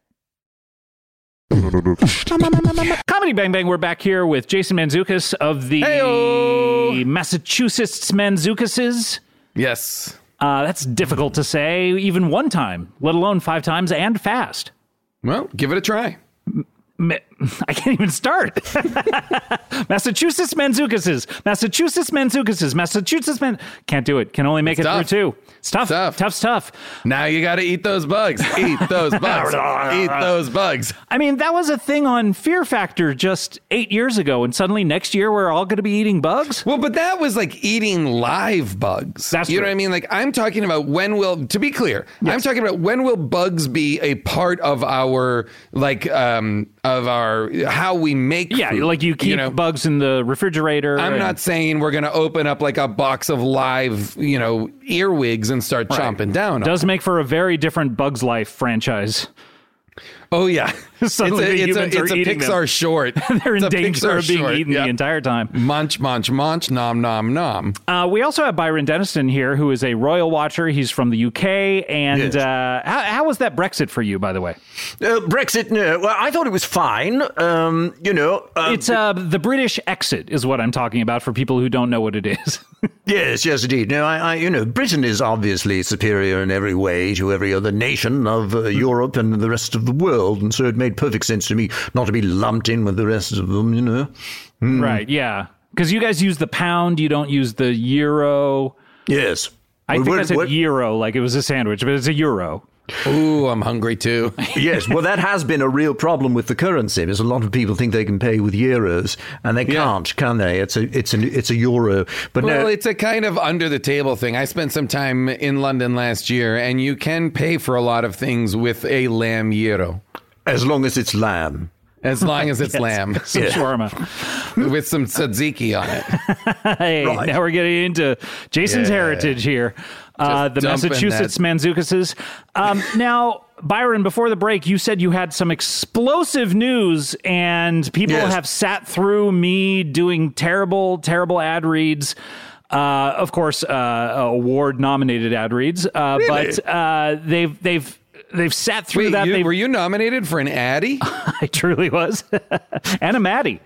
Speaker 2: Comedy Bang Bang, we're back here with Jason Manzukis of the Massachusetts Manzukises.
Speaker 3: <laughs> Yes.
Speaker 2: Uh, that's difficult to say even one time, let alone five times and fast.
Speaker 3: Well, give it a try.
Speaker 2: Ma- <laughs> I can't even start. <laughs> Massachusetts Manzukises, Massachusetts Manzukises, Massachusetts Man. Can't do it. Can only make it
Speaker 3: tough.
Speaker 2: through two. It's tough.
Speaker 3: tough.
Speaker 2: Tough stuff.
Speaker 3: Now you got to eat those bugs. Eat <laughs> those bugs. eat those bugs.
Speaker 2: I mean, that was a thing on Fear Factor just eight years ago, and suddenly next year we're all going to be eating bugs.
Speaker 3: Well, but that was like eating live bugs.
Speaker 2: That's
Speaker 3: you know
Speaker 2: true.
Speaker 3: what I mean. Like I'm talking about when will to be clear. I'm talking about when will bugs be a part of our like um of our how we make.
Speaker 2: Yeah,
Speaker 3: food,
Speaker 2: like you keep
Speaker 3: know?
Speaker 2: bugs in the refrigerator.
Speaker 3: I'm
Speaker 2: and-
Speaker 3: not saying we're going to open up like a box of live, you know, earwigs and start chomping down. on
Speaker 2: Does make for a very different Bugs Life franchise. <laughs>
Speaker 3: Oh yeah,
Speaker 2: Suddenly the
Speaker 3: it's a,
Speaker 2: humans
Speaker 3: it's
Speaker 2: are
Speaker 3: a, it's a
Speaker 2: eating them.
Speaker 3: Pixar short.
Speaker 2: <laughs> They're in
Speaker 3: It's a
Speaker 2: danger
Speaker 3: Pixar
Speaker 2: of being
Speaker 3: short,
Speaker 2: eaten
Speaker 3: yeah.
Speaker 2: the entire time.
Speaker 3: Munch, munch, munch, nom, nom, nom.
Speaker 2: Uh, we also have Byron Denniston here, who is a royal watcher. He's from the UK. And
Speaker 4: Yes.
Speaker 2: uh, how, how was that Brexit for you, by the way?
Speaker 4: Uh, Brexit, no. Well, I thought it was fine. Um, you know, um,
Speaker 2: It's uh, the British exit, is what I'm talking about for people who don't know what it is. <laughs>
Speaker 4: Yes, yes, indeed. No, I, I, you know, Britain is obviously superior in every way to every other nation of uh, Europe and the rest of the world, and so it made perfect sense to me not to be lumped in with the rest of them. You know. Mm.
Speaker 2: Right, yeah. Because you guys use the pound, you don't use the euro.
Speaker 4: Yes.
Speaker 2: I
Speaker 4: Well,
Speaker 2: think I
Speaker 4: what-
Speaker 2: said
Speaker 4: what-
Speaker 2: euro, like it was a sandwich, but it's a euro.
Speaker 3: Ooh, I'm
Speaker 2: <laughs>
Speaker 3: hungry too.
Speaker 4: yes, well, that has been a real problem with the currency. Because a lot of people think they can pay with euros, and they can't, can they? It's a, it's an, it's a euro. But
Speaker 3: Well,
Speaker 4: no,
Speaker 3: it's a kind of under the table thing. I spent some time in London last year, and you can pay for a lot of things with a lamb euro,
Speaker 4: as long as it's lamb.
Speaker 3: as long as it's lamb
Speaker 2: Some
Speaker 4: Yeah. <laughs>
Speaker 2: shawarma.
Speaker 3: with some tzatziki on it.
Speaker 2: Hey,
Speaker 4: Right.
Speaker 2: now we're getting into Jason's
Speaker 3: Yeah.
Speaker 2: heritage here. Uh, the
Speaker 3: Just dumping
Speaker 2: Massachusetts
Speaker 3: that-
Speaker 2: Manzukises.
Speaker 3: <laughs>
Speaker 2: Um, now, Byron, before the break, you said you had some explosive news, and people
Speaker 4: Yes.
Speaker 2: have sat through me doing terrible, terrible ad reads. Uh, of course, uh, award-nominated ad reads, uh, but uh, they've they've they've sat through
Speaker 3: Wait,
Speaker 2: that.
Speaker 3: you-
Speaker 2: they
Speaker 3: were you nominated for an Addy?
Speaker 2: <laughs> I truly was. and a Maddie.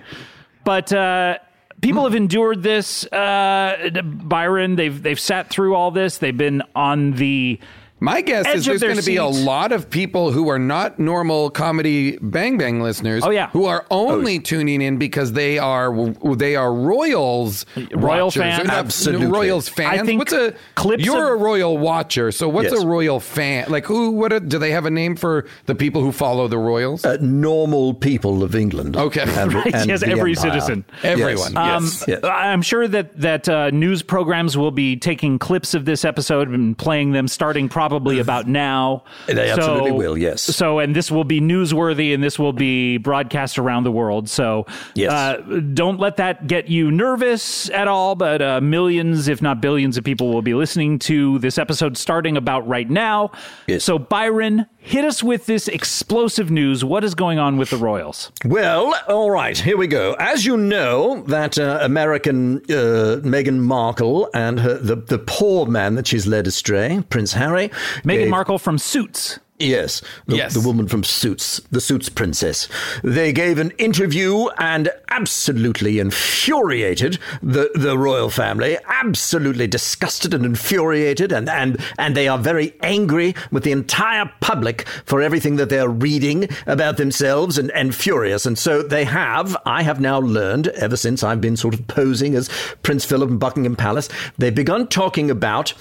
Speaker 2: But uh, people have endured this. Uh, Byron, they've they've sat through all this. They've been on the
Speaker 3: My guess
Speaker 2: Edge
Speaker 3: is
Speaker 2: of
Speaker 3: there's
Speaker 2: their
Speaker 3: going to be a
Speaker 2: seats.
Speaker 3: lot of people who are not normal comedy Bang Bang listeners.
Speaker 2: Oh, yeah.
Speaker 3: who are only tuning in because they are they are Royals
Speaker 2: Royal
Speaker 3: watchers.
Speaker 2: fans.
Speaker 3: They're not
Speaker 4: Absolutely.
Speaker 3: Royals fans.
Speaker 2: think
Speaker 3: what's a
Speaker 2: clips
Speaker 3: You're
Speaker 2: of-
Speaker 3: a Royal watcher, so what's
Speaker 4: Yes.
Speaker 3: a Royal fan? Like who? What are, do they have a name for the people who follow the Royals?
Speaker 4: Uh, normal people of England.
Speaker 3: Okay.
Speaker 4: and,
Speaker 2: <laughs> Right,
Speaker 4: and
Speaker 2: yes,
Speaker 4: the
Speaker 2: every
Speaker 4: empire.
Speaker 2: citizen.
Speaker 3: Everyone.
Speaker 4: Yes. Uh,
Speaker 2: Um,
Speaker 4: yes. yes.
Speaker 2: I'm sure that that uh, news programs will be taking clips of this episode and playing them starting probably about now.
Speaker 4: They absolutely will, yes.
Speaker 2: So, and this will be newsworthy, and this will be broadcast around the world. So,
Speaker 4: Yes.
Speaker 2: uh, don't let that get you nervous at all. But uh, millions, if not billions, of people will be listening to this episode starting about right now.
Speaker 4: Yes.
Speaker 2: So, Byron, hit us with this explosive news. What is going on with the Royals?
Speaker 4: Well, all right, here we go. As you know, that uh, American uh, Meghan Markle and her, the the poor man that she's led astray, Prince Harry,
Speaker 2: Meghan
Speaker 4: gave-
Speaker 2: Markle from Suits.
Speaker 4: Yes, the,
Speaker 3: Yes.
Speaker 4: the woman from Suits, the Suits princess. They gave an interview and absolutely infuriated the, the royal family, absolutely disgusted and infuriated, and, and, and they are very angry with the entire public for everything that they're reading about themselves and, and furious. And so they have, I have now learned, ever since I've been sort of posing as Prince Philip in Buckingham Palace, they've begun talking about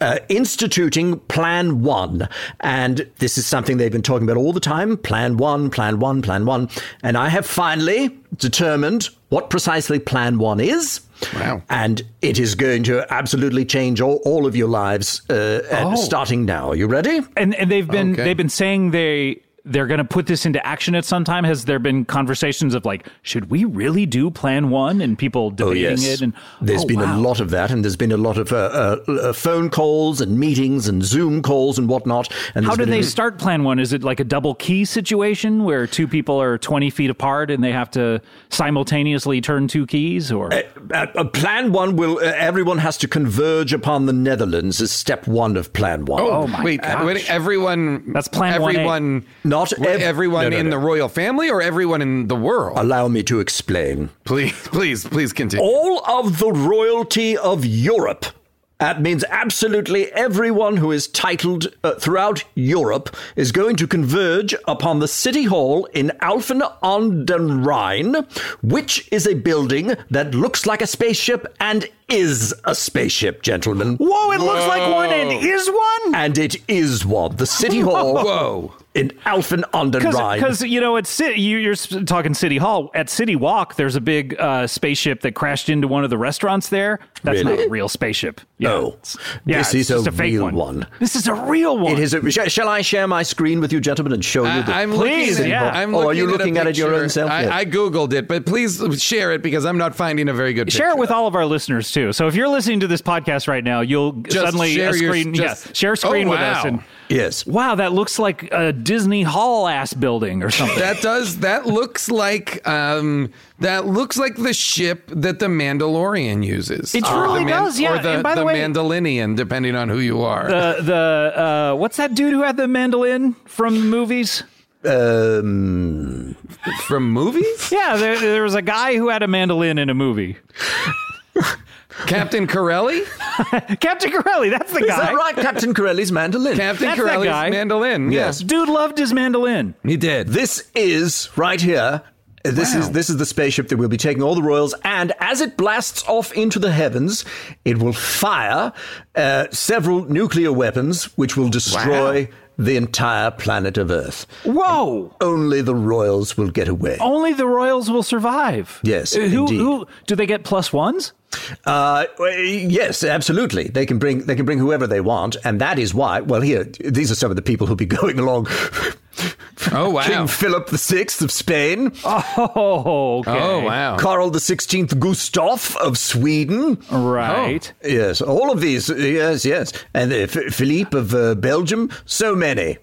Speaker 4: uh, instituting Plan One. And this is something they've been talking about all the time Plan One, Plan One, Plan One. And I have finally determined what precisely Plan One is.
Speaker 3: Wow.
Speaker 4: And it is going to absolutely change all, all of your lives uh, and starting now. Are you ready?
Speaker 2: And and they've been
Speaker 3: Okay.
Speaker 2: they've been saying they they're going to put this into action at some time. Has there been conversations of like, should we really do Plan One? And people debating it. And
Speaker 4: Oh, there's
Speaker 2: oh,
Speaker 4: been
Speaker 2: wow.
Speaker 4: a lot of that, and there's been a lot of uh, uh, uh, phone calls and meetings and Zoom calls and whatnot. And
Speaker 2: How
Speaker 4: there's
Speaker 2: did
Speaker 4: been
Speaker 2: they
Speaker 4: a-
Speaker 2: start Plan One? Is it like a double key situation where two people are twenty feet apart and they have to simultaneously turn two keys? Or
Speaker 4: uh, uh, plan one will uh, everyone has to converge upon the Netherlands as step one of plan one.
Speaker 3: wait, wait, everyone.
Speaker 2: That's plan 1A.
Speaker 3: Everyone.
Speaker 4: Not
Speaker 3: wait,
Speaker 4: ev-
Speaker 3: everyone
Speaker 4: no, no,
Speaker 3: in
Speaker 4: no.
Speaker 3: the royal family or everyone in the world.
Speaker 4: Allow me to explain.
Speaker 3: please, <laughs> please, please continue.
Speaker 4: All of the royalty of Europe. That means absolutely everyone who is titled uh, throughout Europe is going to converge upon the City Hall in Alphen on den Rhein, which is a building that looks like a spaceship and is a spaceship, gentlemen.
Speaker 6: Whoa, it looks like one and is one?
Speaker 4: And it is one. The
Speaker 6: <laughs>
Speaker 4: City Hall
Speaker 3: Whoa.
Speaker 4: in Alphen on den Rhein.
Speaker 2: because you know at Ci- you, you're s- talking City Hall at City Walk. There's a big uh, spaceship that crashed into one of the restaurants there. That's
Speaker 4: Really?
Speaker 2: not a real spaceship. Yeah.
Speaker 4: No.
Speaker 2: It's- yeah,
Speaker 4: This
Speaker 2: it's
Speaker 4: is a
Speaker 2: just a fake
Speaker 4: real
Speaker 2: one.
Speaker 4: one.
Speaker 2: This is a real one.
Speaker 4: It is a, sh- shall I share my screen with you, gentlemen, and show you the
Speaker 3: I, am
Speaker 2: Please,
Speaker 3: looking at,
Speaker 2: yeah.
Speaker 3: I'm
Speaker 4: Oh, are you
Speaker 3: a
Speaker 4: looking at it your
Speaker 3: picture.
Speaker 4: own self?
Speaker 3: I,
Speaker 4: Yes.
Speaker 3: I googled it, but please share it because I'm not finding a very good.
Speaker 2: Share it
Speaker 3: picture.
Speaker 2: with all of our listeners too. So if you're listening to this podcast right now, you'll suddenly
Speaker 3: share
Speaker 2: a
Speaker 3: your-
Speaker 2: screen.
Speaker 3: just-
Speaker 2: yeah, share a screen
Speaker 3: Oh,
Speaker 2: with us.
Speaker 3: wow.
Speaker 2: And,
Speaker 4: Yes.
Speaker 2: wow, that looks like a Disney Hall ass building or something.
Speaker 3: That does. That looks like. Um, that looks like the ship that the Mandalorian uses.
Speaker 2: It
Speaker 3: Or the
Speaker 2: truly does, yeah.
Speaker 3: Or the,
Speaker 2: And by the way-
Speaker 3: Mandalorian, depending on who you are.
Speaker 2: uh, the uh, what's that dude who had the mandolin from the movies?
Speaker 4: Um,
Speaker 2: <laughs>
Speaker 3: From movies,
Speaker 2: Yeah, there, there was a guy who had a mandolin in a movie.
Speaker 3: Captain Corelli.
Speaker 2: Captain Corelli, that's the
Speaker 4: is
Speaker 2: guy.
Speaker 4: that right, Captain Corelli's mandolin?
Speaker 3: Captain
Speaker 2: That's that
Speaker 3: Corelli's
Speaker 2: guy.
Speaker 3: mandolin.
Speaker 4: Yes.
Speaker 2: Dude loved his mandolin.
Speaker 3: Yeah, he did.
Speaker 4: This is right here. This is this is the spaceship that will be taking all the royals, and as it blasts off into the heavens, it will fire uh, several nuclear weapons, which will destroy the entire planet of Earth.
Speaker 2: Whoa!
Speaker 4: Only the royals will get away.
Speaker 2: Only the royals will survive.
Speaker 4: Yes,
Speaker 2: Uh, Who,
Speaker 4: indeed.
Speaker 2: who do they get plus ones?
Speaker 4: Uh, well, yes, absolutely. They can bring they can bring whoever they want, and that is why. Well, here these are some of the people who'll be <laughs> going along.
Speaker 2: <laughs>
Speaker 3: Oh wow.
Speaker 4: King Philip VI of Spain,
Speaker 2: Oh, okay.
Speaker 3: oh wow.
Speaker 4: Karl the Sixteenth Gustav of Sweden.
Speaker 2: Right.
Speaker 4: Yes, all of these. Yes, yes, and uh, F- Philippe of uh, Belgium. So many.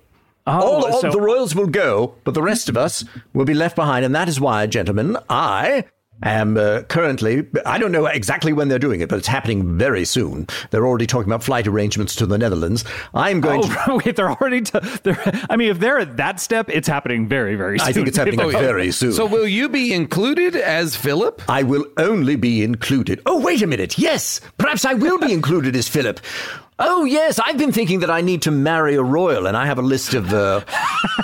Speaker 4: all all
Speaker 2: Oh, so-
Speaker 4: Oh. the royals will go, but the rest of us will be left behind, and that is why, gentlemen, I am uh, currently. I don't know exactly when they're doing it, but it's happening very soon. They're already talking about flight arrangements to the Netherlands. I'm going to.
Speaker 2: Oh, <laughs> wait, they're already. T- they're, I mean, if they're at that step, it's happening very, very soon.
Speaker 4: I think
Speaker 2: <laughs>
Speaker 4: it's happening
Speaker 2: If-
Speaker 4: very soon.
Speaker 3: So will you be included as Philip?
Speaker 4: I will only be included. Oh, wait a minute. Yes, perhaps I
Speaker 2: <laughs>
Speaker 4: will be included as Philip. Oh, yes, I've been thinking that I need to marry a royal, and I have a list of, uh,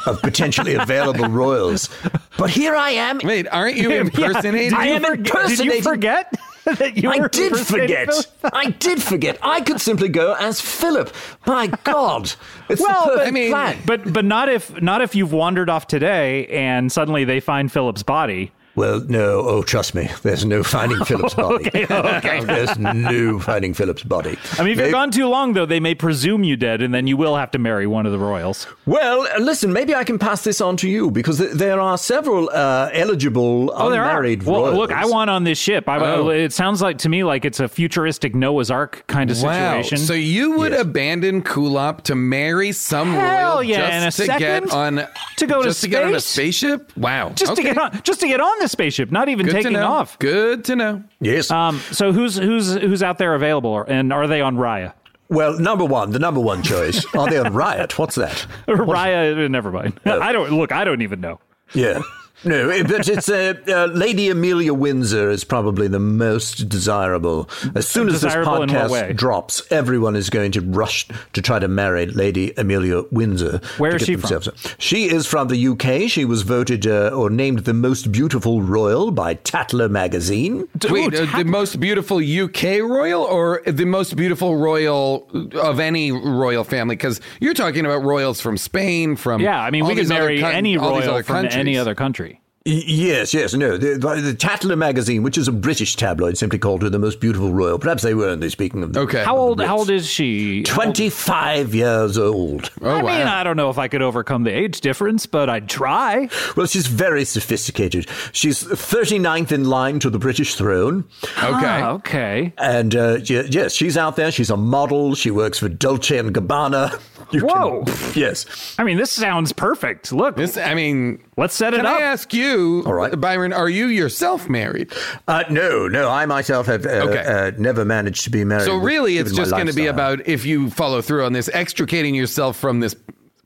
Speaker 4: of potentially available royals. But here I am.
Speaker 3: Wait, aren't you
Speaker 2: <laughs> Yeah.
Speaker 3: impersonating?
Speaker 4: I am
Speaker 2: Did you forget- Did you
Speaker 4: impersonating-
Speaker 2: forget <laughs> that you
Speaker 4: I
Speaker 2: were
Speaker 4: did
Speaker 2: impersonating
Speaker 4: forget.
Speaker 2: Philip?
Speaker 4: I did forget. I could simply go as Philip. My God. It's
Speaker 2: Well, but-
Speaker 4: the perfect
Speaker 2: I
Speaker 3: mean-
Speaker 4: plan.
Speaker 2: But but not if not if you've wandered off today and suddenly they find Philip's body.
Speaker 4: Well, no. Oh, trust me. There's no
Speaker 2: <laughs>
Speaker 4: finding Philip's body.
Speaker 2: Okay, okay.
Speaker 4: <laughs> There's no finding Philip's body.
Speaker 2: I mean, if you're
Speaker 4: They-
Speaker 2: gone too long, though, they may presume you dead, and then you will have to marry one of the royals.
Speaker 4: Well, uh, listen, maybe I can pass this on to you because th- there are several uh, eligible
Speaker 2: Oh, there are.
Speaker 4: unmarried
Speaker 2: Well,
Speaker 4: royals.
Speaker 2: look, I want on this ship. I,
Speaker 3: Oh.
Speaker 2: It sounds like to me like it's a futuristic Noah's Ark kind of
Speaker 3: Wow.
Speaker 2: situation.
Speaker 3: So you would
Speaker 4: Yes.
Speaker 3: abandon Kulop to marry some
Speaker 2: Hell
Speaker 3: royal
Speaker 2: yeah, in a
Speaker 3: just to
Speaker 2: second?
Speaker 3: get on
Speaker 2: To go to
Speaker 3: just to get on a
Speaker 2: space?
Speaker 3: spaceship? Wow.
Speaker 2: just
Speaker 3: Okay.
Speaker 2: to get on, just to get on the spaceship, not even
Speaker 3: Good to
Speaker 2: taking
Speaker 3: know.
Speaker 2: off.
Speaker 3: Good to know.
Speaker 4: Yes.
Speaker 2: Uh, Um, so who's who's who's out there available, and are they on Raya? <laughs>
Speaker 4: Well, number one, the number one choice. Are they on Riot? What's that?
Speaker 2: Raya, never mind. <laughs> I don't look. I don't even know.
Speaker 4: Yeah. No, it- but it's uh, uh, Lady Amelia Windsor is probably the most desirable. As soon as
Speaker 2: Desirable in
Speaker 4: this
Speaker 2: what way?
Speaker 4: podcast drops, everyone is going to rush to try to marry Lady Amelia Windsor.
Speaker 2: Where
Speaker 4: to
Speaker 2: is
Speaker 4: get
Speaker 2: she from?
Speaker 4: themselves- She is from the UK. She was voted uh, or named the most beautiful royal by Tatler magazine.
Speaker 3: Wait, uh, the most beautiful UK royal or the most beautiful royal of any royal family? Because you're talking about royals from Spain, from
Speaker 2: Yeah, I mean,
Speaker 3: all
Speaker 2: we could
Speaker 3: these other
Speaker 2: marry
Speaker 3: coun-
Speaker 2: any
Speaker 3: all these
Speaker 2: royal
Speaker 3: other
Speaker 2: from any
Speaker 3: countries.
Speaker 2: other country.
Speaker 4: Y- Yes, yes, no. The, the, the Tatler magazine, which is a British tabloid, simply called her the most beautiful royal. Perhaps they were only speaking of the
Speaker 3: Okay.
Speaker 2: How old? How old is she?
Speaker 4: 25 years old.
Speaker 3: Oh,
Speaker 2: I mean,
Speaker 3: wow.
Speaker 2: I don't know if I could overcome the age difference, but I'd try.
Speaker 4: Well, she's very sophisticated. She's 39th in line to the British throne.
Speaker 3: okay.
Speaker 2: Ah, okay.
Speaker 4: And uh, ye- yes, she's out there. She's a model. She works for Dolce and Gabbana. <laughs> You can-
Speaker 2: Whoa.
Speaker 4: yes.
Speaker 2: I mean, this sounds perfect. Look,
Speaker 3: This, I mean,
Speaker 2: let's set it
Speaker 3: can
Speaker 2: up.
Speaker 3: I ask you,
Speaker 4: All right.
Speaker 3: Byron, are you yourself married?
Speaker 4: Uh, no, no, I myself have uh,
Speaker 3: Okay.
Speaker 4: uh, never managed to be married.
Speaker 3: So, really, it's
Speaker 4: given my
Speaker 3: just going to be
Speaker 4: lifestyle.
Speaker 3: about if you follow through on this, extricating yourself from this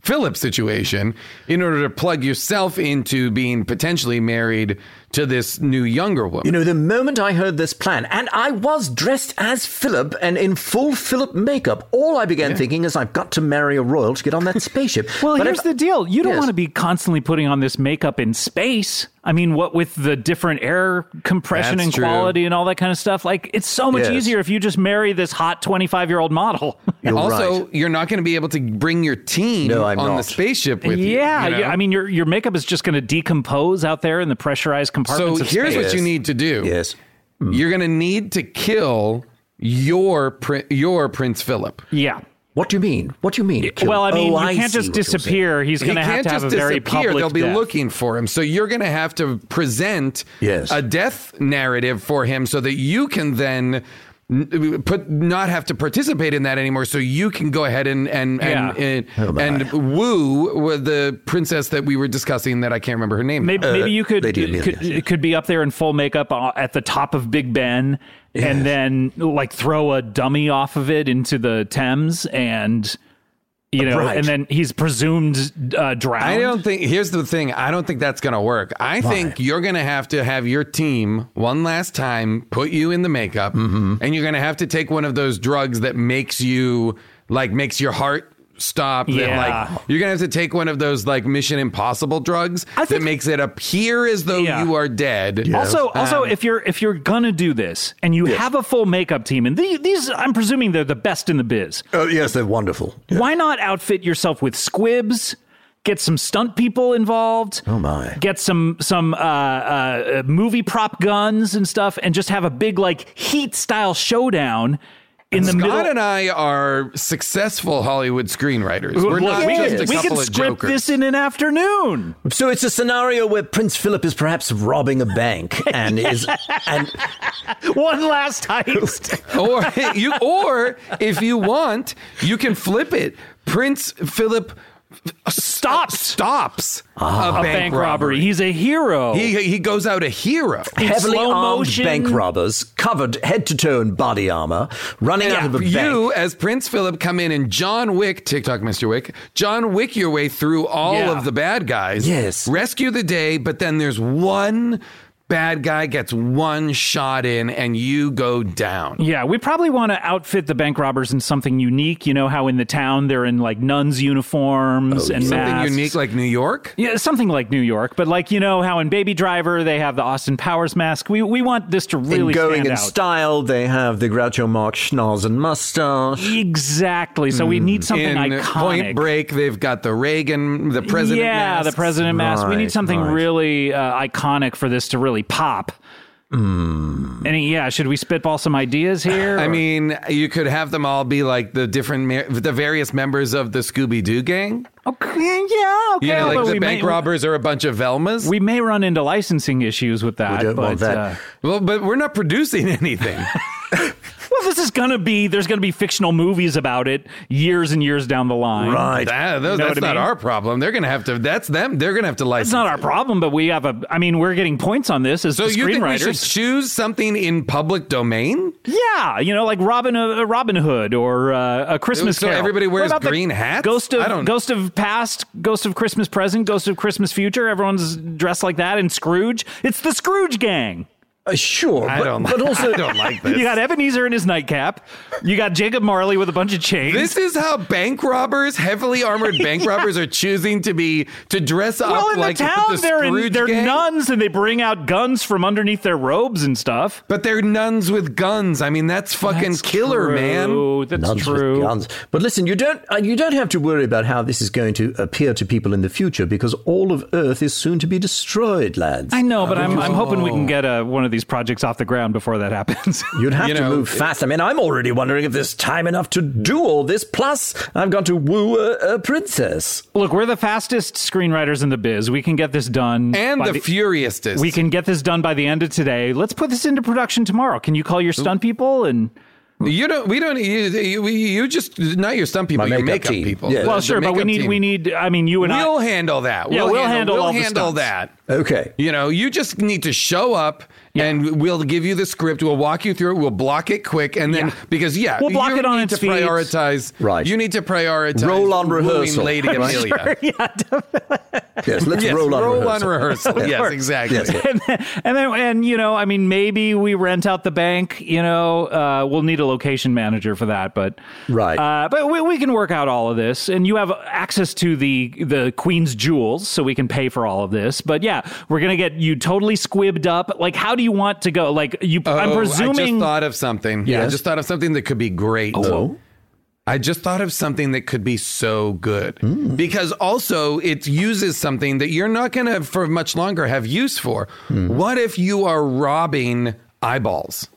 Speaker 3: Philip situation in order to plug yourself into being potentially married to this new younger woman.
Speaker 4: You know, the moment I heard this plan, and I was dressed as Philip and in full Philip makeup, all I began thinking is I've got to marry a royal to get on that spaceship.
Speaker 2: Well,
Speaker 4: But
Speaker 2: here's
Speaker 4: if-
Speaker 2: the deal. You don't
Speaker 4: Yes.
Speaker 2: want to be constantly putting on this makeup in space. I mean, what with the different air compression
Speaker 3: That's
Speaker 2: and
Speaker 3: true.
Speaker 2: quality and all that kind of stuff. Like, it's so much
Speaker 4: Yes.
Speaker 2: easier if you just marry this hot 25 year old model. <laughs>
Speaker 4: You're
Speaker 3: also,
Speaker 4: right.
Speaker 3: you're not going to be able to bring your team
Speaker 4: No, I'm
Speaker 3: on the
Speaker 4: not.
Speaker 3: spaceship with you.
Speaker 2: yeah.
Speaker 3: you know?
Speaker 2: yeah, I mean, your, your makeup is just going to decompose out there in the pressurized
Speaker 3: so
Speaker 2: compartments of
Speaker 3: here's
Speaker 2: space.
Speaker 3: what you need to do.
Speaker 4: Yes. Hmm.
Speaker 3: You're going to need to kill your prin- your Prince Philip.
Speaker 2: yeah.
Speaker 4: What do you mean? What do you mean? Kill-
Speaker 2: Well, I mean,
Speaker 4: Oh,
Speaker 2: you can't
Speaker 4: see
Speaker 2: just
Speaker 4: what you're saying.
Speaker 2: disappear. He's going to
Speaker 3: he
Speaker 2: have
Speaker 3: can't
Speaker 2: to have
Speaker 3: just
Speaker 2: a very
Speaker 3: disappear.
Speaker 2: public
Speaker 3: They'll be
Speaker 2: death.
Speaker 3: looking for him. So you're going to have to present
Speaker 4: Yes.
Speaker 3: a death narrative for him so that you can then n- put not have to participate in that anymore so you can go ahead and and and
Speaker 2: Yeah.
Speaker 3: and,
Speaker 4: Oh, my.
Speaker 3: and woo with the princess that we were discussing that I can't remember her name.
Speaker 2: Maybe,
Speaker 4: Uh,
Speaker 2: maybe you could
Speaker 4: Lady Amelia,
Speaker 2: could,
Speaker 4: yeah.
Speaker 2: could be up there in full makeup uh, at the top of Big Ben, and then like throw a dummy off of it into the Thames, and you know,
Speaker 4: Right.
Speaker 2: and then he's presumed uh, drowned.
Speaker 3: I don't think. Here's the thing. I don't think that's going to work. I think you're going to have to have your team one last time put you in the makeup,
Speaker 2: Mm-hmm.
Speaker 3: and you're going to have to take one of those drugs that makes you like makes your heart stop. that,
Speaker 2: Yeah.
Speaker 3: like you're going to have to take one of those like Mission Impossible drugs
Speaker 2: I think-
Speaker 3: that makes it appear as though
Speaker 2: Yeah.
Speaker 3: you are dead. Um,
Speaker 2: Also, also, if you're if you're gonna do this and you have a full makeup team, and the, these, I'm presuming they're the best in the biz.
Speaker 4: Oh, yes, they're wonderful.
Speaker 2: Why not outfit yourself with squibs? Get some stunt people involved. Oh
Speaker 4: my.
Speaker 2: Get some some uh, uh, uh, movie prop guns and stuff, and just have a big like heat style showdown in the
Speaker 3: Scott
Speaker 2: middle.
Speaker 3: and I are successful Hollywood screenwriters.
Speaker 2: Look,
Speaker 3: We're not
Speaker 2: we
Speaker 3: just
Speaker 2: could-
Speaker 3: a
Speaker 2: we
Speaker 3: couple
Speaker 2: could
Speaker 3: of
Speaker 2: script
Speaker 3: jokers.
Speaker 2: this in an afternoon. <laughs>
Speaker 4: So it's a scenario where Prince Philip is perhaps robbing a
Speaker 3: <laughs>
Speaker 4: bank and is and
Speaker 2: One last heist.
Speaker 3: or you or if you want, you can flip it. Prince Philip uh,
Speaker 2: Stops
Speaker 3: stops <laughs> a
Speaker 2: a
Speaker 3: bank, robbery.
Speaker 2: He's a hero.
Speaker 3: He he goes out a hero.
Speaker 4: heavily
Speaker 2: slow
Speaker 4: armed
Speaker 2: motion.
Speaker 4: bank robbers covered head to toe in body armor running out of a bank.
Speaker 3: You as Prince Philip come in and John Wick TikTok Mr. Wick John Wick your way through all
Speaker 2: Yeah.
Speaker 3: of the bad guys.
Speaker 4: Yes.
Speaker 3: rescue the day, but then there's one bad guy gets one shot in and you go down.
Speaker 2: Yeah, we probably want to outfit the bank robbers in something unique. You know how in the town they're in like nuns' uniforms and
Speaker 3: Oh, Something
Speaker 2: masks.
Speaker 3: unique like New York.
Speaker 2: Yeah, something like New York, but like you know how in Baby Driver they have the Austin Powers mask. We we want this to
Speaker 4: In
Speaker 2: really
Speaker 4: going
Speaker 2: stand
Speaker 4: in
Speaker 2: out.
Speaker 4: style, they have the Groucho Marx schnoz and mustache.
Speaker 2: exactly. So we need something
Speaker 3: Hmm. In
Speaker 2: iconic.
Speaker 3: Point Break, they've got the Reagan, the president.
Speaker 2: yeah, the
Speaker 3: masks.
Speaker 2: president mask. we need
Speaker 4: Right,
Speaker 2: something
Speaker 4: right.
Speaker 2: really uh, iconic for this to really pop. Any yeah? Should we spitball some ideas here?
Speaker 3: Hmm. I
Speaker 2: Or-
Speaker 3: mean, you could have them all be like the different, mer- the various members of the Scooby Doo gang.
Speaker 2: okay, yeah, okay.
Speaker 3: You know,
Speaker 2: although
Speaker 3: like
Speaker 2: we
Speaker 3: the bank
Speaker 2: may,
Speaker 3: robbers are a bunch of Velmas.
Speaker 2: We may run into licensing issues with that.
Speaker 4: don't
Speaker 2: but,
Speaker 4: want that.
Speaker 2: Uh, <laughs>
Speaker 3: well, but we're not producing <laughs> anything.
Speaker 2: well, know this is gonna be. There's gonna be fictional movies about it years and years down the line.
Speaker 4: Right.
Speaker 3: That- tho-
Speaker 2: Know
Speaker 3: that's
Speaker 2: what I
Speaker 3: not
Speaker 2: mean?
Speaker 3: our problem. They're going to have to. That's them. They're going to have to license.
Speaker 2: It's not our problem, but we have a. I mean, we're getting points on this as
Speaker 3: so
Speaker 2: the
Speaker 3: you think we
Speaker 2: screenwriters.
Speaker 3: should choose something in public domain?
Speaker 2: yeah, you know, like Robin, uh, Robin Hood or uh, a Christmas.
Speaker 3: So
Speaker 2: Carol.
Speaker 3: everybody
Speaker 2: What
Speaker 3: wears
Speaker 2: about the
Speaker 3: green hats?
Speaker 2: Ghost
Speaker 3: I
Speaker 2: of
Speaker 3: don't-
Speaker 2: Ghost of past, Ghost of Christmas present, Ghost of Christmas future. Everyone's dressed like that, and Scrooge. It's the Scrooge gang.
Speaker 4: Uh, sure,
Speaker 3: I
Speaker 4: but,
Speaker 3: don't.
Speaker 4: but
Speaker 3: <laughs>
Speaker 4: also
Speaker 3: I don't like
Speaker 2: You
Speaker 3: this.
Speaker 2: got Ebenezer in his nightcap. You got Jacob Marley with a bunch of chains.
Speaker 3: This is how bank robbers, heavily
Speaker 2: <laughs>
Speaker 3: armored bank robbers, are choosing to be to dress
Speaker 2: well,
Speaker 3: up
Speaker 2: in
Speaker 3: like
Speaker 2: the town,
Speaker 3: the
Speaker 2: they're in-
Speaker 3: Scrooge
Speaker 2: they're
Speaker 3: gang.
Speaker 2: nuns, and they bring out guns from underneath their robes and stuff.
Speaker 3: But they're nuns with guns. I mean, that's fucking
Speaker 2: That's
Speaker 3: killer, man.
Speaker 2: true. That's
Speaker 4: Nuns with
Speaker 2: true.
Speaker 4: guns. But listen, you don't uh, you don't have to worry about how this is going to appear to people in the future because all of Earth is soon to be destroyed, lads.
Speaker 2: I know, but I'm, I'm hoping we can get uh one of these projects off the ground before that happens.
Speaker 4: Oh. You'd have
Speaker 3: You
Speaker 4: to
Speaker 3: know,
Speaker 4: move fast. I mean, I'm already wondering if there's time enough to do all this. Plus, I've got to woo a, a princess.
Speaker 2: Look, we're the fastest screenwriters in the biz. We can get this done.
Speaker 3: And
Speaker 2: by
Speaker 3: the, furiousest.
Speaker 2: we can get this done by the end of today. Let's put this into production tomorrow. Can you call your stunt people and
Speaker 3: You don't. We don't. You, you, you just not your stunt people.
Speaker 4: My
Speaker 3: your makeup
Speaker 4: makeup team.
Speaker 3: people.
Speaker 4: Yeah.
Speaker 3: The-
Speaker 2: well,
Speaker 3: the
Speaker 2: sure, but we
Speaker 3: makeup
Speaker 2: need
Speaker 3: team.
Speaker 2: we need. I mean, you and <laughs>
Speaker 3: We'll
Speaker 2: I.
Speaker 3: handle that.
Speaker 2: Yeah, we'll handle
Speaker 3: we'll
Speaker 2: all the
Speaker 3: handle
Speaker 2: stunts.
Speaker 3: that. <laughs>
Speaker 4: Okay.
Speaker 3: You know, you just need to show up, and we'll give you the script. We'll walk you through it. We'll block it quick, and then
Speaker 2: Yeah.
Speaker 3: because yeah,
Speaker 2: We'll block
Speaker 3: you
Speaker 2: it on
Speaker 3: need
Speaker 2: its
Speaker 3: to
Speaker 2: feet.
Speaker 3: prioritize.
Speaker 4: Right.
Speaker 3: You need to prioritize.
Speaker 4: Roll on
Speaker 3: wooing
Speaker 4: rehearsal,
Speaker 3: Lady
Speaker 4: <laughs> right?
Speaker 3: Amelia.
Speaker 4: Yes, let's
Speaker 3: Yes,
Speaker 4: roll on
Speaker 3: roll
Speaker 4: rehearsal.
Speaker 3: on rehearsal. yes, exactly.
Speaker 4: Yes.
Speaker 2: And then, and then, and you know, I mean, maybe we rent out the bank. You know, uh, we'll need a location manager for that, but
Speaker 4: Right.
Speaker 2: Uh, but we, we can work out all of this, and you have access to the the queen's jewels, so we can pay for all of this. But yeah, we're gonna get you totally squibbed up. Like, how do you want to go? Like, you, I'm
Speaker 3: Oh, I
Speaker 2: presuming. Oh,
Speaker 3: just thought of something. Yeah, I
Speaker 4: Yes.
Speaker 3: just thought of something that could be great.
Speaker 4: Hello?
Speaker 3: I just thought of something that could be so good
Speaker 2: Hmm.
Speaker 3: because also it uses something that you're not going to for much longer have use for.
Speaker 2: Hmm.
Speaker 3: What if you are robbing eyeballs?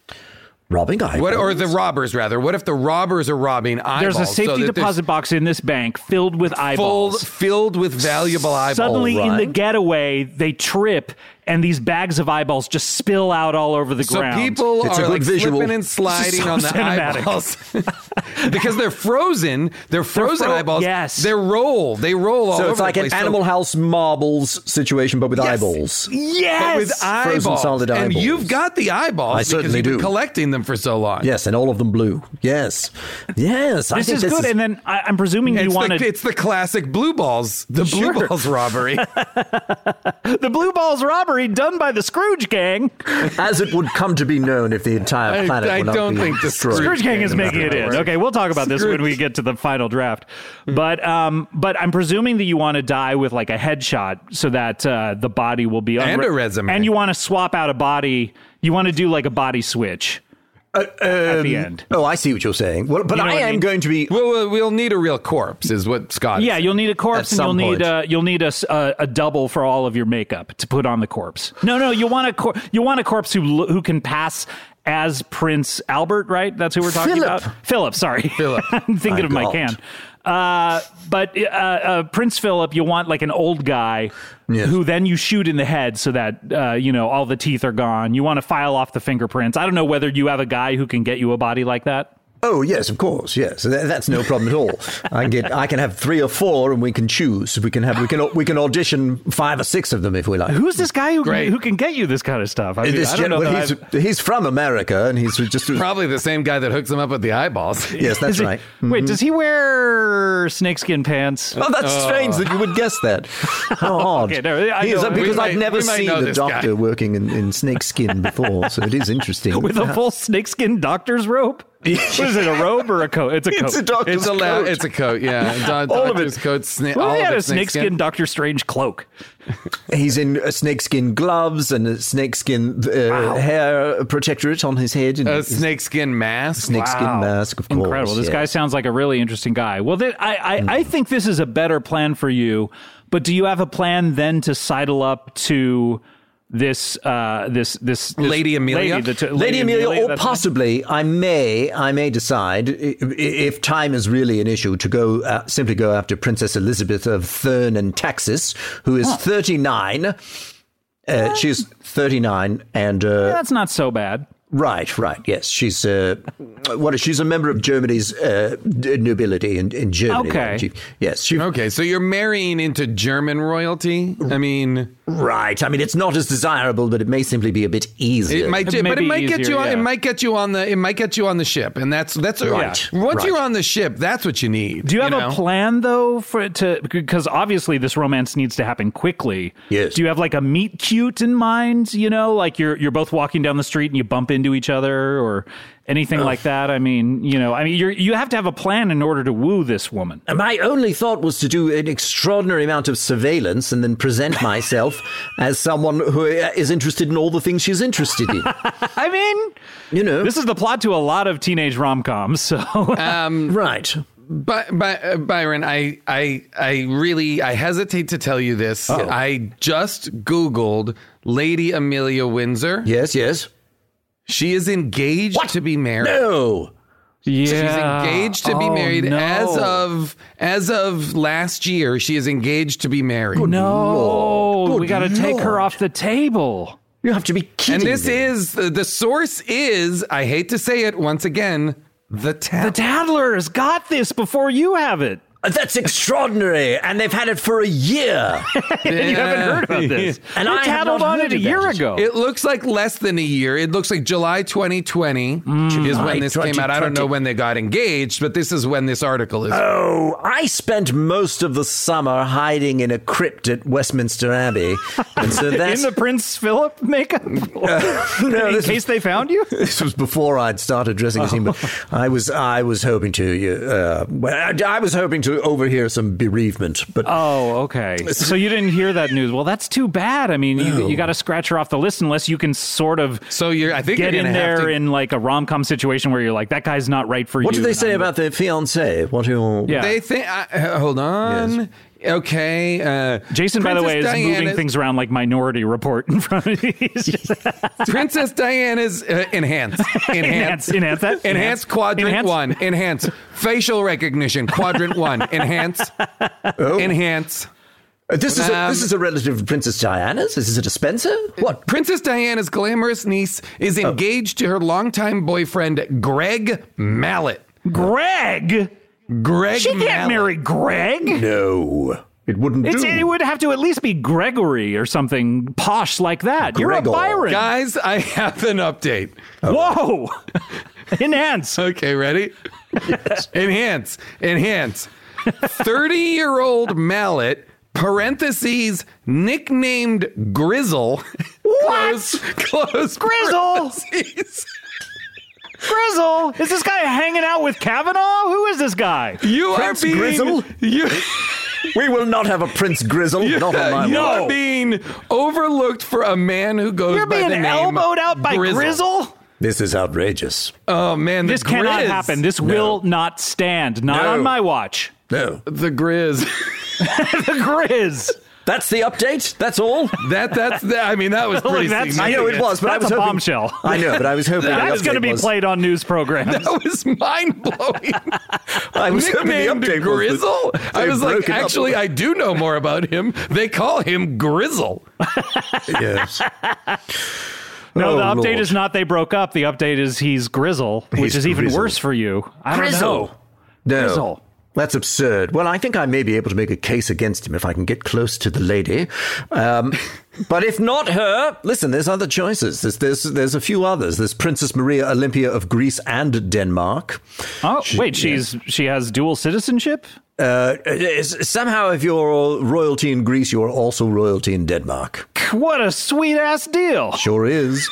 Speaker 4: Robbing eyeballs.
Speaker 3: What or the robbers rather? What if the robbers are robbing eyeballs?
Speaker 2: there's a
Speaker 3: so
Speaker 2: safety
Speaker 3: that there's
Speaker 2: deposit box in this bank filled with
Speaker 3: full,
Speaker 2: eyeballs.
Speaker 3: filled with valuable eyeballs.
Speaker 2: Suddenly, in the
Speaker 4: right.
Speaker 2: getaway, they trip, and these bags of eyeballs just spill out all over the
Speaker 3: So
Speaker 2: ground.
Speaker 3: people
Speaker 4: It's a
Speaker 3: are
Speaker 4: good
Speaker 3: like
Speaker 4: visual.
Speaker 3: slipping and sliding
Speaker 2: So
Speaker 3: on the
Speaker 2: cinematic.
Speaker 3: eyeballs
Speaker 2: <laughs>
Speaker 3: <laughs> because they're frozen. They're frozen
Speaker 2: fro-
Speaker 3: eyeballs.
Speaker 2: yes.
Speaker 3: they roll. They roll all
Speaker 4: So
Speaker 3: over
Speaker 4: it's like
Speaker 3: the
Speaker 4: an
Speaker 3: place.
Speaker 4: Animal House marbles situation, but with eyeballs.
Speaker 3: but
Speaker 2: yes,
Speaker 3: with eyeballs.
Speaker 4: Frozen solid
Speaker 3: And
Speaker 4: eyeballs.
Speaker 3: you've got the eyeballs.
Speaker 4: I
Speaker 3: because
Speaker 4: certainly
Speaker 3: you've been
Speaker 4: do.
Speaker 3: Collecting them for so long.
Speaker 4: Yes, and all of them blue. Yes, yes. I
Speaker 2: this
Speaker 4: think
Speaker 2: is good. and then I, I'm presuming you
Speaker 3: It's
Speaker 2: want
Speaker 3: the,
Speaker 2: to
Speaker 3: it's the classic blue balls,
Speaker 2: <laughs>
Speaker 3: the blue
Speaker 2: Sure. <laughs>
Speaker 3: balls robbery.
Speaker 2: the Blue Balls robbery done by the Scrooge gang.
Speaker 4: as it would come to be known if the entire
Speaker 3: I-
Speaker 4: planet.
Speaker 3: I
Speaker 4: would not
Speaker 3: don't
Speaker 4: be
Speaker 3: think the
Speaker 4: destroyed.
Speaker 2: Scrooge gang is making it in. Okay, we'll talk about this when we
Speaker 3: Scrooge.
Speaker 2: get to the final draft. But um, but I'm presuming that you want to die with like a headshot so that uh, the body will be
Speaker 3: And
Speaker 2: unre-
Speaker 3: a resume.
Speaker 2: and you want to swap out a body. You want to do like a body switch
Speaker 3: Uh,
Speaker 2: at the
Speaker 3: um,
Speaker 2: end.
Speaker 4: Oh, I see what you're saying. Well, but
Speaker 2: You know
Speaker 4: I
Speaker 2: what I
Speaker 4: am
Speaker 2: mean?
Speaker 4: going to be.
Speaker 3: we'll, we'll, we'll need a real corpse, is what Scott.
Speaker 2: Yeah,
Speaker 3: is-
Speaker 2: you'll need a corpse,
Speaker 4: At
Speaker 2: and you'll
Speaker 4: some
Speaker 2: need
Speaker 4: point.
Speaker 2: uh, you'll need a, s- a- a double for all of your makeup to put on the corpse. No, no, you want a cor- you want a corpse who lo- who can pass as Prince Albert, right? That's who we're talking
Speaker 4: Philip.
Speaker 2: about. Philip, sorry, Philip. <laughs> I'm thinking
Speaker 4: My
Speaker 2: of my
Speaker 4: God.
Speaker 2: can. Uh, but uh, uh, Prince Philip, you want like an old guy
Speaker 4: Yes.
Speaker 2: who then you shoot in the head so that uh, you know all the teeth are gone. You want to file off the fingerprints. I don't know whether you have a guy who can get you a body like that.
Speaker 4: Oh, yes, of course, yes. Th- That's no problem at all. I can get. I can have three or four, and we can choose. We can have. We can. We can audition five or six of them if we like.
Speaker 2: Who's this guy who
Speaker 3: Great.
Speaker 2: can, who can get you this kind of stuff? I, mean,
Speaker 4: This
Speaker 2: I don't
Speaker 4: gen-
Speaker 2: know.
Speaker 4: well,
Speaker 2: that
Speaker 4: he's,
Speaker 2: I've-
Speaker 4: he's from America, and he's just.
Speaker 3: Probably the same guy that hooks them up with
Speaker 2: <laughs>
Speaker 3: the eyeballs. <laughs>
Speaker 4: yes, that's
Speaker 2: Is he-
Speaker 4: right. Mm-hmm.
Speaker 2: Wait, does he wear snakeskin pants?
Speaker 4: Oh, that's strange that you would guess that.
Speaker 2: <laughs>
Speaker 4: How odd.
Speaker 2: Okay, no, I
Speaker 4: He is-
Speaker 2: know- we
Speaker 4: because
Speaker 3: might-
Speaker 4: I've never
Speaker 3: we might
Speaker 4: seen
Speaker 3: know
Speaker 4: a
Speaker 3: this guy.
Speaker 4: doctor working in, in snake skin before, so it is
Speaker 2: <laughs>
Speaker 4: interesting.
Speaker 2: With a full snakeskin doctor's robe?
Speaker 4: <laughs>
Speaker 2: what is it, a robe or a coat? It's a coat.
Speaker 4: it's a doctor's
Speaker 3: It's a la-
Speaker 4: coat.
Speaker 3: it's a coat,
Speaker 2: <laughs>
Speaker 3: yeah.
Speaker 2: All of it.
Speaker 3: Doctor's Coat, sna-
Speaker 2: well,
Speaker 3: all
Speaker 2: he
Speaker 3: of
Speaker 2: had a
Speaker 3: it's snakeskin.
Speaker 2: snakeskin Doctor Strange cloak.
Speaker 4: He's in uh, snakeskin gloves and a snakeskin uh, hair protectorate on his head and
Speaker 3: A
Speaker 4: a
Speaker 3: snakeskin mask.
Speaker 4: snakeskin
Speaker 2: Wow.
Speaker 4: mask, of course.
Speaker 2: Incredible. This
Speaker 4: yeah. Mm.
Speaker 2: guy sounds like a really interesting guy. Well, then, I, I, I think this is a better plan for you, but do you have a plan then to sidle up to this uh, this this, this
Speaker 3: Lady Amelia?
Speaker 2: Lady, the-
Speaker 4: Lady Amelia, or
Speaker 2: that's-
Speaker 4: possibly I may, I may decide i- i- if time is really an issue to go uh, simply go after Princess Elizabeth of Thurn and Taxis, who is thirty nine. Uh, she's thirty nine, and uh,
Speaker 2: That's not so bad.
Speaker 4: Right, right. Yes, she's uh, what? is- She's a member of Germany's uh, d- nobility in, in Germany.
Speaker 2: Okay.
Speaker 4: She- yes, she.
Speaker 3: Okay, so you're marrying into German royalty. I mean,
Speaker 4: Right. I mean, it's not as desirable, but it may simply be a bit easier.
Speaker 3: it might,
Speaker 2: It may
Speaker 3: but it
Speaker 2: be
Speaker 3: might get
Speaker 2: easier,
Speaker 3: you on. It
Speaker 2: yeah.
Speaker 3: might get you on the. It might get you on the ship, and that's that's
Speaker 4: Right,
Speaker 3: Once
Speaker 4: right.
Speaker 3: you're on the ship, that's what you need.
Speaker 2: Do you have
Speaker 3: know?
Speaker 2: a plan though for it to because obviously this romance needs to happen quickly.
Speaker 4: Yes.
Speaker 2: Do you have like a meet cute in mind? You know, like you're you're both walking down the street and you bump into each other or anything like that. I mean, you know, I mean, you you have to have a plan in order to woo this
Speaker 3: <laughs>
Speaker 2: woman.
Speaker 4: My only thought was to do an extraordinary amount of surveillance and then present myself as someone who is interested in all the things she's interested in.
Speaker 2: I mean,
Speaker 4: You know,
Speaker 2: this is the plot to a lot of teenage rom coms. So <laughs>
Speaker 3: Uh,
Speaker 4: Mm. right?
Speaker 3: By, by, uh, Byron, I, I, I really, I hesitate to tell you this.
Speaker 2: Oh.
Speaker 3: I just Googled Lady Amelia Windsor.
Speaker 4: Yes, yes.
Speaker 3: She is engaged to be married.
Speaker 4: No.
Speaker 2: yeah,
Speaker 3: She's engaged to be
Speaker 2: Oh,
Speaker 3: married
Speaker 2: no.
Speaker 3: as of as of last year. She is engaged to be married.
Speaker 2: no.
Speaker 4: Lord.
Speaker 2: we got to
Speaker 4: Good
Speaker 2: take her
Speaker 4: Lord.
Speaker 2: off the table.
Speaker 4: You have to be
Speaker 3: and
Speaker 4: kidding.
Speaker 3: this
Speaker 4: me.
Speaker 3: is the, the source is. I hate to say it once again.
Speaker 2: The
Speaker 3: The tab.
Speaker 2: Tattlers got this before you have it.
Speaker 4: Uh, that's extraordinary, and they've had it for a year.
Speaker 2: and <laughs> you haven't heard about <laughs> this.
Speaker 4: And
Speaker 2: you
Speaker 4: I have
Speaker 2: tattled
Speaker 4: not
Speaker 2: on
Speaker 4: heard
Speaker 2: it a
Speaker 4: about
Speaker 2: year
Speaker 4: it.
Speaker 2: ago.
Speaker 3: It looks like less than a year. It looks like July 2020
Speaker 2: Mm,
Speaker 3: is when
Speaker 4: July
Speaker 3: this came out. I don't know
Speaker 4: 2020.
Speaker 3: when they got engaged, but this is when this article is.
Speaker 4: Oh, I spent most of the summer hiding in a crypt at Westminster Abbey, and so
Speaker 2: in
Speaker 4: that's
Speaker 2: the Prince Philip makeup, <laughs>
Speaker 4: no,
Speaker 2: in
Speaker 4: this
Speaker 2: case they found you.
Speaker 4: this was before I'd started dressing as him, but
Speaker 2: Oh.
Speaker 4: I was I was hoping to uh, well, I, I was hoping to overhear some bereavement, but
Speaker 2: Oh, okay. So you didn't hear that news. Well, that's too bad. I mean, you, you got to scratch her off the list unless you can sort of
Speaker 3: so you're. I think
Speaker 2: get
Speaker 3: you're
Speaker 2: in
Speaker 3: gonna have
Speaker 2: there
Speaker 3: to-
Speaker 2: in like a rom com situation where you're like, that guy's not right for
Speaker 4: what
Speaker 2: you.
Speaker 4: did they
Speaker 2: and
Speaker 4: say
Speaker 2: I'm-
Speaker 4: about their fiance? What do
Speaker 2: Yeah.
Speaker 3: They think. I, uh, hold on.
Speaker 4: Yes.
Speaker 3: Okay. Uh,
Speaker 2: Jason, by the way, is
Speaker 3: Princess
Speaker 2: moving
Speaker 3: Diana's-
Speaker 2: things around like Minority Report in front of <laughs> He's just-
Speaker 3: Princess Diana's uh, enhanced.
Speaker 2: <laughs> enhance,
Speaker 3: Enhanced.
Speaker 2: enhance that,
Speaker 3: Enhance, quadrant
Speaker 2: Enhance.
Speaker 3: one. Enhance facial recognition quadrant one. Enhance. Enhance.
Speaker 4: Uh, this is a,
Speaker 3: Um,
Speaker 4: this is a relative of Princess Diana's. Is this a dispenser? What?
Speaker 3: Princess Diana's glamorous niece is engaged to her longtime boyfriend Greg Mallet.
Speaker 2: Greg,
Speaker 3: Greg.
Speaker 2: she can't
Speaker 3: Mallet.
Speaker 2: marry Greg.
Speaker 4: No, it wouldn't
Speaker 2: It's,
Speaker 4: do.
Speaker 2: it would have to at least be Gregory or something posh like that. You're a
Speaker 4: Gregor.
Speaker 2: Byron.
Speaker 3: Guys, I have an update.
Speaker 2: Whoa! <laughs> Enhance.
Speaker 3: Okay, ready? Enhance. Enhance. 30 year old mallet, parentheses, nicknamed Grizzle. Close, close
Speaker 2: Grizzle?
Speaker 3: parentheses.
Speaker 2: Grizzle. Is this guy hanging out with Kavanaugh? Who is this guy?
Speaker 3: You
Speaker 4: Prince
Speaker 3: are being
Speaker 4: Grizzle?
Speaker 3: You,
Speaker 4: <laughs> we will not have a Prince Grizzle. not on my
Speaker 3: you
Speaker 4: watch.
Speaker 3: are being overlooked for a man who goes
Speaker 2: You're
Speaker 3: by
Speaker 2: being
Speaker 3: the name
Speaker 2: elbowed out by Grizzle.
Speaker 4: This is outrageous.
Speaker 3: Oh man, the
Speaker 2: This cannot
Speaker 3: Grizz.
Speaker 2: happen. This will not stand. Not
Speaker 4: No.
Speaker 2: on my watch. <laughs>
Speaker 4: No,
Speaker 3: the Grizz.
Speaker 2: the Grizz.
Speaker 4: that's the update. That's
Speaker 2: <laughs>
Speaker 4: all.
Speaker 3: That that's that. I mean, that was pretty.
Speaker 2: that's-
Speaker 4: I know it was, but I
Speaker 2: That's
Speaker 4: was
Speaker 2: a
Speaker 4: hoping-
Speaker 2: bombshell.
Speaker 4: I know, but
Speaker 2: <laughs>
Speaker 4: I was hoping the
Speaker 2: That's going to
Speaker 4: update
Speaker 2: be
Speaker 4: was-
Speaker 2: played on news
Speaker 3: <laughs>
Speaker 2: programs.
Speaker 3: That was mind blowing.
Speaker 4: I was hoping the
Speaker 3: nicknamed
Speaker 4: update was that <laughs>
Speaker 3: Grizzle. I
Speaker 4: they've
Speaker 3: was like,
Speaker 4: broken up.
Speaker 3: actually, I do know more about him. They call him Grizzle.
Speaker 4: <laughs> Yes.
Speaker 2: No,
Speaker 4: Oh,
Speaker 2: the update
Speaker 4: Lord.
Speaker 2: is not they broke up. The update is he's Grizzle, which
Speaker 4: He's
Speaker 2: is even
Speaker 4: Grizzle.
Speaker 2: worse for you. I don't know.
Speaker 4: No.
Speaker 2: Grizzle.
Speaker 4: That's absurd. Well, I think I may be able to make a case against him if I can get close to the lady.
Speaker 2: <laughs>
Speaker 4: Um, but if not her, listen, there's other choices. There's, there's, there's a few others. There's Princess Maria Olympia of Greece and Denmark.
Speaker 2: Oh, wait, she's she has dual citizenship?
Speaker 4: Uh, uh, somehow, if you're royalty in Greece, you're also royalty in Denmark.
Speaker 2: What a sweet ass deal. <laughs>
Speaker 4: Sure is.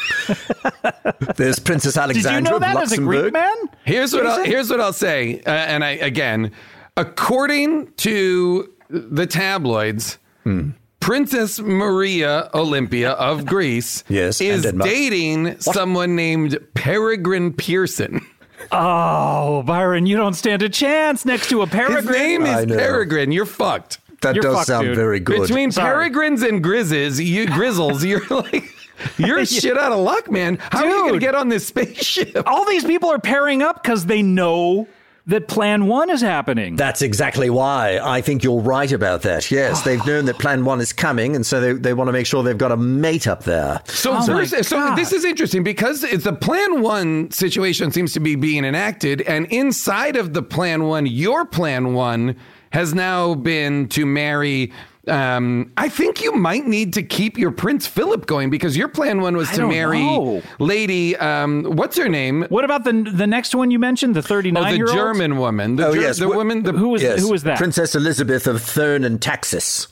Speaker 4: there's Princess
Speaker 2: Did
Speaker 4: Alexandra
Speaker 2: you know that
Speaker 4: of
Speaker 2: as a
Speaker 4: Luxembourg.
Speaker 2: Greek man?
Speaker 3: Here's what I'll, here's what I'll say, uh, and I again, according to the tabloids.
Speaker 4: Hmm.
Speaker 3: Princess Maria Olympia
Speaker 4: <laughs>
Speaker 3: of Greece
Speaker 4: Yes, and
Speaker 3: is
Speaker 4: Denmark.
Speaker 3: dating someone named Peregrine Pearson.
Speaker 2: Oh, Byron, you don't stand a chance next to a
Speaker 3: His
Speaker 2: peregrine.
Speaker 3: name
Speaker 4: I
Speaker 3: is
Speaker 4: know.
Speaker 3: Peregrine. You're fucked.
Speaker 4: That
Speaker 2: You're
Speaker 4: does
Speaker 2: fucked,
Speaker 4: sound
Speaker 2: dude.
Speaker 4: very good.
Speaker 3: Between
Speaker 2: Sorry.
Speaker 3: peregrines and grizzes, you grizzles, <laughs> you're like you're shit out of luck, man. How are you gonna
Speaker 2: Dude.
Speaker 3: get on this spaceship?
Speaker 2: All these people are pairing up because they know that Plan One is happening.
Speaker 4: That's exactly why I think you're right about that. Yes, they've known that Plan One is coming, and so they, they want to make sure they've got a mate up there.
Speaker 3: <laughs> So,
Speaker 2: Oh
Speaker 3: so
Speaker 2: my
Speaker 3: this- so
Speaker 2: God.
Speaker 3: this is interesting because it's the Plan One situation seems to be being enacted, and inside of the Plan One, your Plan One has now been to marry. Um, I think you might need to keep your Prince Philip going because your Plan One was
Speaker 2: I
Speaker 3: to
Speaker 2: don't
Speaker 3: marry
Speaker 2: know.
Speaker 3: Lady. Um, what's her name?
Speaker 2: what about the the next one you mentioned, the thirty
Speaker 3: Oh,
Speaker 2: nine
Speaker 3: the
Speaker 2: year old
Speaker 3: German woman. The
Speaker 4: Oh,
Speaker 3: Ger-
Speaker 4: yes.
Speaker 3: the
Speaker 4: Wh-
Speaker 3: woman. The,
Speaker 2: Who was
Speaker 4: Yes,
Speaker 2: who was that?
Speaker 4: Princess Elizabeth of Thurn and Taxis.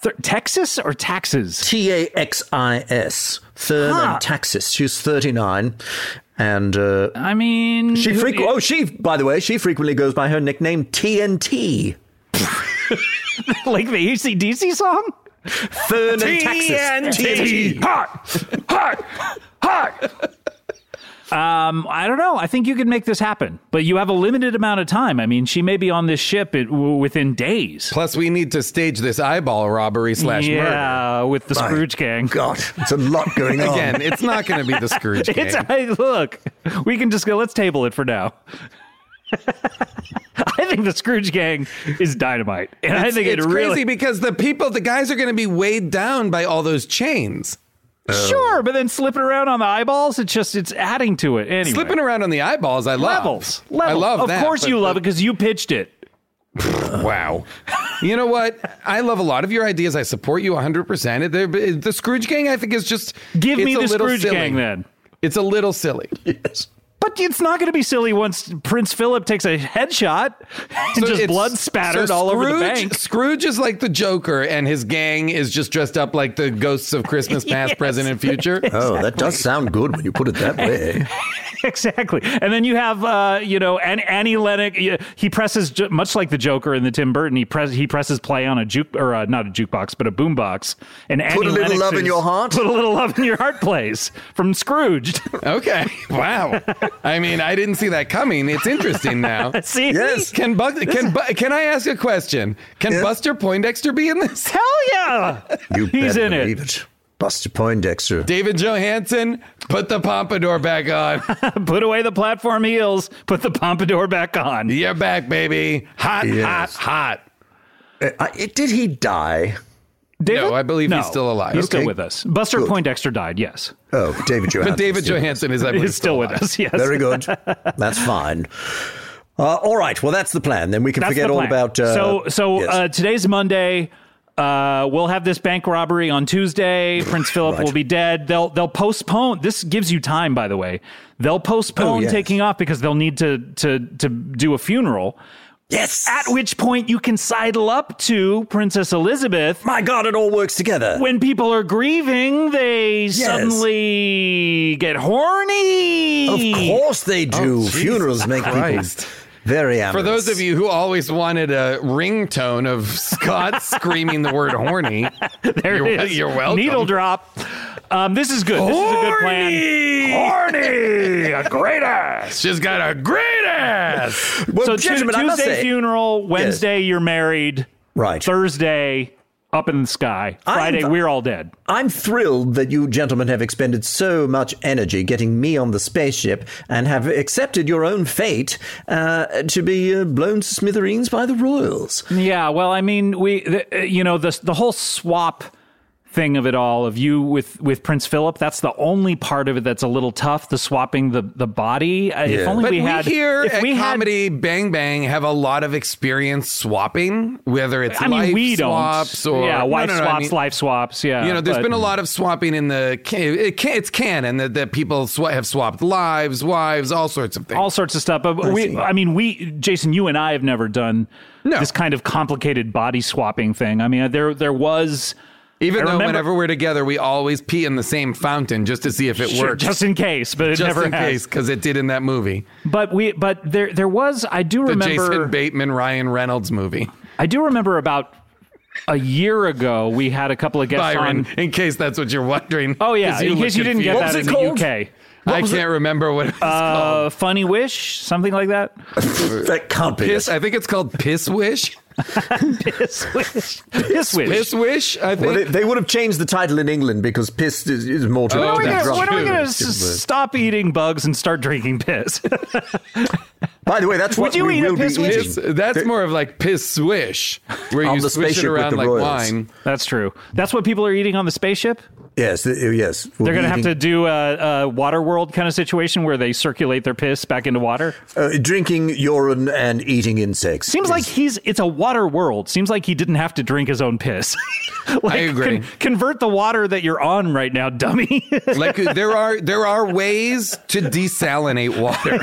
Speaker 2: Thir- Texas or taxes?
Speaker 4: T A X I S. Thurn
Speaker 2: Huh.
Speaker 4: and Taxis. She was 39. And uh,
Speaker 2: I mean,
Speaker 4: she
Speaker 2: who-
Speaker 4: frequ- oh she by the way she frequently goes by her nickname TNT
Speaker 2: <laughs> like the ACDC song.
Speaker 4: Thurn and Taxis TNT
Speaker 2: Hot, hot, hot. Um, I don't know. I think you can make this happen, but you have a limited amount of time. I mean, she may be on this ship it, w- within days.
Speaker 3: plus, we need to stage this eyeball robbery slash murder.
Speaker 2: yeah, with the Scrooge Gang.
Speaker 4: God it's a lot going on
Speaker 3: Again, it's not going to be the Scrooge gang.
Speaker 2: <laughs> It's I, look. We can just go. Let's table it for now. <laughs> I think the Scrooge Gang is dynamite, and I think
Speaker 3: it's
Speaker 2: it really
Speaker 3: crazy because the people, the guys are going to be weighed down by all those chains.
Speaker 2: sure. But then slipping around on the eyeballs, it's just it's adding to it. Anyway,
Speaker 3: Slipping around on the eyeballs, I love.
Speaker 2: levels,
Speaker 3: I
Speaker 2: levels.
Speaker 3: love
Speaker 2: of
Speaker 3: that.
Speaker 2: course, you love it because you pitched it. <laughs>
Speaker 3: it. Wow. you know what? I love a lot of your ideas. I support you 100%. It- they're- The Scrooge Gang, I think, is just.
Speaker 2: Give
Speaker 3: it's
Speaker 2: me
Speaker 3: a
Speaker 2: the
Speaker 3: little
Speaker 2: Scrooge
Speaker 3: silly.
Speaker 2: Gang then.
Speaker 3: It's a little silly.
Speaker 2: But it's not going to be silly once Prince Philip takes a headshot and just
Speaker 3: it's-
Speaker 2: blood spattered
Speaker 3: so
Speaker 2: all over the
Speaker 3: Scrooge-
Speaker 2: bank. <laughs>
Speaker 3: Scrooge is like the Joker, and his gang is just dressed up like the ghosts
Speaker 2: <laughs>
Speaker 3: of Christmas past, present, and
Speaker 4: <laughs>
Speaker 3: future.
Speaker 4: oh that does sound good when you put
Speaker 2: <laughs>
Speaker 4: it that way
Speaker 2: exactly. And then you have, uh, you know, An- Annie Lennox. y- He presses ju- much like the Joker in the Tim Burton. He press he presses play on a juke or uh, not a jukebox, but a boombox. And Annie
Speaker 4: a little
Speaker 2: Lennox's-
Speaker 4: love in your heart.
Speaker 2: Put a little love in your heart. Plays from Scrooge. <laughs>
Speaker 3: Okay. Wow. I mean, I didn't see that coming. It's interesting now.
Speaker 2: <laughs> See,
Speaker 4: Yes.
Speaker 3: Can Buck, can Bu- can I ask a question? Can Buster Poindexter be in this?
Speaker 2: hell yeah,
Speaker 4: you
Speaker 2: he's
Speaker 4: better
Speaker 2: in
Speaker 4: believe
Speaker 2: it.
Speaker 4: it. Buster Poindexter
Speaker 3: David Johansen, put the pompadour back on.
Speaker 2: Put away the platform heels. Put the pompadour back on.
Speaker 3: You're back, baby. Hot,
Speaker 4: Yes.
Speaker 3: hot, hot.
Speaker 4: Uh, I- did he die
Speaker 2: David?
Speaker 3: No, I believe he's still alive.
Speaker 2: He's still
Speaker 4: Okay.
Speaker 2: with us. Buster
Speaker 4: Good.
Speaker 2: Poindexter died. Yes,
Speaker 4: oh David Johansen
Speaker 3: But David Johansen is, I believe,
Speaker 2: he's still with
Speaker 3: alive.
Speaker 2: us. Yes.
Speaker 4: very good that's fine uh, all right well that's the plan then we can
Speaker 2: That's
Speaker 4: forget
Speaker 2: the
Speaker 4: all
Speaker 2: plan.
Speaker 4: about uh,
Speaker 2: so so
Speaker 4: yes.
Speaker 2: uh, today's Monday. Uh, we'll have this bank robbery on Tuesday. Prince Philip
Speaker 4: Right.
Speaker 2: will be dead. They'll they'll postpone. This gives you time, by the way. They'll postpone
Speaker 4: Oh, yes.
Speaker 2: taking off because they'll need to to to do a funeral.
Speaker 4: yes
Speaker 2: At which point you can sidle up to Princess Elizabeth.
Speaker 4: my god it all works together
Speaker 2: When people are grieving, they suddenly get horny.
Speaker 4: Of course they do. Funerals make
Speaker 3: Christ.
Speaker 4: people very amorous.
Speaker 3: For those of you who always wanted a ringtone
Speaker 2: <laughs>
Speaker 3: of Scott screaming the word horny,
Speaker 2: There
Speaker 3: You're
Speaker 2: it
Speaker 3: wel-
Speaker 2: is.
Speaker 3: you're welcome.
Speaker 2: Needle drop. Um, this is good. This is a good plan.
Speaker 4: <laughs>
Speaker 2: Horny, a great ass.
Speaker 3: she's got a great ass.
Speaker 4: well,
Speaker 2: So Tu-
Speaker 4: gentlemen, I must
Speaker 2: Tuesday
Speaker 4: say-
Speaker 2: funeral, Wednesday you're married,
Speaker 4: right?
Speaker 2: Thursday up in the sky,
Speaker 4: I'm-
Speaker 2: Friday we're all dead.
Speaker 4: I'm thrilled that you gentlemen have expended so much energy getting me on the spaceship and have accepted your own fate uh, to be uh, blown to smithereens by the royals.
Speaker 2: Yeah, well, I mean, we, the, uh, you know, the the whole swap thing of it all of you with with Prince Philip. That's the only part of it that's a little tough. The swapping the the body. Uh, If only
Speaker 3: But
Speaker 2: we
Speaker 3: we,
Speaker 2: had.
Speaker 3: here
Speaker 2: if
Speaker 3: at
Speaker 2: we had,
Speaker 3: Comedy Bang Bang have a lot of experience swapping, whether it's
Speaker 2: I mean,
Speaker 3: life
Speaker 2: we don't.
Speaker 3: swaps or
Speaker 2: yeah,
Speaker 3: No,
Speaker 2: wife
Speaker 3: no, no, I
Speaker 2: swaps,
Speaker 3: mean-
Speaker 2: life swaps. Yeah,
Speaker 3: You know, there's
Speaker 2: but-
Speaker 3: been a lot of swapping in the. ca- It, ca- it's canon that, that people sw- have swapped lives, wives, all sorts of things.
Speaker 2: all sorts of stuff. But we, I mean, we, Jason, you and I have never done
Speaker 3: No.
Speaker 2: this kind of complicated body swapping thing. I mean, there there was
Speaker 3: Even
Speaker 2: I
Speaker 3: though
Speaker 2: remember- <laughs>
Speaker 3: whenever we're together, we always pee in the same fountain just to see if it
Speaker 2: sure,
Speaker 3: works.
Speaker 2: just in case, but it
Speaker 3: Just
Speaker 2: never
Speaker 3: in
Speaker 2: has.
Speaker 3: case, because it did in that movie,
Speaker 2: But we, but there there was. I do
Speaker 3: the
Speaker 2: remember.
Speaker 3: Jason Bateman Ryan Reynolds movie.
Speaker 2: I do remember about a year ago we had a couple of guests
Speaker 3: Byron,
Speaker 2: on.
Speaker 3: in case that's what you're wondering.
Speaker 2: Oh yeah,
Speaker 3: 'cause
Speaker 2: in
Speaker 3: look
Speaker 2: case you didn't get
Speaker 3: confused. Um,
Speaker 2: that in the UK.
Speaker 3: I can't remember what it's called.
Speaker 2: A funny wish, something like that.
Speaker 4: That can't be.
Speaker 3: Piss.
Speaker 4: it.
Speaker 3: I think it's called Piss Wish.
Speaker 2: Piss <laughs> wish. Piss wish.
Speaker 3: Piss Wish. I think.
Speaker 4: Well, they, they would have changed the title in England because piss is, is more to
Speaker 2: When
Speaker 3: Oh,
Speaker 4: it
Speaker 2: are
Speaker 4: than
Speaker 2: we
Speaker 3: that's
Speaker 2: gonna-
Speaker 4: drunk.
Speaker 2: when are we
Speaker 3: true.
Speaker 2: going to stop eating bugs and start drinking piss?
Speaker 4: By the way, that's what
Speaker 2: you
Speaker 4: we
Speaker 2: eat a
Speaker 4: will be
Speaker 2: piss with?
Speaker 4: eating.
Speaker 3: Piss- that's more of like piss swish, where
Speaker 4: On
Speaker 3: you
Speaker 4: the
Speaker 3: swish it
Speaker 4: spaceship with
Speaker 3: around
Speaker 4: the
Speaker 3: like
Speaker 4: royals.
Speaker 3: wine.
Speaker 2: <laughs> That's true. That's what people are eating on the spaceship.
Speaker 4: Yes, th- yes. We'll
Speaker 2: They're
Speaker 4: be
Speaker 2: going to have to
Speaker 4: eating-
Speaker 2: do a, a water world kind of situation where they circulate their piss back into water.
Speaker 4: uh, drinking urine and eating insects.
Speaker 2: Seems like he's it's a water world. Seems like he didn't have to drink his own piss. <laughs> like,
Speaker 3: agree.
Speaker 2: convert the water that you're on right now, dummy. <laughs>
Speaker 3: Like uh, there are there are ways to desalinate
Speaker 2: <laughs>
Speaker 3: water.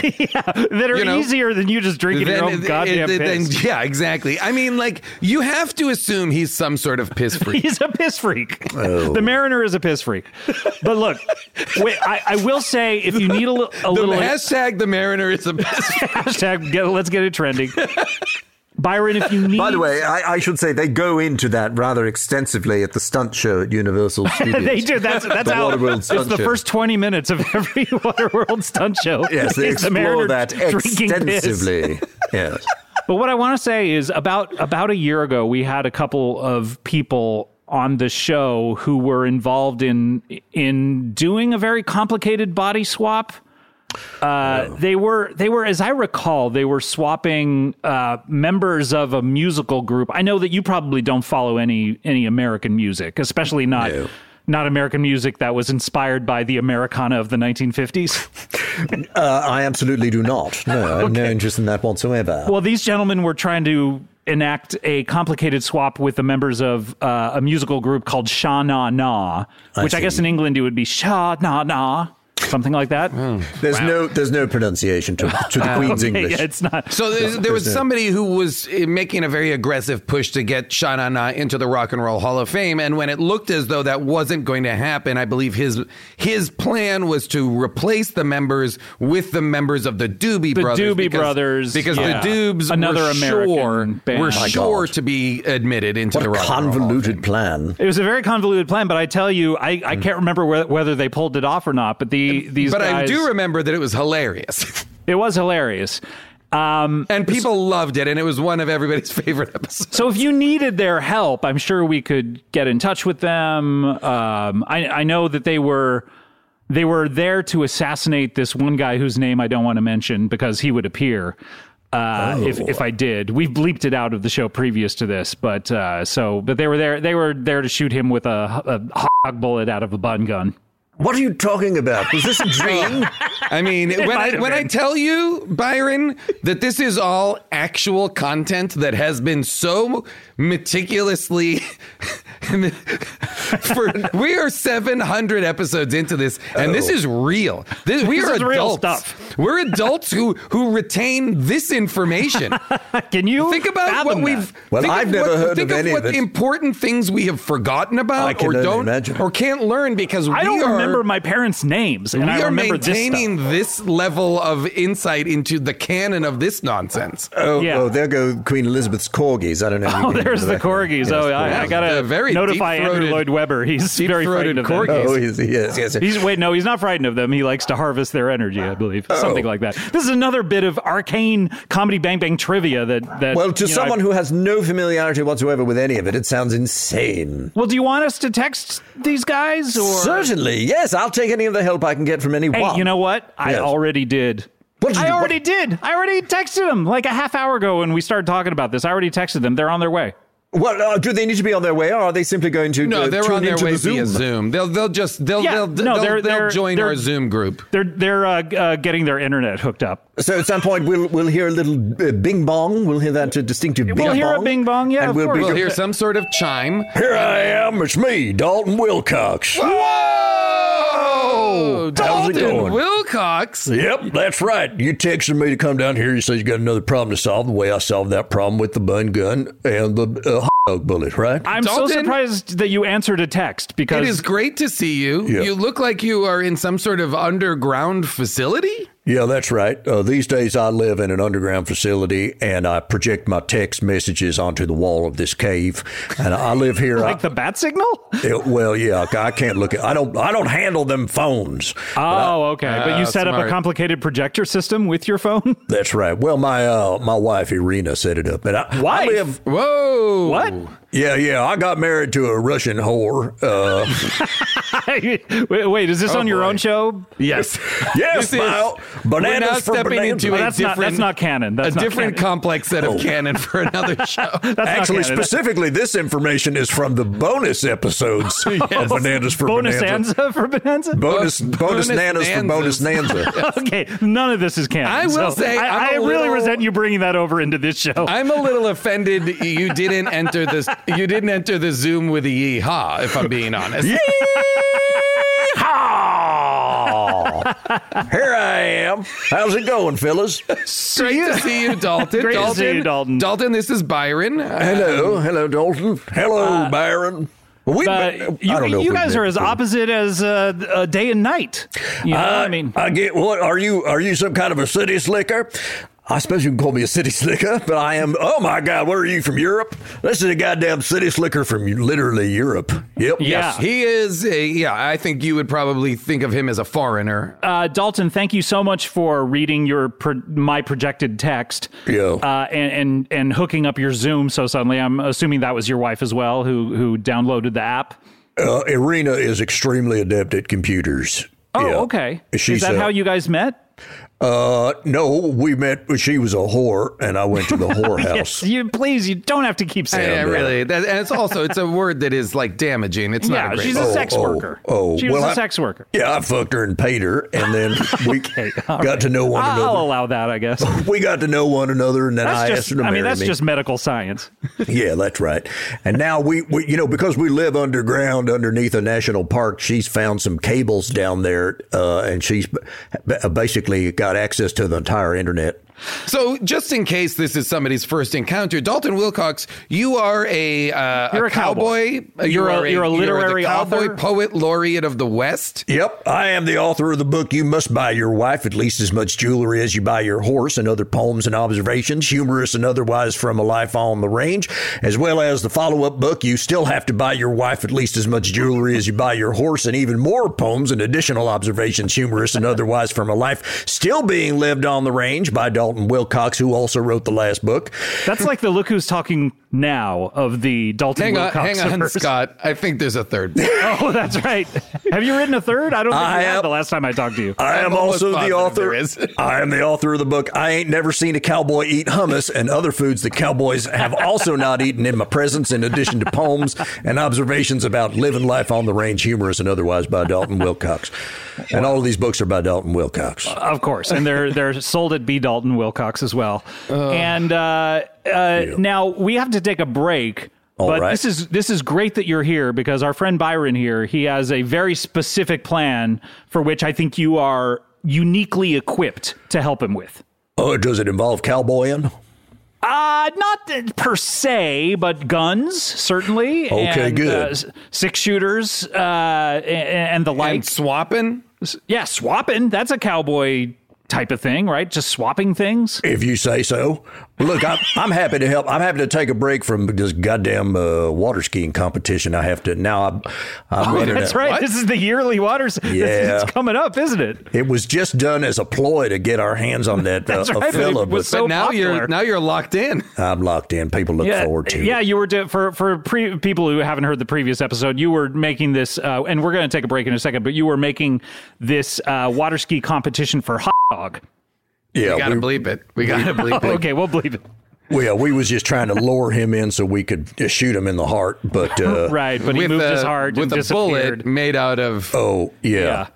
Speaker 2: that are
Speaker 3: You know,
Speaker 2: easier than you just drinking your own
Speaker 3: it-
Speaker 2: goddamn
Speaker 3: it- then-
Speaker 2: piss.
Speaker 3: <laughs> yeah, exactly. I mean, like you have to assume he's some sort of
Speaker 2: <laughs>
Speaker 3: piss freak.
Speaker 2: He's a piss freak.
Speaker 4: Oh.
Speaker 2: The Mariner is a piss freak. But look, wait, I, I will say if you need a, li- a
Speaker 3: The
Speaker 2: little
Speaker 3: hashtag the Mariner is a piss. freak.
Speaker 2: hashtag, get, let's get it trending. Byron, if you need,
Speaker 4: By the way, I, I should say they go into that rather extensively at the stunt show at Universal
Speaker 2: <laughs> <laughs>
Speaker 4: Studios.
Speaker 2: they do. That's that's
Speaker 4: The
Speaker 2: how
Speaker 4: Waterworld
Speaker 2: it's
Speaker 4: stunt
Speaker 2: the
Speaker 4: show.
Speaker 2: first twenty minutes of every <laughs> Waterworld stunt show.
Speaker 4: Yes, they
Speaker 2: is the Mariner
Speaker 4: explore that
Speaker 2: drinking piss. <laughs>
Speaker 4: extensively. yes.
Speaker 2: But what I want to say is about about a year ago, we had a couple of people on the show who were involved in in doing a very complicated body swap. Uh, They were they were, as I recall, they were swapping uh, members of a musical group. I know that you probably don't follow any any American music, especially not.
Speaker 4: No.
Speaker 2: Not American music that was inspired by the Americana of the 1950s.
Speaker 4: Uh, I absolutely do not. No, I have no interest in that whatsoever.
Speaker 2: Well, these gentlemen were trying to enact a complicated swap with the members of uh, a musical group called Sha Na Na, which I,
Speaker 4: see.
Speaker 2: guess in England it would be Sha Na Na, something like that.
Speaker 4: There's no there's no pronunciation to, to the
Speaker 2: <laughs>
Speaker 4: Queen's
Speaker 2: Okay,
Speaker 4: English.
Speaker 2: yeah, it's not.
Speaker 3: So there, there was somebody who was eh, making a very aggressive push to get Shanana into the Rock and Roll Hall of Fame, and when it looked as though that wasn't going to happen, I believe his his plan was to replace the members with the members of the Doobie
Speaker 2: The
Speaker 3: Brothers.
Speaker 2: Doobie
Speaker 3: because,
Speaker 2: Brothers,
Speaker 3: because
Speaker 2: yeah.
Speaker 3: the Doobs
Speaker 2: Another
Speaker 3: were
Speaker 2: American
Speaker 3: sure,
Speaker 2: band.
Speaker 3: were
Speaker 2: Oh my
Speaker 3: sure
Speaker 4: God.
Speaker 3: to be admitted into
Speaker 4: what
Speaker 3: the
Speaker 4: a
Speaker 3: Rock and Roll Hall of Fame.
Speaker 4: convoluted plan.
Speaker 2: It was a very convoluted plan, but I tell you, I, I can't remember whe- whether they pulled it off or not. But the these
Speaker 3: But I
Speaker 2: guys,
Speaker 3: do remember that it was hilarious. <laughs>
Speaker 2: it was hilarious. Um,
Speaker 3: And people loved it, and it was one of everybody's <laughs> favorite episodes.
Speaker 2: so if you needed their help, I'm sure we could get in touch with them. Um, I, I know that they were they were there to assassinate this one guy whose name I don't want to mention because he would appear. Uh, if,
Speaker 3: Oh.
Speaker 2: if I did, we bleeped it out of the show previous to this, but uh, so but they were there. They were there to shoot him with a, a hog bullet out of a bun gun.
Speaker 4: What are you talking about? Was <laughs> this a dream?
Speaker 2: <laughs>
Speaker 3: I mean, when,
Speaker 2: might
Speaker 3: I,
Speaker 2: have
Speaker 3: when I
Speaker 2: been.
Speaker 3: tell you, Byron, that this is all actual content that has been so meticulously. <laughs> for we are 700 episodes into this, and this is real. This, we
Speaker 2: Oh. This
Speaker 3: are
Speaker 2: is real
Speaker 3: adults.
Speaker 2: stuff.
Speaker 3: We're adults who who retain this information.
Speaker 2: <laughs> Can you
Speaker 3: Think about what
Speaker 2: fathom
Speaker 3: we've.
Speaker 2: that?
Speaker 4: Well,
Speaker 3: think
Speaker 4: I've never
Speaker 3: what,
Speaker 4: heard
Speaker 3: think
Speaker 4: of any
Speaker 3: what
Speaker 4: of it.
Speaker 3: important things we have forgotten about,
Speaker 4: I can
Speaker 3: or
Speaker 4: only
Speaker 3: don't,
Speaker 4: imagine.
Speaker 3: or can't learn because
Speaker 2: I
Speaker 3: we
Speaker 2: don't
Speaker 3: are,
Speaker 2: remember my parents' names, and
Speaker 3: we
Speaker 2: I
Speaker 3: are
Speaker 2: remember
Speaker 3: maintaining
Speaker 2: this stuff.
Speaker 3: this, level of insight into the canon of this nonsense.
Speaker 4: Oh,
Speaker 2: Yeah.
Speaker 4: oh, there go Queen Elizabeth's corgis. I don't know. if you
Speaker 2: Oh,
Speaker 4: can
Speaker 2: there's
Speaker 4: remember
Speaker 2: the
Speaker 4: that one.
Speaker 2: corgis.
Speaker 4: Yes,
Speaker 2: oh, I, I
Speaker 4: corgis.
Speaker 2: gotta
Speaker 3: They're very
Speaker 2: notify Andrew
Speaker 3: deep-throated-
Speaker 2: Lloyd Webber. He's very frightened of
Speaker 3: deep-throated
Speaker 2: them.
Speaker 3: corgis.
Speaker 4: Oh, yes, yes, yes.
Speaker 2: He's wait, no, he's not frightened of them. He likes to harvest their energy, I believe,
Speaker 4: Oh.
Speaker 2: something like that. This is another bit of arcane comedy bang bang trivia that that.
Speaker 4: Well, to
Speaker 2: you know,
Speaker 4: someone
Speaker 2: I-
Speaker 4: who has no familiarity whatsoever with any of it, it sounds insane.
Speaker 2: well, do you want us to text these guys or?
Speaker 4: Certainly, yes. I'll take any of the help I can get from anyone.
Speaker 2: Hey, you know what? I
Speaker 4: Yes.
Speaker 2: already did.
Speaker 4: What did
Speaker 2: I
Speaker 4: you-
Speaker 2: already
Speaker 4: what-
Speaker 2: did. I already texted them like a half hour ago when we started talking about this. I already texted them. They're on their way.
Speaker 4: Well, uh, do they need to be on their way, or are they simply going to?
Speaker 3: No,
Speaker 4: uh,
Speaker 3: they're
Speaker 4: tune
Speaker 3: on their
Speaker 4: into
Speaker 3: way
Speaker 4: the
Speaker 3: via Zoom. They'll they'll just they'll
Speaker 2: Yeah,
Speaker 3: they'll,
Speaker 2: no,
Speaker 3: they'll,
Speaker 2: they're-
Speaker 3: they'll
Speaker 2: they're-
Speaker 3: join
Speaker 2: they're-
Speaker 3: our Zoom group.
Speaker 2: They're they're uh, g- uh, getting their internet hooked up.
Speaker 4: So at some point we'll we'll hear a little uh, bing bong. We'll hear that uh, distinctive bing bong.
Speaker 2: hear a bing bong, yeah,
Speaker 4: and
Speaker 2: of
Speaker 4: we'll
Speaker 2: course.
Speaker 4: be
Speaker 2: <laughs>
Speaker 3: We'll hear some sort of chime.
Speaker 4: here I am. It's me, Dalton Wilcox.
Speaker 2: Oh,
Speaker 3: Whoa!
Speaker 4: How's it
Speaker 3: Dalton
Speaker 4: going?
Speaker 3: Wilcox.
Speaker 4: Yep, that's right. You texted me to come down here. You said you got another problem to solve. The way I solved that problem with the bun gun and the uh, hot dog bullet, right?
Speaker 2: I'm so
Speaker 3: Dalton?
Speaker 2: surprised that you answered a text because
Speaker 3: It is great to see you.
Speaker 4: Yeah.
Speaker 3: You look like you are in some sort of underground facility.
Speaker 4: Yeah, that's right. Uh, these days, I live in an underground facility, and I project my text messages onto the wall of this cave. And I live
Speaker 2: <laughs>
Speaker 4: here.
Speaker 2: like the bat signal.
Speaker 4: I, it- well, yeah, I can't look at. I don't. I don't handle them phones.
Speaker 2: Oh, okay. but you
Speaker 3: Ah,
Speaker 2: set up a
Speaker 3: smart.
Speaker 2: complicated projector system with your phone.
Speaker 4: That's right. Well, my uh, my wife Irina set it up, and I, I
Speaker 2: Wife?
Speaker 4: live.
Speaker 3: Whoa!
Speaker 2: What? <laughs>
Speaker 4: Yeah, yeah. I got married to a Russian whore. Uh,
Speaker 2: wait, wait, is this on your own show?
Speaker 3: Oh, Yes.
Speaker 4: <laughs> yes,
Speaker 3: This is-
Speaker 4: Mal.
Speaker 3: We're now
Speaker 4: Bananas for
Speaker 3: stepping
Speaker 4: bananas.
Speaker 3: into
Speaker 2: Oh,
Speaker 3: a
Speaker 2: that's not-
Speaker 3: different.
Speaker 2: that's not canon. That's
Speaker 3: a
Speaker 2: not
Speaker 3: different
Speaker 2: canon. Oh.
Speaker 3: complex set of canon for
Speaker 2: <laughs>
Speaker 3: another show.
Speaker 2: That's not
Speaker 4: Actually,
Speaker 2: canon.
Speaker 4: specifically, this information is from the bonus episodes <laughs> of Bananas for
Speaker 2: bonus
Speaker 4: Bonanza.
Speaker 2: Anza <laughs> for Bonanza.
Speaker 4: Bonus,
Speaker 3: Bo-
Speaker 4: bonus,
Speaker 3: bonus
Speaker 4: nanas for
Speaker 3: nanzas.
Speaker 4: bonus <laughs> nanza.
Speaker 2: okay, none of this is canon.
Speaker 3: I will
Speaker 2: so
Speaker 3: say, I'm
Speaker 2: I, I
Speaker 3: a
Speaker 2: really
Speaker 3: little-
Speaker 2: resent you bringing that over into this show. Uh,
Speaker 3: I'm a little offended. You didn't enter this. You didn't enter the Zoom with a yee-haw, If I'm being honest.
Speaker 4: Yeehaw! Here I am. How's it going, fellas?
Speaker 3: Great to see you, Dalton.
Speaker 2: Great to
Speaker 3: Dalton,
Speaker 2: see you, Dalton.
Speaker 3: Dalton, this is Byron. Uh,
Speaker 4: Hello, hello, Dalton. Hello, Baron. We,
Speaker 2: Uh,
Speaker 4: I don't know
Speaker 2: you
Speaker 4: if
Speaker 2: you
Speaker 4: we
Speaker 2: guys
Speaker 4: met
Speaker 2: are as
Speaker 4: before.
Speaker 2: opposite as uh, a day and night. You know,
Speaker 3: Uh,
Speaker 2: I mean,
Speaker 4: I get what are you? Are you some kind of a city slicker? I suppose you can call me a city <laughs> slicker, but I am. Oh my God, what are you from Europe? This is a goddamn city slicker from literally Europe. Yep.
Speaker 2: Yeah.
Speaker 3: He is. A, yeah, I think you would probably think of him as a foreigner.
Speaker 2: uh, Dalton, thank you so much for reading your pro- my projected text.
Speaker 4: Yeah.
Speaker 2: Uh, and, and and hooking up your Zoom so suddenly. I'm assuming that was your wife as well who who downloaded the app.
Speaker 4: Uh, Irina is extremely adept at computers.
Speaker 2: Oh,
Speaker 4: Yeah.
Speaker 2: okay.
Speaker 4: She's
Speaker 2: is that
Speaker 4: a-
Speaker 2: how you guys met?
Speaker 4: Uh, no, we met. She was a whore, and I went
Speaker 2: <laughs>
Speaker 4: to the whorehouse.
Speaker 2: You please, you don't have to keep
Speaker 3: I,
Speaker 2: saying.
Speaker 3: I
Speaker 2: that.
Speaker 3: really. That, and it's also it's a word that is like damaging. It's not.
Speaker 2: Yeah,
Speaker 3: a great
Speaker 2: she's a
Speaker 3: word.
Speaker 2: sex
Speaker 4: oh,
Speaker 2: worker.
Speaker 4: oh,
Speaker 2: she was
Speaker 4: well,
Speaker 2: a
Speaker 4: I-
Speaker 2: sex worker.
Speaker 4: Yeah, I fucked her and paid her, and then
Speaker 2: <laughs>
Speaker 4: we got to know one
Speaker 2: I'll
Speaker 4: another.
Speaker 2: allow that, I guess.
Speaker 4: We got to know one another, and then I
Speaker 2: Oh. That's
Speaker 4: asked
Speaker 2: just,
Speaker 4: her to
Speaker 2: I
Speaker 4: marry
Speaker 2: mean, that's
Speaker 4: me.
Speaker 2: just medical science.
Speaker 4: <laughs> Yeah, that's right. And now we, we, you know, because we live underground underneath a national park, she's found some cables down there, uh, and she's b- b- basically got access to the entire internet.
Speaker 3: So, just in case this is somebody's first encounter, Dalton Wilcox, you are a uh,
Speaker 2: You're a
Speaker 3: cowboy.
Speaker 2: cowboy.
Speaker 3: Uh, you
Speaker 2: You're a-
Speaker 3: are
Speaker 2: you're a
Speaker 3: you are the
Speaker 2: literary
Speaker 3: cowboy
Speaker 2: author.
Speaker 3: poet laureate of the West.
Speaker 4: Yep, I am the author of the book. You must buy your wife at least as much jewelry as you buy your horse, and other poems and observations, humorous and otherwise, from a life on the range, as well as the follow-up book. You still have to buy your wife at least as much jewelry as you buy your horse, and even more poems and additional observations, humorous and otherwise, from a life still being lived on the range by Dalton Wilcox, who also wrote the last book.
Speaker 2: That's like the look who's talking now of the Dalton
Speaker 3: Hang on,
Speaker 2: Wilcox.
Speaker 3: hang
Speaker 2: <laughs>
Speaker 3: on,
Speaker 2: verse.
Speaker 3: Scott. I think there's a third.
Speaker 2: Oh, that's right. Have you written a third? I don't think
Speaker 4: I
Speaker 2: you
Speaker 4: have-
Speaker 2: had the last time I talked to you.
Speaker 4: I
Speaker 3: I'm
Speaker 4: am
Speaker 3: almost
Speaker 4: also the
Speaker 3: positive
Speaker 4: author.
Speaker 3: there is.
Speaker 4: <laughs> I am the author of the book. I ain't never seen a cowboy eat hummus and other foods that cowboys have also not eaten in my presence. In addition to poems and observations about living life on the range, humorous and otherwise, by Dalton Wilcox. And all of these books are by Dalton Wilcox.
Speaker 2: Of course, and
Speaker 4: <laughs>
Speaker 2: they're they're sold at B. Dalton Wilcox as well. and uh, uh, now we have to take a break.
Speaker 4: All
Speaker 2: but
Speaker 4: right.
Speaker 2: this is this is great that you're here because our friend Byron here he has a very specific plan for which I think you are uniquely equipped to help him with.
Speaker 4: Oh, does it involve cowboying?
Speaker 2: Uh, not th- per se, but guns certainly.
Speaker 4: Okay,
Speaker 2: and,
Speaker 4: good.
Speaker 2: uh, s- six shooters uh, and, and the like.
Speaker 3: And swapping.
Speaker 2: yeah, swapping. That's a cowboy type of thing, right? Just swapping things.
Speaker 4: If you say so. Look, I'm, I'm happy to help. I'm happy to take a break from this goddamn uh, water skiing competition. I have to now. I, I'm
Speaker 3: Oh,
Speaker 4: running
Speaker 2: Oh, That's
Speaker 4: out-
Speaker 2: right.
Speaker 3: What?
Speaker 2: This is the yearly waters.
Speaker 4: Yeah.
Speaker 2: It's coming up, isn't it?
Speaker 4: It was just done as a ploy to get our hands
Speaker 2: <laughs>
Speaker 4: on that uh,
Speaker 2: That's right, but it
Speaker 4: fella,
Speaker 2: was
Speaker 4: but
Speaker 2: so
Speaker 3: now you're
Speaker 2: popular.
Speaker 3: now you're locked in.
Speaker 4: I'm locked in. People look forward to
Speaker 2: yeah,
Speaker 4: it.
Speaker 2: you were do- for for pre- people who haven't heard the previous episode. You were making this, uh, and we're going to take a break in a second. But you were making this uh, water ski competition for hot dog.
Speaker 4: Yeah,
Speaker 3: We gotta
Speaker 4: we,
Speaker 3: bleep it. We
Speaker 4: <laughs>
Speaker 3: gotta bleep it.
Speaker 2: Okay, we'll believe it.
Speaker 4: well, we was just trying to lure him in so we could uh, shoot him in the heart. But uh,
Speaker 2: <laughs> Right, but he
Speaker 3: With
Speaker 2: moved
Speaker 3: a,
Speaker 2: his heart
Speaker 3: with
Speaker 2: and
Speaker 3: a
Speaker 2: disappeared.
Speaker 3: bullet made out of
Speaker 4: oh
Speaker 2: Yeah.
Speaker 4: yeah,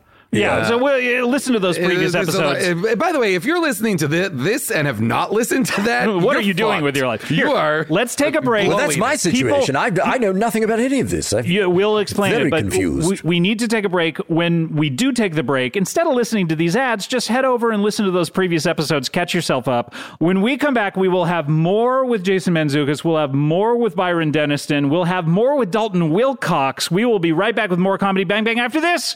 Speaker 2: Yeah. So we'll, uh, listen to those previous
Speaker 3: There's a lot-
Speaker 2: episodes.
Speaker 3: uh, by the way, if you're listening to thi- this and have not listened to
Speaker 2: <laughs> <laughs>
Speaker 3: that,
Speaker 2: what are
Speaker 3: you're
Speaker 2: you doing
Speaker 3: fucked.
Speaker 2: with your life? Here,
Speaker 3: You are.
Speaker 2: Let's take a break.
Speaker 4: Well, that's my situation. I, I know nothing about any of this. I,
Speaker 2: Yeah, we'll explain
Speaker 4: Very
Speaker 2: it. But
Speaker 4: confused.
Speaker 2: We, we need to take a break. When we do take the break, instead of listening to these ads, just head over and listen to those previous episodes. Catch yourself up. When we come back, we will have more with Jason Menzukas. We'll have more with Byron Deniston. We'll have more with Dalton Wilcox. We will be right back with more comedy bang bang after this.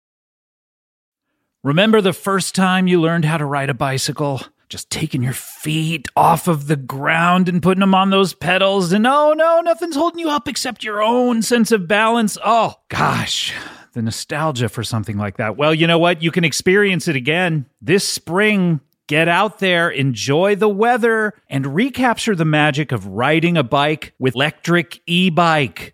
Speaker 2: Remember the first time you learned how to ride a bicycle? Just taking your feet off of the ground and putting them on those pedals, and oh no, nothing's holding you up except your own sense of balance. Oh gosh, the nostalgia for something like that. Well, you know what? You can experience it again this spring. Get out there, enjoy the weather, and recapture the magic of riding a bike with electric e bike.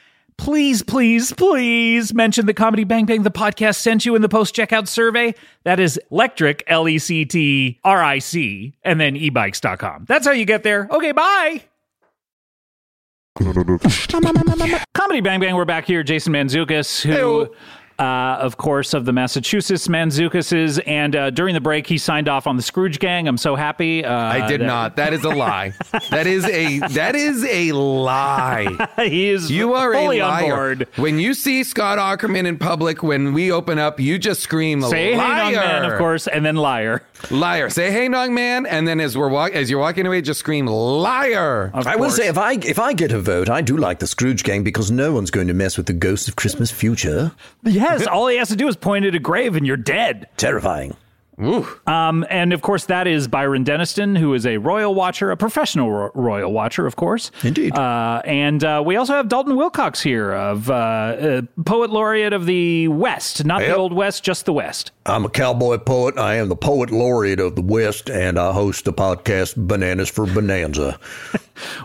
Speaker 2: Please, please, please mention the Comedy Bang Bang the podcast sent you in the post checkout survey. That is electric, L E C T R I C, and then e ebikes.com. That's how you get there. Okay, bye.
Speaker 7: Comedy Bang Bang, we're back here. Jason Manzukis, who, uh, of course, of the Massachusetts Manzukises. And uh, during the break, he signed off on the Scrooge Gang. I'm so happy. Uh,
Speaker 3: I did not. That is a lie. that is a that is a lie.
Speaker 7: <laughs> He is
Speaker 3: You are
Speaker 7: fully
Speaker 3: a liar.
Speaker 7: on board.
Speaker 3: When you see Scott Ackerman in public, when we open up, you just scream
Speaker 7: Say
Speaker 3: liar.
Speaker 7: hang on, man, of course, and then liar.
Speaker 3: Liar. Say hey dong man, and then as we're walk as you're walking away, just scream liar.
Speaker 7: Of
Speaker 4: I will
Speaker 7: course.
Speaker 4: say, if I if I get a vote, I do like the Scrooge Gang because no one's going to mess with the ghost of Christmas future.
Speaker 7: Yes, all he has to do is point at a grave and you're dead.
Speaker 4: Terrifying.
Speaker 7: Um, and of course, that is Byron Deniston, who is a royal watcher, a professional ro- royal watcher, of course.
Speaker 4: Indeed.
Speaker 7: Uh, and uh, we also have Dalton Wilcox here, of uh, uh, poet laureate of the West, not the
Speaker 4: Yep.
Speaker 7: Old West, just the West.
Speaker 4: I'm a cowboy poet. I am the poet laureate of the West, and I host the podcast Bananas for Bonanza.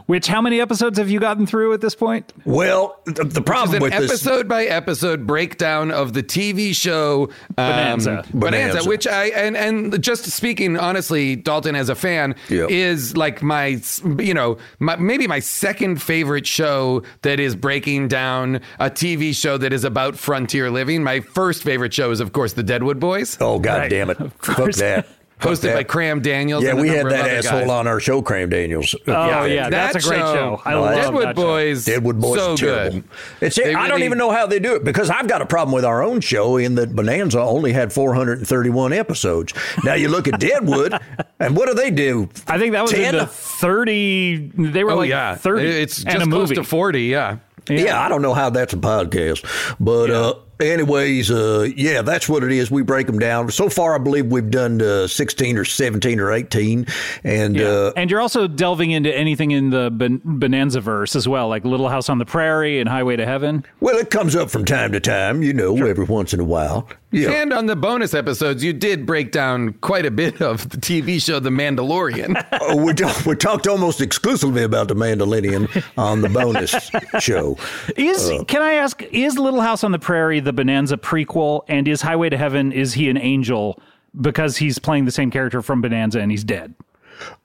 Speaker 7: Which how many episodes have you gotten through at this point?
Speaker 4: Well, the, the
Speaker 3: It's
Speaker 4: problem
Speaker 3: an
Speaker 4: with this.
Speaker 3: episode by episode breakdown of the TV show um,
Speaker 7: Bonanza.
Speaker 3: Bonanza,
Speaker 4: Bonanza.
Speaker 3: which I and and just speaking honestly, Dalton as a fan
Speaker 4: Yeah.
Speaker 3: is like my you know my, maybe my second favorite show that is breaking down a TV show that is about frontier living. My first favorite show is of course the Deadwood Boys,
Speaker 4: Oh God damn it! Fuck
Speaker 7: course.
Speaker 3: <laughs>
Speaker 4: that. Fuck
Speaker 3: hosted by
Speaker 4: that.
Speaker 3: Cram Daniels.
Speaker 4: Yeah,
Speaker 3: and a
Speaker 4: we had
Speaker 3: number of
Speaker 4: that
Speaker 3: other
Speaker 4: asshole
Speaker 3: guys.
Speaker 4: on our show, Cram Daniels.
Speaker 7: Oh yeah, that's a great show. I
Speaker 4: No,
Speaker 7: love
Speaker 4: that's-
Speaker 3: Deadwood
Speaker 7: that show.
Speaker 3: Boys.
Speaker 4: Deadwood Boys
Speaker 3: so
Speaker 4: is terrible.
Speaker 3: good.
Speaker 4: It's,
Speaker 3: They
Speaker 4: I don't
Speaker 3: really-
Speaker 4: even know how they do it because I've got a problem with our own show in that Bonanza only had 431 episodes. Now you look
Speaker 7: <laughs>
Speaker 4: at Deadwood, and what do they do?
Speaker 7: I think that was in
Speaker 4: 10?
Speaker 7: the thirty. They were
Speaker 3: Oh
Speaker 7: like
Speaker 3: yeah,
Speaker 7: thirty.
Speaker 3: It's
Speaker 7: and
Speaker 3: just
Speaker 7: a
Speaker 3: close
Speaker 7: movie.
Speaker 3: to forty. Yeah.
Speaker 4: Yeah. I don't know how that's a podcast, but uh, anyways, uh, yeah, that's what it is. We break them down. So far, I believe we've done uh, 16 or 17 or 18, and uh,
Speaker 7: and you're also delving into anything in the ben- Bonanza verse as well, like Little House on the Prairie and Highway to Heaven.
Speaker 4: well, it comes up from time to time, you know, every once in a while. Yeah.
Speaker 3: And on the bonus episodes, you did break down quite a bit of the TV show The Mandalorian.
Speaker 4: Oh, we, talk, we talked almost exclusively about the Mandalorian on the bonus show.
Speaker 7: Is
Speaker 3: Uh.
Speaker 7: can I ask? Is Little House on the Prairie the Bonanza prequel, and is Highway to Heaven is he an angel because he's playing the same character from Bonanza and he's dead?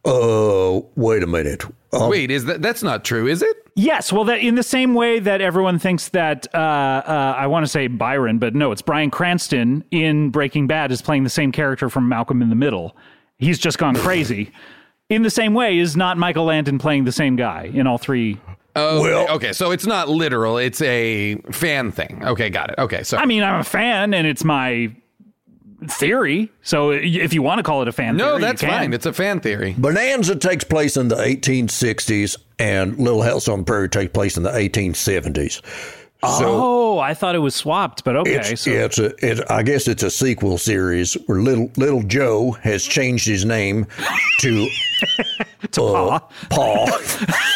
Speaker 4: Oh, wait a minute. Uh,
Speaker 3: Wait, is that that's not true, is it?
Speaker 7: Yes, well, that in the same way that everyone thinks that uh, uh, I want to say Byron, but no, it's Brian Cranston in Breaking Bad is playing the same character from Malcolm in the Middle. He's just gone crazy. In the same way, is not Michael Landon playing the same guy in all three?
Speaker 3: Oh,
Speaker 4: Well-
Speaker 3: okay. So it's not literal. It's a fan thing. Okay, got it. Okay, so
Speaker 7: I mean, I'm a fan, and it's my theory. So i- if you want to call it a fan,
Speaker 3: no,
Speaker 7: theory, you
Speaker 3: that's
Speaker 7: can.
Speaker 3: fine. It's a fan theory.
Speaker 4: Bonanza takes place in the 1860s, and Little House on the Prairie takes place in the 1870s.
Speaker 8: So
Speaker 2: oh, I thought it was swapped, but okay.
Speaker 8: it's,
Speaker 2: so
Speaker 8: it's a, it, I guess it's a sequel series where little little Joe has changed his name to to
Speaker 4: uh,
Speaker 8: Paw.
Speaker 2: <laughs>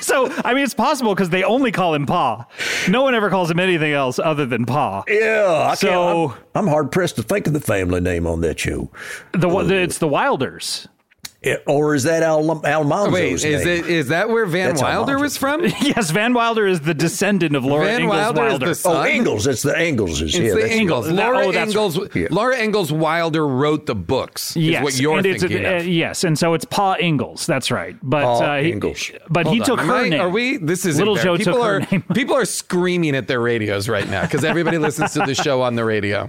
Speaker 2: So, I mean, it's possible because they only call him Pa. No one ever calls him anything else other than Pa.
Speaker 8: Yeah, I
Speaker 2: So-
Speaker 8: so I'm, I'm hard pressed to think of the family name on that show.
Speaker 2: The, one- it's the Wilders. <laughs>
Speaker 8: It- or is that Al Almanzo's
Speaker 3: Wait, is
Speaker 8: name?
Speaker 3: it is that where Van
Speaker 8: That's
Speaker 3: Wilder
Speaker 8: homage.
Speaker 3: was from?
Speaker 7: <laughs>
Speaker 2: Yes, Van Wilder is the descendant of Laura
Speaker 3: Van
Speaker 2: Ingalls
Speaker 3: Wilder
Speaker 2: Wilder.
Speaker 3: is the son.
Speaker 8: Oh, Ingalls. It's the Ingalls. Is
Speaker 3: It's
Speaker 8: yeah,
Speaker 3: the
Speaker 8: that's-
Speaker 3: Ingalls.
Speaker 2: No,
Speaker 3: Laura
Speaker 2: oh, that's
Speaker 3: Ingalls.
Speaker 8: Yeah.
Speaker 3: Laura Ingalls Wilder wrote the books.
Speaker 2: Yes,
Speaker 3: is what you're
Speaker 2: and it's a-
Speaker 3: thinking
Speaker 2: uh,
Speaker 3: of.
Speaker 2: yes, and so it's Pa Ingalls. That's right. But
Speaker 8: Pa
Speaker 2: uh, he-
Speaker 8: Ingalls.
Speaker 2: But he
Speaker 3: Hold
Speaker 2: took
Speaker 3: on,
Speaker 2: her
Speaker 3: am I-
Speaker 2: name.
Speaker 3: Are we? This is
Speaker 2: Little Joe
Speaker 3: embarrassing.
Speaker 2: took
Speaker 3: people
Speaker 2: her
Speaker 3: are,
Speaker 2: name. <laughs>
Speaker 3: People are screaming at their radios right now because everybody listens to the show on the radio.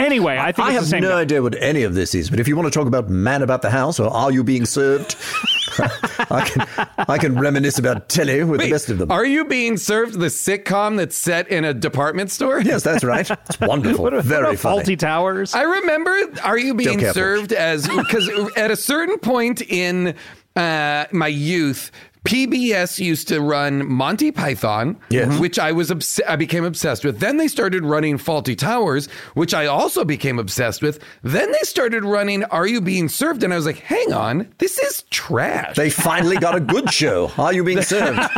Speaker 2: Anyway, I think
Speaker 4: I
Speaker 2: it's the
Speaker 4: have
Speaker 2: same.
Speaker 4: no
Speaker 2: guy.
Speaker 4: idea what any of this is, but if you want to talk about Man About the House or Are You
Speaker 2: <laughs>
Speaker 4: Being Served, I can I can reminisce about telly with the best of them.
Speaker 3: Are you being served the sitcom that's set in a department store?
Speaker 4: yes,
Speaker 2: <laughs>
Speaker 4: that's right. It's wonderful.
Speaker 2: What a- what
Speaker 4: Very
Speaker 2: a
Speaker 4: funny.
Speaker 2: faulty towers.
Speaker 3: I remember Are You Being
Speaker 4: Careful.
Speaker 3: Served as because at a certain point in uh, my youth, PBS used to run Monty Python,
Speaker 4: Yes. Mm-hmm.
Speaker 3: which I was obs- I became obsessed with. Then they started running Faulty Towers, which I also became obsessed with. Then they started running Are You Being Served, and I was like, hang on, this is trash.
Speaker 4: They finally got a good show. Are you being served?
Speaker 2: <laughs>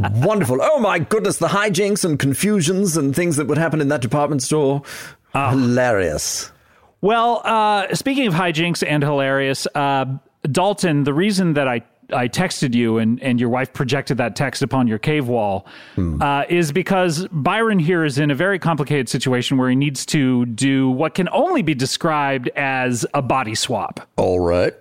Speaker 4: Wonderful. Oh my goodness, the hijinks and confusions and things that would happen in that department store.
Speaker 2: Ah.
Speaker 4: Hilarious.
Speaker 2: Well, uh, speaking of hijinks and hilarious, uh, Dalton, the reason that I I texted you and, and your wife projected that text upon your cave wall uh, is because Byron here is in a very complicated situation where he needs to do what can only be described as a body swap.
Speaker 8: All right.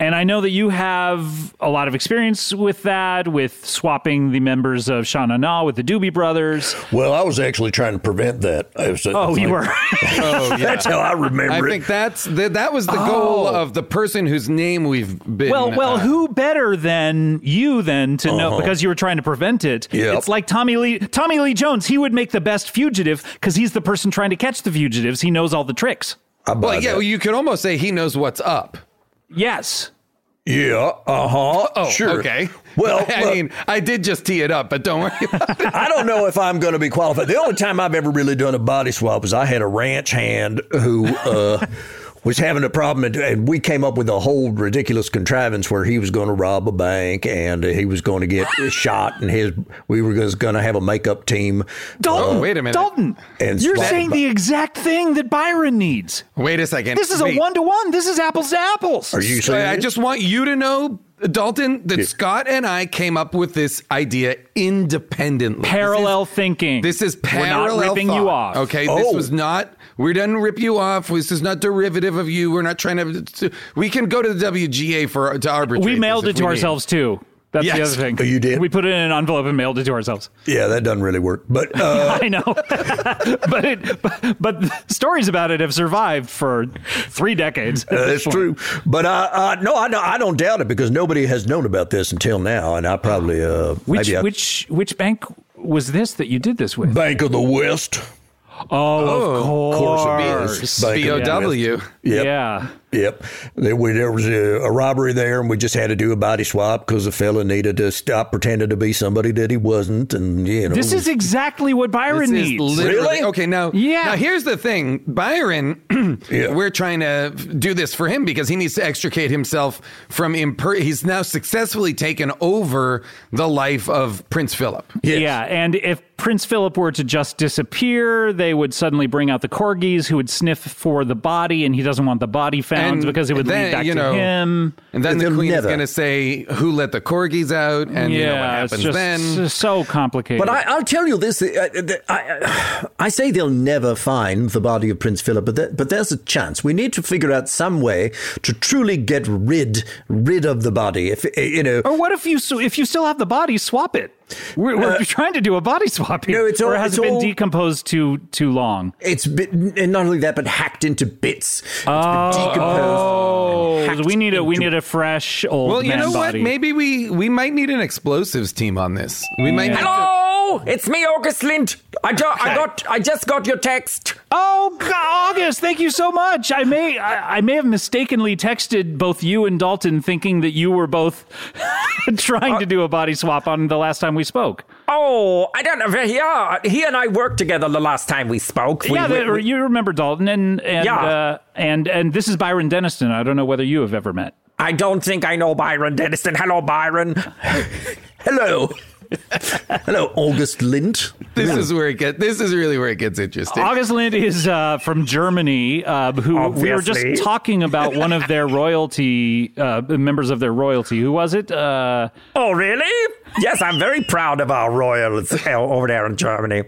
Speaker 2: And I know that you have a lot of experience with that, with swapping the members of Sha Na Na with the Doobie Brothers.
Speaker 8: Well, I was actually trying to prevent that. I was,
Speaker 2: Oh, you were.
Speaker 8: That's how I remember
Speaker 3: Oh, I
Speaker 8: it.
Speaker 3: think that's the, that was the goal
Speaker 4: Oh.
Speaker 3: of the person whose name we've been.
Speaker 2: Well, well,
Speaker 3: uh,
Speaker 2: who better than you then to know
Speaker 8: Uh-huh.
Speaker 2: because you were trying to prevent it?
Speaker 8: Yep.
Speaker 2: It's like Tommy Lee Tommy Lee Jones, he would make the best fugitive because he's the person trying to catch the fugitives. He knows all the tricks.
Speaker 8: I buy
Speaker 3: Well, yeah,
Speaker 8: that.
Speaker 3: well, you could almost say he knows what's up.
Speaker 2: Yes.
Speaker 8: yeah, uh huh.
Speaker 3: Oh,
Speaker 8: sure.
Speaker 3: Okay.
Speaker 8: Well,
Speaker 3: <laughs> I
Speaker 8: look,
Speaker 3: mean, I did just tee it up, but don't worry. About it.
Speaker 8: I don't know if I'm going to be qualified. The only time I've ever really done a body swap is I had a ranch hand who uh, was having a problem, and, and we came up with a whole ridiculous contrivance where he was going to rob a bank and he was going to get shot, and his we were going to have a makeup team.
Speaker 2: Dalton.
Speaker 3: Oh, wait a minute.
Speaker 2: Dalton.
Speaker 8: And
Speaker 2: you're
Speaker 8: spot-
Speaker 2: saying the exact thing that Byron needs.
Speaker 3: <laughs> Wait a second.
Speaker 2: This is
Speaker 3: Wait.
Speaker 2: a one to one. This is apples to apples.
Speaker 8: Are you
Speaker 3: So
Speaker 8: saying
Speaker 3: I just want you to know, Dalton, that Scott and I came up with this idea independently.
Speaker 2: parallel thinking?
Speaker 3: This is, this is
Speaker 2: We're
Speaker 3: parallel.
Speaker 2: not ripping
Speaker 3: thought,
Speaker 2: you off.
Speaker 3: Okay, this
Speaker 8: Oh.
Speaker 3: was not. We didn't rip you off. This is not derivative of you. We're not trying to. to- we can go to the WGA for to arbitrate.
Speaker 2: We
Speaker 3: this
Speaker 2: mailed
Speaker 3: if
Speaker 2: it to
Speaker 3: we need.
Speaker 2: ourselves too. That's the
Speaker 3: Yes.
Speaker 2: other thing.
Speaker 8: Oh, you did?
Speaker 2: We put it in an envelope and mailed it to ourselves.
Speaker 8: Yeah, that doesn't really work. But uh,
Speaker 2: I know, <laughs> but it, but, but stories about it have survived for three decades.
Speaker 8: uh, that's true. But uh, uh, no, I, no, I don't doubt it because nobody has known about this until now, and I probably uh,
Speaker 2: Which
Speaker 8: maybe I-
Speaker 2: which which bank was this that you did this with?
Speaker 8: Bank of the West.
Speaker 2: oh, of course.
Speaker 8: course it is. Bank of the
Speaker 3: BOW.
Speaker 8: West. Yep.
Speaker 2: Yeah.
Speaker 8: Yep. There, we, there was a, a robbery there, and we just had to do a body swap because the fella needed to stop pretending to be somebody that he wasn't. And, you know,
Speaker 2: This is exactly what Byron
Speaker 3: This is
Speaker 2: needs.
Speaker 3: literally-
Speaker 8: Really?
Speaker 3: Okay, now,
Speaker 2: Yeah.
Speaker 3: now here's the thing. Byron, <clears throat>
Speaker 8: Yeah.
Speaker 3: we're trying to do this for him because he needs to extricate himself from imper- he's now successfully taken over the life of Prince Philip.
Speaker 8: Yes.
Speaker 2: Yeah, and if Prince Philip were to just disappear, they would suddenly bring out the corgis who would sniff for the body, and he doesn't want the body found
Speaker 3: And
Speaker 2: because it would
Speaker 3: then,
Speaker 2: lead back
Speaker 3: you
Speaker 2: to
Speaker 3: know,
Speaker 2: him.
Speaker 3: And then the
Speaker 4: They'll
Speaker 3: queen is
Speaker 4: never-
Speaker 3: going to say, "Who let the corgis out?" And
Speaker 2: yeah,
Speaker 3: you know what
Speaker 2: it's
Speaker 3: happens
Speaker 2: just
Speaker 3: then.
Speaker 2: s- so complicated.
Speaker 4: But I, I'll tell you this: uh, uh, th- I, I, I say they'll never find the body of Prince Philip, but there, but there's a chance. We need to figure out some way to truly get rid rid of the body. If uh, you know,
Speaker 2: Or what if you so if you still have the body, swap it. We're, we're trying to do a body swap here.
Speaker 4: Uh, no, it's
Speaker 2: or
Speaker 4: all-
Speaker 2: has
Speaker 4: it's
Speaker 2: it been
Speaker 4: all-
Speaker 2: decomposed too too long?
Speaker 4: it's bit, and not only that, but hacked into bits. It's
Speaker 8: Oh.
Speaker 4: been decomposed. and
Speaker 2: Oh,
Speaker 4: hacked
Speaker 2: we need a we
Speaker 4: into-
Speaker 2: need a fresh old
Speaker 3: Well, you
Speaker 2: man
Speaker 3: know
Speaker 2: body.
Speaker 3: what? Maybe we we might need an explosives team on this. We might. need to-
Speaker 9: Hello, it's me, August Lind. I, ju- I got, I just got your text.
Speaker 2: Oh, G- August, thank you so much. I may I, I may have mistakenly texted both you and <laughs> Dalton, thinking that you were both trying to do a body swap on the last time we spoke.
Speaker 9: Oh, I don't know. Yeah, he and I worked together the last time we spoke. We-
Speaker 2: yeah,
Speaker 9: we-
Speaker 2: the- you remember Dalton, and and,
Speaker 9: Yeah.
Speaker 2: uh, and and this is Byron Deniston. I don't know whether you have ever met.
Speaker 9: I don't think I know Byron Deniston. Hello, Byron. <laughs>
Speaker 8: Hello. Hello, August Lind.
Speaker 3: This is where it gets. This is really where it gets interesting.
Speaker 2: August Lind is uh, from Germany, uh, who we were
Speaker 9: Obviously.
Speaker 2: just
Speaker 3: <laughs>
Speaker 2: talking about one of their royalty uh, members of their royalty. Who was it? Uh,
Speaker 9: Oh, really? Yes, I'm very proud of our royals uh, over there in Germany.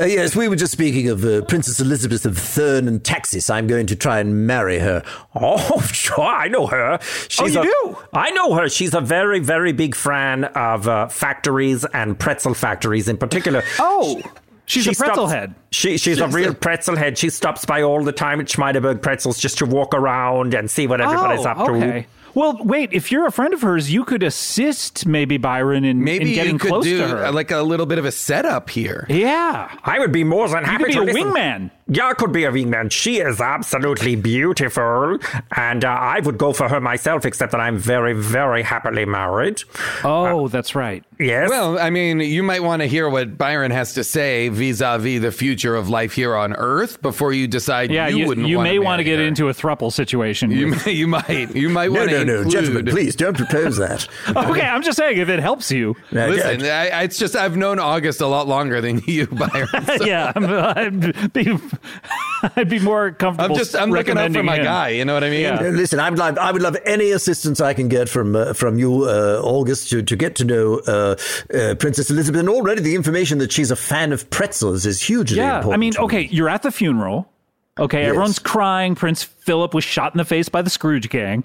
Speaker 8: Uh, yes, we were just speaking of uh, Princess Elizabeth of Thurn and Taxis. I'm going to try and marry her.
Speaker 9: <laughs> Oh, sure, I know
Speaker 2: Oh,
Speaker 9: her. She's
Speaker 8: you
Speaker 9: a-
Speaker 8: do?
Speaker 9: I know her. She's a very, very big fan of uh, factories and pretzel factories in particular.
Speaker 2: <laughs> oh, she's
Speaker 9: She
Speaker 2: a pretzel
Speaker 9: stops-
Speaker 2: head.
Speaker 9: She, she's, a real pretzel head. She stops by all the time at Schmeideberg Pretzels just to walk around and see what everybody's up to.
Speaker 2: Oh, okay. Well, wait. If you're a friend of hers, you could assist maybe Byron in,
Speaker 3: Maybe
Speaker 2: in getting
Speaker 3: you could
Speaker 2: close
Speaker 3: do
Speaker 2: to her.
Speaker 3: uh, like a little bit of a setup here.
Speaker 2: yeah,
Speaker 9: I would be more than
Speaker 2: you
Speaker 9: happy
Speaker 2: could be
Speaker 9: to
Speaker 2: a
Speaker 9: listen.
Speaker 2: wingman.
Speaker 9: Yeah, I could be a wingman. She is absolutely beautiful, and uh, I would go for her myself. Except that I'm very, very happily married.
Speaker 3: Uh,
Speaker 2: Oh, that's right.
Speaker 9: Yes.
Speaker 3: Well, I mean, you might want to hear what Byron has to say vis-a-vis the future of life here on Earth before you decide
Speaker 2: Yeah,
Speaker 3: you,
Speaker 2: you,
Speaker 3: wouldn't.
Speaker 2: you may want to
Speaker 3: marry
Speaker 2: get
Speaker 3: her.
Speaker 2: into a thruple situation.
Speaker 3: You, <laughs>
Speaker 2: with-
Speaker 3: may- you might. You might
Speaker 8: No,
Speaker 3: want to
Speaker 8: no, no,
Speaker 3: include.
Speaker 8: gentlemen, please don't propose that.
Speaker 2: <laughs>
Speaker 8: <laughs>
Speaker 2: okay, I'm just saying if it helps you. <laughs>
Speaker 8: Now,
Speaker 3: Listen,
Speaker 8: uh,
Speaker 3: I, I- it's just I've known August a lot longer than <laughs>
Speaker 2: <laughs>
Speaker 3: you, Byron. so
Speaker 2: yeah, I'm, I'd, be, <laughs> I'd be more comfortable.
Speaker 3: I'm just I'm looking out for
Speaker 2: recommending
Speaker 3: my
Speaker 2: him.
Speaker 3: guy. You know what I mean?
Speaker 2: Yeah.
Speaker 8: Uh, Listen, I would love I would love any assistance I can get from uh, from you, uh, August, to, to get to know uh, uh, Princess Elizabeth. And already the information that she's a fan of pretzels is hugely
Speaker 2: Yeah,
Speaker 8: important.
Speaker 2: I mean,
Speaker 8: to me.
Speaker 2: okay, you're at the funeral. Okay, everyone's crying. Prince Philip was shot in the face by the Scrooge gang.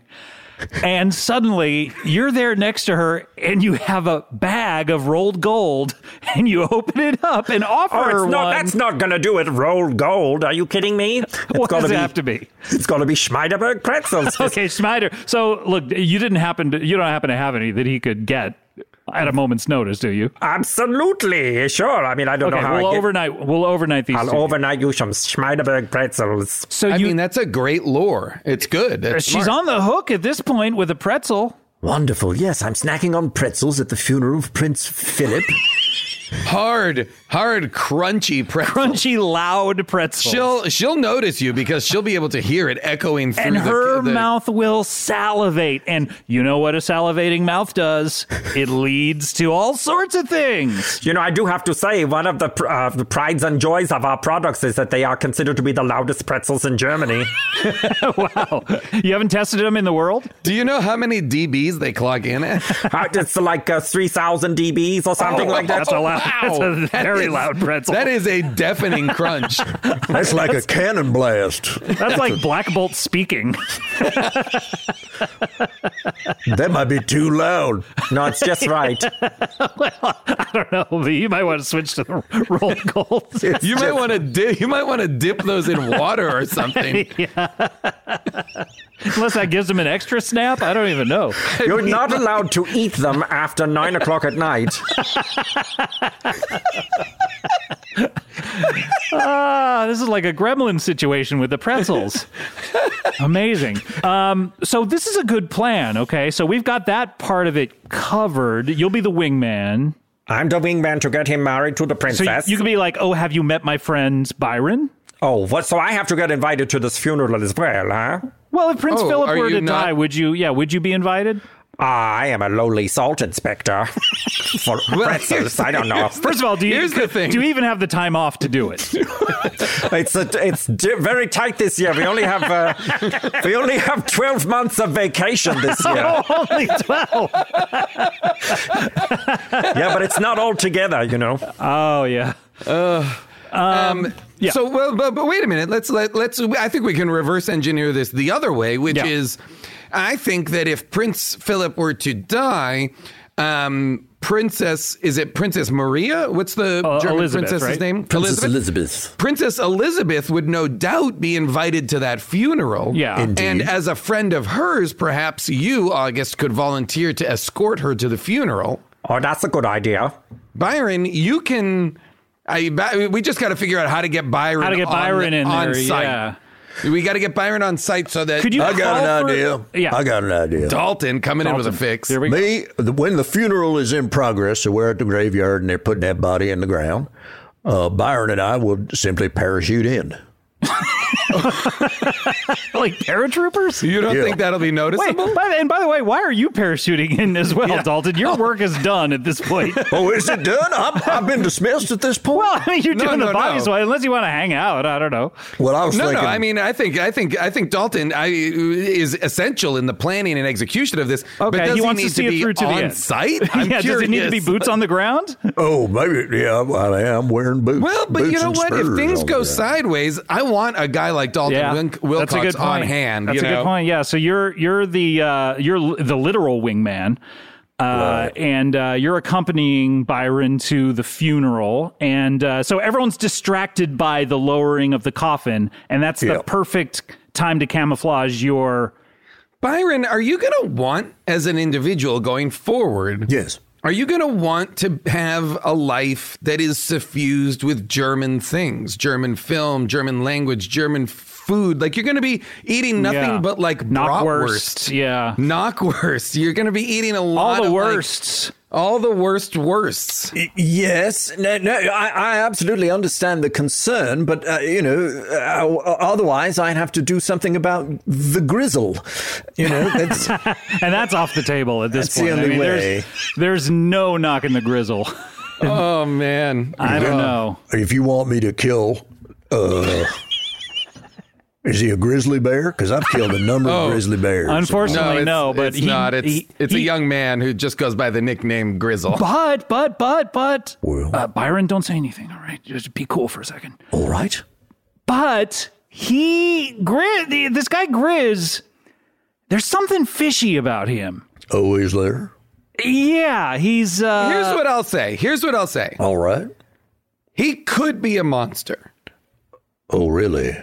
Speaker 2: And suddenly you're there next to her and you have a bag of rolled gold and you open it up and offer
Speaker 9: Oh,
Speaker 2: her
Speaker 9: it's not,
Speaker 2: one.
Speaker 9: that's not going to do it. Roll gold. Are you kidding
Speaker 2: <laughs>
Speaker 9: me? It's
Speaker 2: what
Speaker 9: gotta
Speaker 2: does
Speaker 9: be,
Speaker 2: it have to be?
Speaker 9: <laughs> It's got to be Schmeideberg pretzels.
Speaker 2: <laughs> Okay, Schneider. So look, you didn't happen to you don't happen to have any that he could get at a moment's notice, do you?
Speaker 9: Absolutely. Sure. I mean, I don't
Speaker 2: Okay,
Speaker 9: know how
Speaker 2: we'll
Speaker 9: I get-
Speaker 2: overnight we'll overnight these.
Speaker 9: I'll
Speaker 2: to you.
Speaker 9: overnight you some Schmeideberg pretzels.
Speaker 2: so
Speaker 3: I
Speaker 2: you
Speaker 3: mean, that's a great lore. It's good. That's
Speaker 2: she's
Speaker 3: smart.
Speaker 2: on the hook at this point with a pretzel.
Speaker 8: Wonderful. Yes, I'm snacking on pretzels at the funeral of Prince Philip.
Speaker 3: hard, hard, crunchy press.
Speaker 2: Crunchy loud pretzel.
Speaker 3: She'll she'll notice you because she'll be able to hear it echoing through
Speaker 2: and
Speaker 3: the,
Speaker 2: her
Speaker 3: the-
Speaker 2: mouth will salivate. And you know what a salivating mouth does? <laughs> It leads to all sorts of things.
Speaker 9: <laughs> You know, I do have to say, one of the, pr- uh, the prides and joys of our products is that they are considered to be the loudest pretzels
Speaker 2: <laughs>
Speaker 9: in Germany.
Speaker 2: <laughs> wow. You haven't tested them in the world?
Speaker 3: Do you know how many dBs they clog in at?
Speaker 9: Uh, it's like uh, 3,000 dBs or something like that.
Speaker 2: Oh, That's a loud, <laughs> that's
Speaker 3: Wow.
Speaker 2: a
Speaker 3: That
Speaker 2: very
Speaker 3: is-
Speaker 2: loud pretzel.
Speaker 3: That is a
Speaker 2: <laughs>
Speaker 3: deafening crunch.
Speaker 8: That's like a cannon blast.
Speaker 2: that's <laughs> like Black Bolt speaking. <laughs>
Speaker 8: That might be too loud.
Speaker 9: No, it's just right.
Speaker 2: I don't know. but You might want to switch to the <laughs> rolled gold. <laughs>
Speaker 3: You might want to dip. You might want to dip those in water
Speaker 2: <laughs>
Speaker 3: or something.
Speaker 2: Unless that gives them an extra snap. I don't even know.
Speaker 9: You're not allowed to eat them after 9 o'clock at night.
Speaker 2: Ah, this is like a gremlin situation with the pretzels. Amazing. Um, so this is a good plan. Okay, so we've got that part of it covered. You'll be the wingman.
Speaker 9: I'm the wingman to get him married to the
Speaker 2: So you,
Speaker 9: princess.
Speaker 2: you can be like, oh, have you met my friends Byron?
Speaker 9: oh, what? So I have to get invited to this funeral as well, huh?
Speaker 2: Well, if Prince
Speaker 3: Oh,
Speaker 2: Philip
Speaker 3: are
Speaker 2: were
Speaker 3: you
Speaker 2: to
Speaker 3: not-
Speaker 2: die, would you? Yeah, would you be invited?
Speaker 9: I am a lowly salt inspector <laughs> for pretzels. I
Speaker 2: <laughs>
Speaker 9: don't know.
Speaker 2: First of all, do you,
Speaker 3: Here's the thing.
Speaker 2: do you even have the time off to do
Speaker 3: <laughs>
Speaker 2: it?
Speaker 9: It's a, it's di- very tight this year. We only have uh, we only have twelve months of vacation this year.
Speaker 2: <laughs> oh, only twelve.
Speaker 9: Yeah, but it's not all together, you know.
Speaker 2: Oh yeah.
Speaker 3: Um, So, well, but, but wait a minute. Let's let let's. I think we can reverse engineer this the other way, which
Speaker 2: Yeah.
Speaker 3: is, I think that if Prince Philip were to die, um, Princess is it Princess Maria? What's the
Speaker 2: Uh,
Speaker 3: German
Speaker 2: Elizabeth,
Speaker 3: princess's
Speaker 2: right?
Speaker 3: name?
Speaker 8: Princess Elizabeth.
Speaker 3: Princess Elizabeth would no doubt be invited to that funeral.
Speaker 2: Yeah. Indeed.
Speaker 3: And as a friend of hers, perhaps you, August, could volunteer to escort her to the funeral.
Speaker 9: Oh, that's a good idea.
Speaker 3: Byron, you can. I, By- we just got to figure out how to get Byron.
Speaker 2: How to get
Speaker 3: on-
Speaker 2: Byron in
Speaker 3: on
Speaker 2: there?
Speaker 3: site.
Speaker 2: Yeah.
Speaker 3: We got to get Byron on site so that
Speaker 2: Could you-
Speaker 4: I got
Speaker 2: call
Speaker 4: an
Speaker 2: for-
Speaker 4: idea.
Speaker 2: Yeah.
Speaker 4: I got an idea.
Speaker 3: Dalton coming in with a fix.
Speaker 2: Here we go.
Speaker 4: Me, the, when the funeral is in progress, so we're at the graveyard and they're putting that body in the ground, uh, Byron and I will simply
Speaker 8: <laughs>
Speaker 4: parachute in.
Speaker 2: like paratroopers?
Speaker 3: You don't
Speaker 4: Yeah.
Speaker 3: think that'll be
Speaker 2: Wait,
Speaker 3: noticeable?
Speaker 2: by the- and by the way, why are you parachuting in as well, Dalton? Your work is done at this
Speaker 3: <laughs>
Speaker 2: point.
Speaker 4: Oh, is it done? I'm, I've been dismissed at this point.
Speaker 2: well, I mean, you're
Speaker 3: No,
Speaker 2: doing
Speaker 3: no,
Speaker 2: the body
Speaker 3: no.
Speaker 2: swap unless you want to hang out. I don't know.
Speaker 4: Well, I was
Speaker 3: No, no.
Speaker 4: thinking.
Speaker 3: I mean, I think, I think, I think Dalton I, is essential in the planning and execution of this.
Speaker 2: Okay,
Speaker 3: but does
Speaker 2: he wants to
Speaker 3: need
Speaker 2: see it
Speaker 3: be
Speaker 2: through to the
Speaker 3: on
Speaker 2: end. <laughs>
Speaker 3: site. I'm
Speaker 2: yeah, does it need to be
Speaker 3: curious.
Speaker 2: boots on the
Speaker 3: <laughs>
Speaker 2: ground?
Speaker 4: oh, maybe. Yeah, well, I am wearing boots.
Speaker 3: Well, but you
Speaker 4: boots
Speaker 3: know
Speaker 4: and
Speaker 3: what? If
Speaker 4: spurs
Speaker 3: things
Speaker 4: on
Speaker 3: go
Speaker 4: the ground.
Speaker 3: sideways, I want a guy like Dalton Win- Wilcox
Speaker 2: that's a good
Speaker 3: on
Speaker 2: point.
Speaker 3: hand.
Speaker 2: That's
Speaker 3: you
Speaker 2: a
Speaker 3: know?
Speaker 2: good point. Yeah, so you're you're the uh, you're l- the literal wingman, uh, and uh, you're accompanying Byron to the funeral, and uh, so everyone's distracted by the lowering of the coffin, and that's
Speaker 4: Yeah.
Speaker 2: the perfect time to camouflage your.
Speaker 3: Byron, are you going to want, as an individual going forward,
Speaker 4: Yes.
Speaker 3: are you going to want to have a life that is suffused with German things, German film, German language, German food? Like you're going to be eating nothing
Speaker 2: Yeah.
Speaker 3: but like
Speaker 2: Knockwurst,
Speaker 3: bratwurst.
Speaker 2: yeah.
Speaker 3: Knockwurst. You're going to be eating a lot
Speaker 2: All the
Speaker 3: of like,
Speaker 2: worsts.
Speaker 3: all the worst worsts.
Speaker 10: Y- Yes, no, no, I, I absolutely understand the concern, but uh, you know, uh, otherwise I'd have to do something about the grizzle. You know,
Speaker 4: <laughs>
Speaker 10: that's
Speaker 2: and that's off the table at this
Speaker 10: That's the
Speaker 2: point. I
Speaker 10: only
Speaker 2: mean,
Speaker 10: way.
Speaker 2: There's, there's no knocking the grizzle. <laughs>
Speaker 3: Oh man.
Speaker 2: I don't know.
Speaker 4: If you want me to kill, uh, is he a grizzly bear? Because I've killed a
Speaker 10: <laughs>
Speaker 4: number
Speaker 10: Oh,
Speaker 4: of grizzly bears.
Speaker 2: Unfortunately,
Speaker 3: it's,
Speaker 2: no, but
Speaker 3: it's
Speaker 2: he-
Speaker 3: not. It's
Speaker 2: he-
Speaker 3: it's a
Speaker 2: he-
Speaker 3: young man who just goes by the nickname Grizzle.
Speaker 2: But, but, but, but.
Speaker 4: Well.
Speaker 2: Uh, Byron, don't say anything, all right? Just be cool for a second.
Speaker 4: All right.
Speaker 2: But he, Grizz, this guy Grizz, there's something fishy about him.
Speaker 4: Oh, he's there.
Speaker 2: Yeah, he's. uh
Speaker 3: Here's what I'll say. Here's what I'll say.
Speaker 4: All right.
Speaker 3: He could be a monster.
Speaker 4: Oh, really?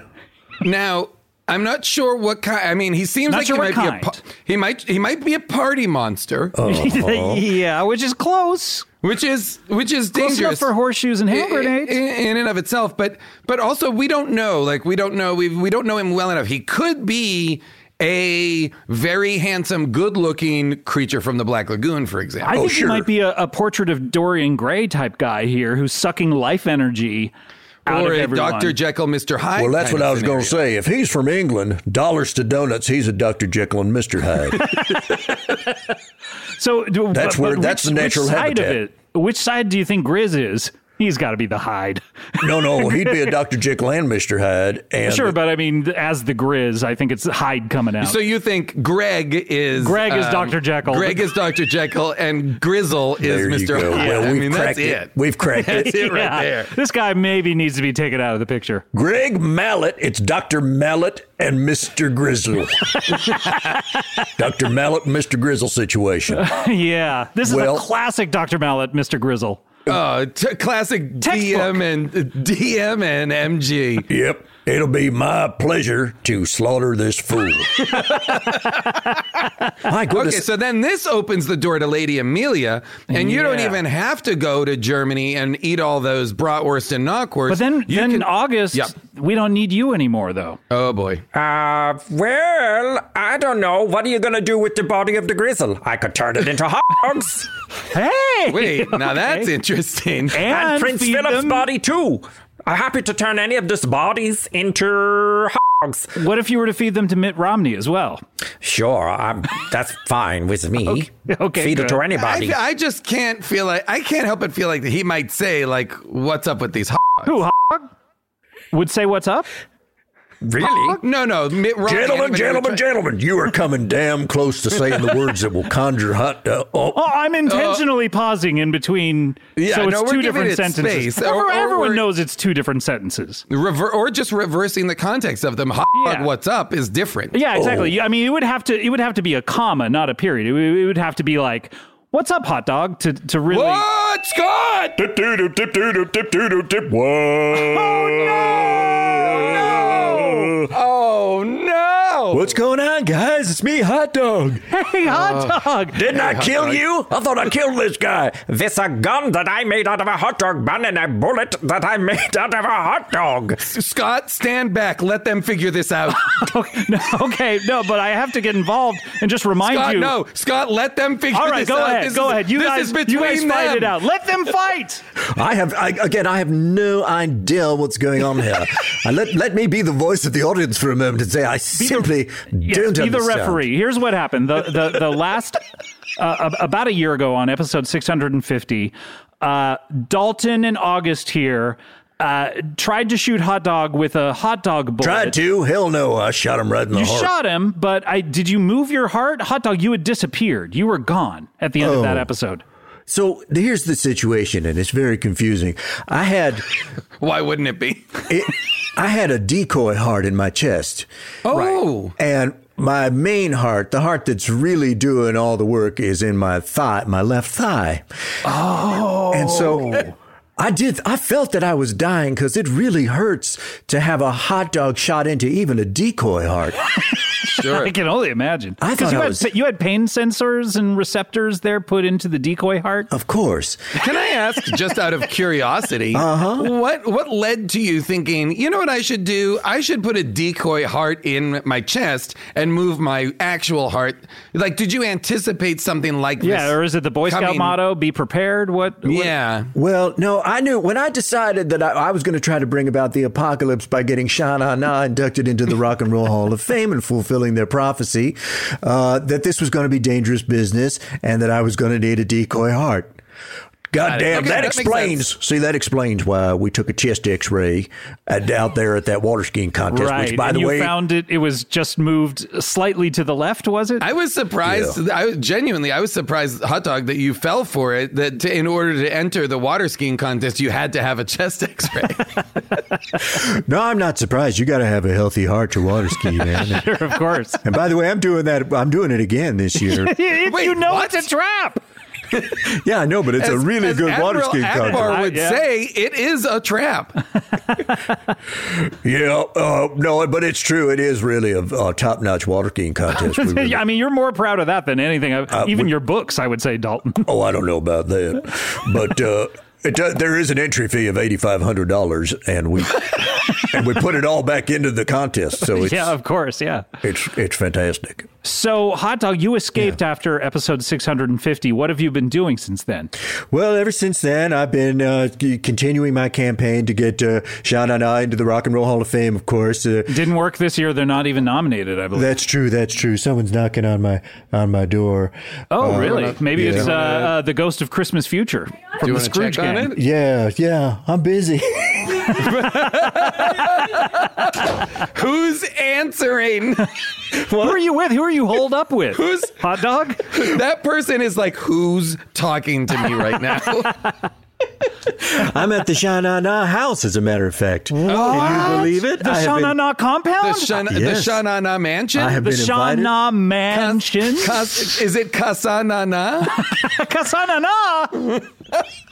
Speaker 3: Now, I'm not sure what kind. I mean, he seems
Speaker 2: Not
Speaker 3: like
Speaker 2: sure
Speaker 3: he
Speaker 2: what
Speaker 3: might
Speaker 2: kind.
Speaker 3: be a pa- he might he might be a party monster,
Speaker 10: Oh,
Speaker 2: <laughs>
Speaker 4: Oh.
Speaker 10: uh-huh.
Speaker 2: yeah, which is close.
Speaker 3: which is which is
Speaker 2: Close enough
Speaker 3: dangerous
Speaker 2: for horseshoes and
Speaker 3: i-
Speaker 2: hand
Speaker 3: i- in,
Speaker 2: grenades.
Speaker 3: in and of itself. But but also we don't know. Like we don't know. We we don't know him well enough. He could be a very handsome, good-looking creature from the Black Lagoon, for example.
Speaker 2: I
Speaker 10: Oh,
Speaker 2: think
Speaker 4: sure.
Speaker 2: he might be a, a portrait of Dorian Gray type guy here who's sucking life energy out
Speaker 3: or
Speaker 2: of
Speaker 3: a
Speaker 2: everyone.
Speaker 3: Dr. Jekyll, Mr. Hyde.
Speaker 4: Well, that's
Speaker 3: kind
Speaker 4: what
Speaker 3: of
Speaker 4: I was going to
Speaker 3: scenario.
Speaker 4: say. If he's from England, dollars to donuts, he's a Dr. Jekyll and Mr.
Speaker 3: <laughs>
Speaker 4: Hyde.
Speaker 2: So do-
Speaker 4: That's
Speaker 2: but-
Speaker 4: where-
Speaker 2: but
Speaker 4: that's
Speaker 2: which-
Speaker 4: the natural
Speaker 2: which side
Speaker 4: habitat.
Speaker 2: of it. Which side do you think Grizz is? He's got to be the hide. <laughs>
Speaker 4: no, no, he'd be a Dr. Jekyll and Mr. Hyde. And
Speaker 2: sure, but I mean, as the Grizz, I think it's hide coming out.
Speaker 3: So you think Greg is um,
Speaker 2: Greg is Dr. Jekyll.
Speaker 3: Greg is Dr. Jekyll, and Grizzle is
Speaker 4: there you
Speaker 3: Mr.
Speaker 4: go.
Speaker 3: Hyde.
Speaker 4: Well,
Speaker 3: I
Speaker 4: we've
Speaker 3: mean,
Speaker 4: cracked
Speaker 3: that's it.
Speaker 4: We've cracked
Speaker 3: <laughs>
Speaker 4: it.
Speaker 3: That's it right
Speaker 2: Yeah,
Speaker 3: there.
Speaker 2: This guy maybe needs to be taken out of the picture. <laughs>
Speaker 4: Greg Mallet, it's Dr. Mallet and
Speaker 3: <laughs>
Speaker 4: Mr. Grizzle. Dr. Mallet and Mr. Grizzle situation.
Speaker 2: yeah, this
Speaker 4: Well-
Speaker 2: is a classic Dr. Mallet, Mr. Grizzle.
Speaker 3: Oh, t- classic DM and DM and MG.
Speaker 4: Yep. It'll be my pleasure to slaughter
Speaker 3: <laughs>
Speaker 4: this fool. my
Speaker 3: Okay,
Speaker 4: goodness.
Speaker 3: so then this opens the door to Lady Amelia, and you don't
Speaker 2: Yeah.
Speaker 3: even have to go to Germany and eat all those bratwurst and knockwurst.
Speaker 2: But then,
Speaker 3: you
Speaker 2: then
Speaker 3: can-
Speaker 2: August,
Speaker 3: Yep.
Speaker 2: we don't need you anymore, though.
Speaker 3: oh boy,
Speaker 9: Uh, well, I don't know. What are you going to do with the body of the grizzle? I could turn it into <laughs> hogs.
Speaker 2: Hey,
Speaker 3: wait,
Speaker 2: <laughs>
Speaker 3: now that's
Speaker 2: Okay. <laughs>
Speaker 3: interesting.
Speaker 2: and,
Speaker 9: and Prince
Speaker 2: feed
Speaker 9: Philip's
Speaker 2: them-
Speaker 9: body, too. I'm happy to turn any of these bodies into hogs.
Speaker 2: What if you were to feed them to Mitt Romney as well?
Speaker 9: Sure, I'm, that's fine with me.
Speaker 2: <laughs> okay,
Speaker 9: Feed it to
Speaker 2: good.
Speaker 9: anybody.
Speaker 3: I, I just can't feel like I can't help but feel like that he might say like, "What's up with these?" hogs?"
Speaker 2: Who hog would say what's up?
Speaker 9: really?
Speaker 3: No, no, Mitt Romney.
Speaker 4: Gentlemen,
Speaker 3: anybody who
Speaker 4: gentlemen,
Speaker 3: try-
Speaker 4: gentlemen, you are coming damn close to saying the words that will conjure hot uh, dog.
Speaker 2: Oh, I'm intentionally pausing in between,
Speaker 3: Uh, Yeah,
Speaker 2: so it's
Speaker 3: no, we're
Speaker 2: two
Speaker 3: giving
Speaker 2: different
Speaker 3: it
Speaker 2: sentences.
Speaker 3: space, or- or
Speaker 2: Everyone
Speaker 3: we're-
Speaker 2: knows it's two different sentences.
Speaker 3: Rever- or just reversing the context of them. Hot dog,
Speaker 2: Yeah.
Speaker 3: what's up is different.
Speaker 2: Yeah, exactly. I mean, it would have to it would have to be a comma, not a period. It, would- it would have to be like, "What's up, hot dog?" to to really.
Speaker 3: What's good?
Speaker 4: Dip doo dip doo dip doo dip. Whoa!
Speaker 3: Oh no! Oh no! Wow.
Speaker 4: What's going on, guys? It's me, Hot Dog.
Speaker 2: Hey,
Speaker 3: Uh,
Speaker 2: hot dog.
Speaker 4: Didn't I kill you? I thought I killed this guy.
Speaker 9: This a gun that I made out of a hot dog bun and a bullet that I <laughs> made out of a hot dog.
Speaker 3: Scott, stand back. Let them figure this
Speaker 2: <laughs>
Speaker 3: out.
Speaker 2: <laughs> Okay, no, okay, no, but I have to get involved and just remind
Speaker 3: Scott,
Speaker 2: you.
Speaker 3: no. Scott, let them figure
Speaker 2: All right,
Speaker 3: this
Speaker 2: go
Speaker 3: out.
Speaker 2: ahead,
Speaker 3: This
Speaker 2: go
Speaker 3: is-
Speaker 2: ahead. You
Speaker 3: this
Speaker 2: guys,
Speaker 3: is between
Speaker 2: you guys
Speaker 3: them.
Speaker 2: fight it out. Let them fight.
Speaker 4: I have, I, again, I have no idea what's going on <laughs> here. I let, let me be the voice of the audience for a moment and say I simply
Speaker 2: Yes,
Speaker 4: don't
Speaker 2: be the
Speaker 4: understand.
Speaker 2: referee. Here's what happened. The the the last uh, ab- about a year ago on episode 650, uh, Dalton and August here uh, tried to shoot hot dog with a hot dog bullet.
Speaker 4: Tried to? Hell no. I shot him right in the
Speaker 2: You
Speaker 4: heart.
Speaker 2: shot him, but I did you move your heart? Hot dog, you had disappeared. You were gone at the end of that
Speaker 4: Oh.
Speaker 2: episode.
Speaker 4: So here's the situation, and it's very confusing. I had
Speaker 3: Why wouldn't
Speaker 2: <laughs>
Speaker 3: it be?
Speaker 4: it, I had a decoy heart in my chest.
Speaker 3: Oh.
Speaker 4: And my main heart, the heart that's really doing all the work, is in my thigh, my left thigh. Oh. And so I did, I felt that I was dying because it really hurts to have a hot dog shot into even a decoy heart.
Speaker 3: Sure.
Speaker 2: I can only imagine.
Speaker 4: I
Speaker 2: 'Cause
Speaker 4: thought
Speaker 2: you
Speaker 4: I
Speaker 2: had
Speaker 4: was-
Speaker 2: pa- you had pain sensors and receptors there put into the decoy heart.
Speaker 4: Of course.
Speaker 3: Can I ask, just out of curiosity, uh-huh. what what led to you thinking? You know what I should do? I should put a decoy heart in my chest and move my actual heart. Like, did you anticipate something like this?
Speaker 2: Yeah, or is it the Boy Scout
Speaker 3: coming-
Speaker 2: motto? Be prepared. What? what-
Speaker 3: Yeah,
Speaker 4: Well, no, I knew when I decided that I, I was going to try to bring about the apocalypse by getting Sha Na inducted into the Rock and Roll Hall of Fame and fulfilling their prophecy, uh, that this was going to be dangerous business and that I was going to need a decoy heart. God damn,
Speaker 3: Okay,
Speaker 4: that,
Speaker 3: that makes
Speaker 4: explains. See, that explains why we took a chest x ray out there at that water skiing contest,
Speaker 2: Right.
Speaker 4: which, by
Speaker 2: and
Speaker 4: the
Speaker 2: you
Speaker 4: way,
Speaker 2: found it. It was just moved slightly to the left. Was it?
Speaker 3: I was surprised. I was genuinely, I was surprised, hot dog, that you fell for it. That to, in order to enter the water skiing contest, you had to have a chest <laughs> X-ray.
Speaker 4: no, I'm not surprised. You got to have a healthy heart to water
Speaker 3: <laughs>
Speaker 4: ski, man.
Speaker 2: Sure, <laughs> of
Speaker 4: <laughs>
Speaker 2: course.
Speaker 4: and by the way, I'm doing that. I'm doing it again
Speaker 3: <laughs>
Speaker 4: this year.
Speaker 2: <laughs>
Speaker 3: Wait,
Speaker 2: you know
Speaker 3: what?
Speaker 2: it's a trap.
Speaker 4: yeah, I know, but it's a
Speaker 3: As-
Speaker 4: really
Speaker 3: as
Speaker 4: good water
Speaker 3: Admiral
Speaker 4: skiing
Speaker 3: Akbar
Speaker 4: contest.
Speaker 3: would
Speaker 2: I- yeah.
Speaker 3: say it is a trap.
Speaker 4: Yeah, uh, no, but it's true. It is really a, a top-notch water skiing contest.
Speaker 2: <laughs>
Speaker 4: We really-
Speaker 2: I mean, you're more proud of that than anything. I've- Even
Speaker 4: we-
Speaker 2: your books, I would say, Dalton. <laughs>
Speaker 4: oh, I don't know about that, but uh, it, do- there is an entry fee of eighty-five hundred dollars, and
Speaker 2: <laughs>
Speaker 4: we and we put it all back into the contest. So it's
Speaker 2: yeah, of course. Yeah.
Speaker 4: it's it's fantastic.
Speaker 2: So, hot dog, you escaped after episode 650. What have you been doing since then?
Speaker 4: Well, ever since then, I've been uh, c- continuing my campaign to get uh, Sean and I into the Rock and Roll Hall of Fame. Of course, uh,
Speaker 2: Didn't work this year. They're not even nominated. I believe.
Speaker 4: that's true. That's true. Someone's knocking on my on my door. Uh,
Speaker 2: Oh, really? Maybe
Speaker 4: yeah.
Speaker 2: it's uh, uh, the ghost of Christmas Future
Speaker 3: Do
Speaker 2: from
Speaker 3: you
Speaker 2: the
Speaker 3: want to
Speaker 2: Scrooge
Speaker 3: check on
Speaker 2: Gang.
Speaker 3: it?
Speaker 4: Yeah, yeah, I'm busy. <laughs>
Speaker 3: Who's answering? <laughs>
Speaker 2: Who are you with? Who are you holed up with?
Speaker 3: Who's-
Speaker 2: hot dog?
Speaker 3: that person is like, who's talking to me right
Speaker 4: <laughs>
Speaker 3: now?
Speaker 4: I'm at the Shanana house, as a matter of fact. Can you believe it?
Speaker 2: The
Speaker 4: I have been-
Speaker 2: Shanana compound?
Speaker 3: The, Shan-
Speaker 4: Yes.
Speaker 3: the Shanana Mansion?
Speaker 4: I have
Speaker 2: The
Speaker 4: been invited.
Speaker 2: Shana Mansion.
Speaker 3: Kas- is it Kasanana?
Speaker 2: Kasanana!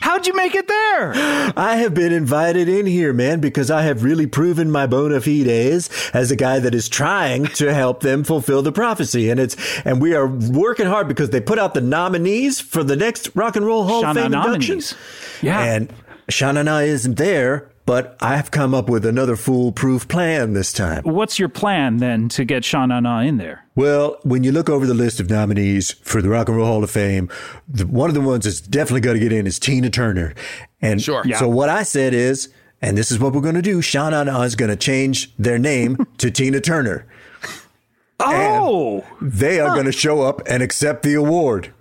Speaker 2: How'd you make it there?
Speaker 4: I have been invited in here, man, because I have really proven my bona fides as a guy that is trying to help them fulfill the prophecy. And it's and we are working hard because they put out the nominees for the next Rock and Roll Hall of Fame induction.
Speaker 2: nominees. Yeah.
Speaker 4: And Shanana isn't there, but I've come up with another foolproof plan this time.
Speaker 2: What's your plan then to get Shanana in there?
Speaker 4: Well, when you look over the list of nominees for the Rock and Roll Hall of Fame, the, one of the ones that's definitely going to get in is Tina Turner. And
Speaker 3: Sure. Yeah.
Speaker 4: so what I said is, and this is what we're going to do, Shanana is going to change
Speaker 3: <laughs>
Speaker 4: their name to Tina Turner.
Speaker 2: Oh,
Speaker 4: They are going to show up and accept the award.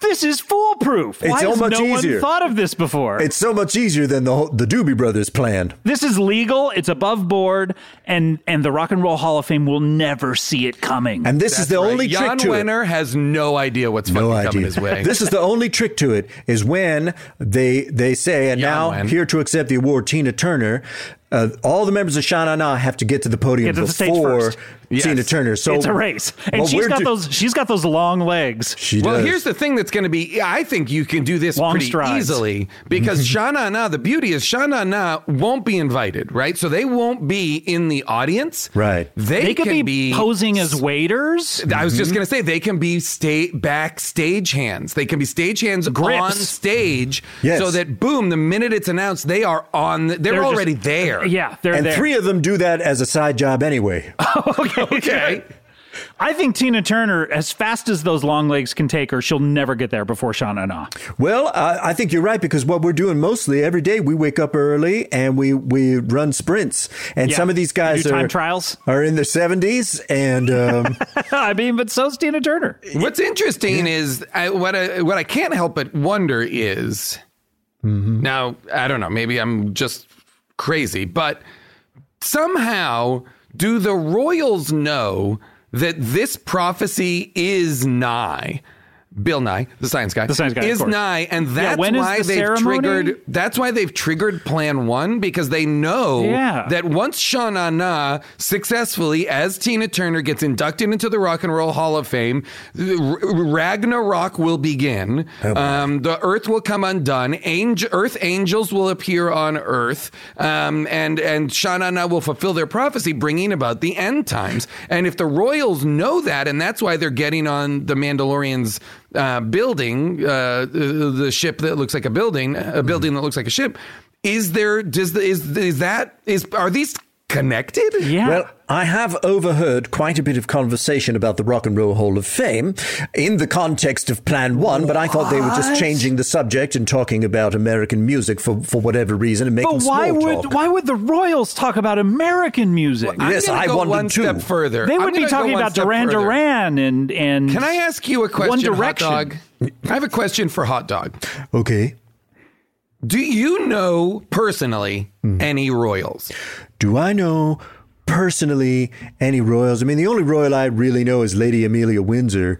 Speaker 2: this is foolproof.
Speaker 4: It's
Speaker 2: Why
Speaker 4: so
Speaker 2: has
Speaker 4: much
Speaker 2: no
Speaker 4: easier.
Speaker 2: one thought of this before?
Speaker 4: It's so much easier than the whole, the Doobie Brothers plan.
Speaker 2: this is legal. It's above board, and and the Rock and Roll Hall of Fame will never see it coming.
Speaker 4: And this is the
Speaker 3: Right.
Speaker 4: only
Speaker 3: Jan
Speaker 4: trick to it.
Speaker 3: Wenner has no idea what's
Speaker 4: No
Speaker 3: fucking
Speaker 4: idea.
Speaker 3: coming his way.
Speaker 4: <laughs> This is the only trick to it is when they they say, and
Speaker 3: Yeah,
Speaker 4: now
Speaker 3: man.
Speaker 4: here to accept the award, Tina Turner. Uh, all the members of Sha Na Na have to get to the podium
Speaker 2: Get to the stage
Speaker 4: before
Speaker 2: first.
Speaker 4: Tina Turner. So
Speaker 2: it's a race, and
Speaker 4: Well,
Speaker 2: she's
Speaker 4: where
Speaker 2: got
Speaker 4: do-
Speaker 2: those. She's got those long legs.
Speaker 4: She
Speaker 3: Well,
Speaker 4: does.
Speaker 3: here's the thing that's going to be. I think you can do this
Speaker 2: Long
Speaker 3: pretty
Speaker 2: strides.
Speaker 3: easily
Speaker 2: <laughs>
Speaker 3: because Shana Na. The beauty is Shana Na won't be invited, right? So they won't be in the audience.
Speaker 4: Right.
Speaker 3: They,
Speaker 2: They could
Speaker 3: can
Speaker 2: be,
Speaker 3: be,
Speaker 2: posing Mm-hmm. as waiters.
Speaker 3: I was just gonna say they can be sta- back stage hands. They can be stage hands
Speaker 2: Grips.
Speaker 3: on stage,
Speaker 4: Yes.
Speaker 3: so that boom, the minute it's announced, they are on. The, they're,
Speaker 2: They're just-
Speaker 3: already there.
Speaker 2: Yeah, they're
Speaker 4: and
Speaker 2: there. <laughs>
Speaker 4: three of them do that as a side job
Speaker 3: <laughs>
Speaker 4: anyway.
Speaker 3: Okay.
Speaker 2: I think Tina Turner, as fast as those long legs can take her, she'll never get there before Shauna Na.
Speaker 4: Well, I, I think you're right because what we're doing mostly every day, we wake up early and we we run sprints. And
Speaker 2: Yeah.
Speaker 4: some of these guys
Speaker 2: You do
Speaker 4: are
Speaker 2: time trials. <laughs>
Speaker 4: are in their 70s, and um,
Speaker 2: I mean, but so's Tina Turner.
Speaker 3: What's interesting is I, what I, what I can't help but wonder is
Speaker 2: Mm-hmm.
Speaker 3: now I don't know maybe I'm just crazy but somehow do the royals know that this prophecy is nigh Bill Nye the science guy the
Speaker 2: science guy, of
Speaker 3: is
Speaker 2: course.
Speaker 3: nigh and that's
Speaker 2: when is
Speaker 3: why
Speaker 2: the
Speaker 3: they've
Speaker 2: ceremony?
Speaker 3: triggered that's why they've triggered plan 1 because they know
Speaker 2: Yeah.
Speaker 3: that once Shauna Na successfully, as Tina Turner, gets inducted into the Rock and Roll Hall of Fame, R- Ragnarok will begin. um, the Earth will come undone. Angel, Earth angels will appear on Earth, um, and and Shauna Na will fulfill their prophecy, bringing about the end times. And if the royals know that, and that's why they're getting on the Mandalorian's uh, building, uh, the the ship that looks like a building, a building that looks like a ship. Is there does the, is is that is are these connected?
Speaker 2: Yeah.
Speaker 4: Well, I have overheard quite a bit of conversation about the Rock and Roll Hall of Fame in the context of Plan One, but I thought they were just changing the subject and talking about American music for, for whatever reason and making
Speaker 2: but why
Speaker 4: small
Speaker 2: would
Speaker 4: talk.
Speaker 2: why would the Royals talk about American music?
Speaker 3: I'm
Speaker 4: Yes,
Speaker 3: gonna
Speaker 4: I
Speaker 3: go
Speaker 4: wondered
Speaker 3: one
Speaker 4: too.
Speaker 3: step further.
Speaker 2: they
Speaker 3: I'm
Speaker 2: would be
Speaker 3: gonna go
Speaker 2: talking
Speaker 3: one
Speaker 2: about
Speaker 3: step
Speaker 2: Duran
Speaker 3: further.
Speaker 2: Duran and and.
Speaker 3: Can I ask you a question,
Speaker 2: One Direction.
Speaker 3: Hot Dog? I have a question for Hot Dog.
Speaker 4: okay.
Speaker 3: Do you know personally
Speaker 2: Hmm.
Speaker 3: any royals?
Speaker 4: Do I know personally any royals? I mean, the only royal I really know is Lady Amelia Windsor.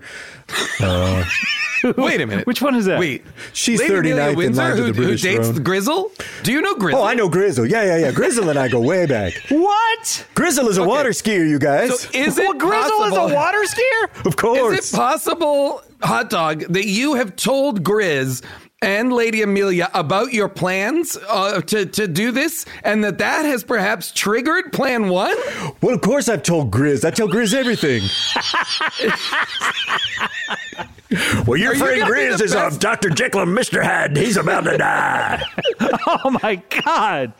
Speaker 3: Wait a minute.
Speaker 2: <laughs> Which one is that?
Speaker 3: Wait,
Speaker 4: She's
Speaker 3: Lady Amelia
Speaker 4: 39th in
Speaker 3: Windsor,
Speaker 4: line to
Speaker 3: who, who
Speaker 4: the British
Speaker 3: dates
Speaker 4: throne.
Speaker 3: Grizzle? Do you know Grizzle?
Speaker 4: Oh, I know Grizzle. Yeah, yeah, yeah. Grizzle and I go way back.
Speaker 2: What?
Speaker 4: Grizzle is a water skier, you guys.
Speaker 3: So is it
Speaker 2: well, Grizzle
Speaker 3: possible,
Speaker 2: is a water skier.
Speaker 4: of course.
Speaker 3: Is it possible, Hot Dog, that you have told Grizz and Lady Amelia about your plans uh, to, to do this and that that has perhaps triggered plan one?
Speaker 4: Well, of course I've told Grizz. I tell Grizz everything.
Speaker 11: Well, your
Speaker 3: Are you
Speaker 11: friend
Speaker 3: gonna be
Speaker 11: Grizz
Speaker 3: the
Speaker 11: is on
Speaker 3: best-
Speaker 11: Dr. Jekyll and
Speaker 2: <laughs>
Speaker 11: Mr. Hyde. He's about to die.
Speaker 2: <laughs> Oh my God!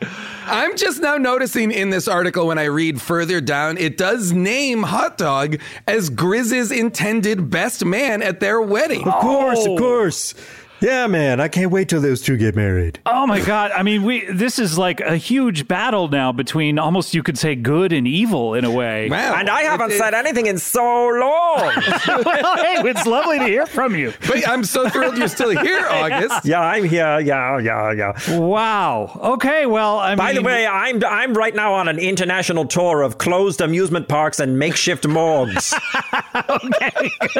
Speaker 3: I'm just now noticing in this article when I read further down, it does name Hot Dog as Grizz's intended best man at their wedding.
Speaker 4: <laughs> Of course, of course. Yeah, man. I can't wait till those two get married.
Speaker 2: Oh my God! I mean, we this is like a huge battle now between almost you could say good and evil in a way.
Speaker 3: Wow.
Speaker 9: And I haven't
Speaker 3: It- it-
Speaker 9: said anything in so long. <laughs>
Speaker 2: well, <laughs> hey, it's lovely to hear from you.
Speaker 3: But I'm so thrilled you're still here, August.
Speaker 9: yeah, I'm here. Yeah, yeah, yeah.
Speaker 2: Wow. Okay. Well, I
Speaker 9: By
Speaker 2: mean,
Speaker 9: the way, I'm I'm right now on an international tour of closed amusement parks and makeshift
Speaker 2: <laughs>
Speaker 9: morgues.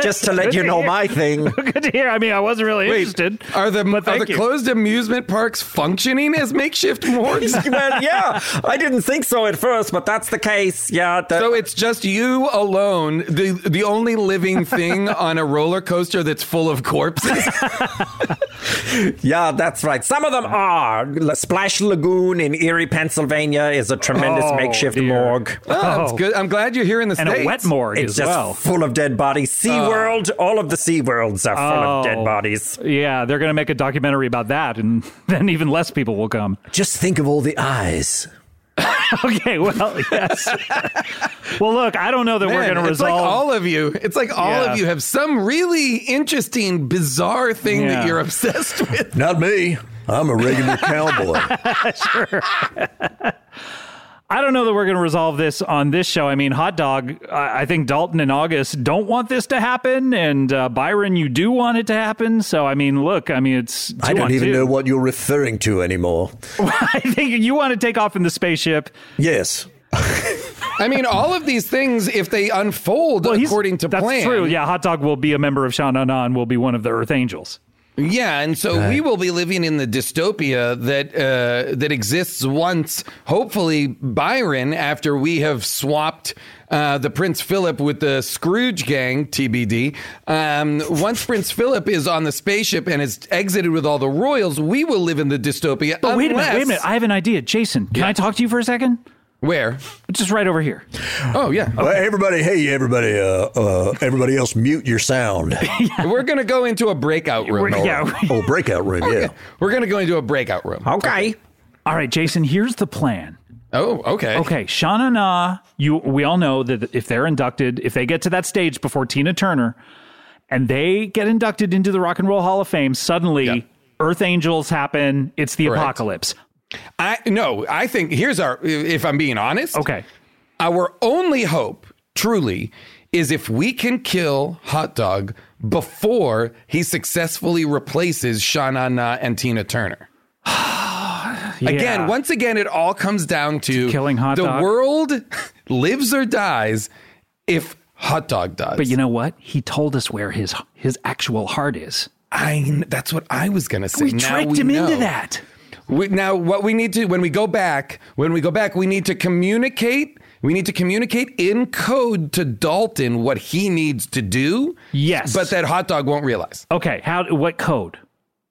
Speaker 4: Just to let you know my
Speaker 2: <laughs>
Speaker 4: thing.
Speaker 2: good to hear. I mean, I wasn't really interested.
Speaker 3: Are the
Speaker 2: but
Speaker 3: are
Speaker 2: thank
Speaker 3: the
Speaker 2: you.
Speaker 3: closed amusement parks functioning as makeshift morgues?
Speaker 9: <laughs> well, yeah, I didn't think so at first, but that's the case. Yeah. the-
Speaker 3: So it's just you alone, the the only living
Speaker 2: <laughs>
Speaker 3: thing on a roller coaster that's full of corpses.
Speaker 9: Yeah, that's right. Some of them are. La- Splash Lagoon in Erie, Pennsylvania is a tremendous
Speaker 2: Oh,
Speaker 9: makeshift
Speaker 2: dear.
Speaker 9: morgue.
Speaker 3: Oh, that's good. I'm glad you're here in the
Speaker 2: and
Speaker 3: States.
Speaker 2: a wet morgue
Speaker 9: It's
Speaker 2: as
Speaker 9: just
Speaker 2: well. Ah.
Speaker 9: full of dead bodies. SeaWorld, all of the SeaWorlds are full of
Speaker 2: Oh.
Speaker 9: dead bodies.
Speaker 2: Yeah, they're going to make a documentary about that, and <laughs> then even less people will come. <laughs>
Speaker 4: Just think of all the eyes.
Speaker 2: Okay, well, <laughs> yes. well, look, I don't know that we're
Speaker 3: Man,
Speaker 2: going to
Speaker 3: It's like
Speaker 2: resolve.
Speaker 3: all of you. It's like all
Speaker 2: Yeah.
Speaker 3: of you have some really interesting, bizarre thing
Speaker 2: Yeah.
Speaker 3: that you're obsessed with.
Speaker 11: Not me. I'm a
Speaker 4: <laughs>
Speaker 11: regular cowboy.
Speaker 2: I don't know that we're going to resolve this on this show. I mean, hot dog. I, I think Dalton and August don't want this to happen, and uh, Byron, you do want it to happen. So, I mean, look, I mean, it's. Two
Speaker 11: I don't
Speaker 2: on
Speaker 11: even
Speaker 2: two.
Speaker 11: know what you're referring to anymore.
Speaker 2: <laughs> I think you want to take off in the spaceship.
Speaker 11: Yes.
Speaker 3: I mean, all of these things, if they unfold
Speaker 2: Well, he's-
Speaker 3: according to
Speaker 2: that's
Speaker 3: plan,
Speaker 2: true. Yeah, hot dog will be a member of Shannon and will be one of the Earth Angels.
Speaker 3: Yeah, and so we will be living in the dystopia that uh, that exists once, hopefully, Byron, after we have swapped uh, the Prince Philip with the Scrooge gang, TBD. Um, once Prince Philip is on the spaceship and is exited with all the royals, we will live in the dystopia.
Speaker 2: But wait a minute, wait a
Speaker 3: unless-
Speaker 2: minute. I have an idea. Jason, can I talk to you for a second?
Speaker 3: Where?
Speaker 2: Just right over here.
Speaker 3: Oh
Speaker 2: <laughs>
Speaker 3: yeah,
Speaker 8: Well, everybody, hey, everybody, uh, uh, everybody else, mute your sound.
Speaker 4: <laughs>
Speaker 3: we're gonna go into a breakout room.
Speaker 2: We're- yeah.
Speaker 8: oh, breakout room, yeah.
Speaker 3: We're gonna go into a breakout room.
Speaker 9: Okay.
Speaker 2: <laughs> All right, Jason, here's the plan.
Speaker 3: Oh, okay.
Speaker 2: Okay, Shauna and Ah, you we all know that if they're inducted, if they get to that stage before Tina Turner and they get inducted into the Rock and Roll Hall of Fame, suddenly
Speaker 3: Yeah.
Speaker 2: Earth Angels happen. It's the
Speaker 3: Correct.
Speaker 2: apocalypse.
Speaker 3: I no, I think here's our. If I'm being honest,
Speaker 2: Okay.
Speaker 3: Our only hope, truly, is if we can kill Hot Dog before he successfully replaces Shauna Na and Tina Turner. Again,
Speaker 2: Yeah.
Speaker 3: once again, it all comes down to,
Speaker 2: killing Hot
Speaker 3: the
Speaker 2: Dog.
Speaker 3: world <laughs> lives or dies if Hot Dog does.
Speaker 2: But you know what? He told us where his his actual heart is.
Speaker 3: I, kn- that's what I was going to say.
Speaker 2: We
Speaker 3: Now
Speaker 2: tricked
Speaker 3: we
Speaker 2: him into
Speaker 3: know.
Speaker 2: that.
Speaker 3: We, now, what we need to when we go back, when we go back, we need to communicate. We need to communicate in code to Dalton what he needs to do.
Speaker 2: Yes.
Speaker 3: but that hot dog won't realize.
Speaker 2: Okay, how what code?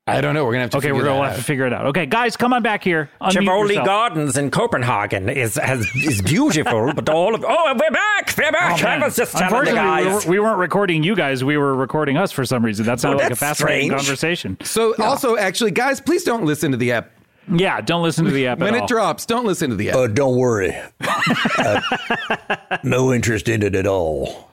Speaker 3: I don't know. We're gonna have to.
Speaker 2: Okay,
Speaker 3: figure
Speaker 2: we're gonna
Speaker 3: that
Speaker 2: have to
Speaker 3: out.
Speaker 2: figure it out. Okay, guys, come on back here. Unmute
Speaker 9: Tivoli
Speaker 2: yourself.
Speaker 9: Gardens in Copenhagen is has, is beautiful, but all of oh, we're back, we're back.
Speaker 2: Oh,
Speaker 9: I
Speaker 2: man.
Speaker 9: was just telling the
Speaker 2: Unfortunately,
Speaker 9: guys.
Speaker 2: We, were, not recording you guys. We were recording us for some reason. That sounded like a
Speaker 9: that's
Speaker 2: fascinating
Speaker 9: strange.
Speaker 2: conversation.
Speaker 3: So, also, actually, guys, please don't listen to the app
Speaker 2: Yeah, don't listen to the app
Speaker 3: when
Speaker 2: at
Speaker 3: it
Speaker 2: all.
Speaker 3: drops. Don't listen to the app.
Speaker 8: Uh, don't worry.
Speaker 4: <laughs>
Speaker 8: Uh, no interest in it at all.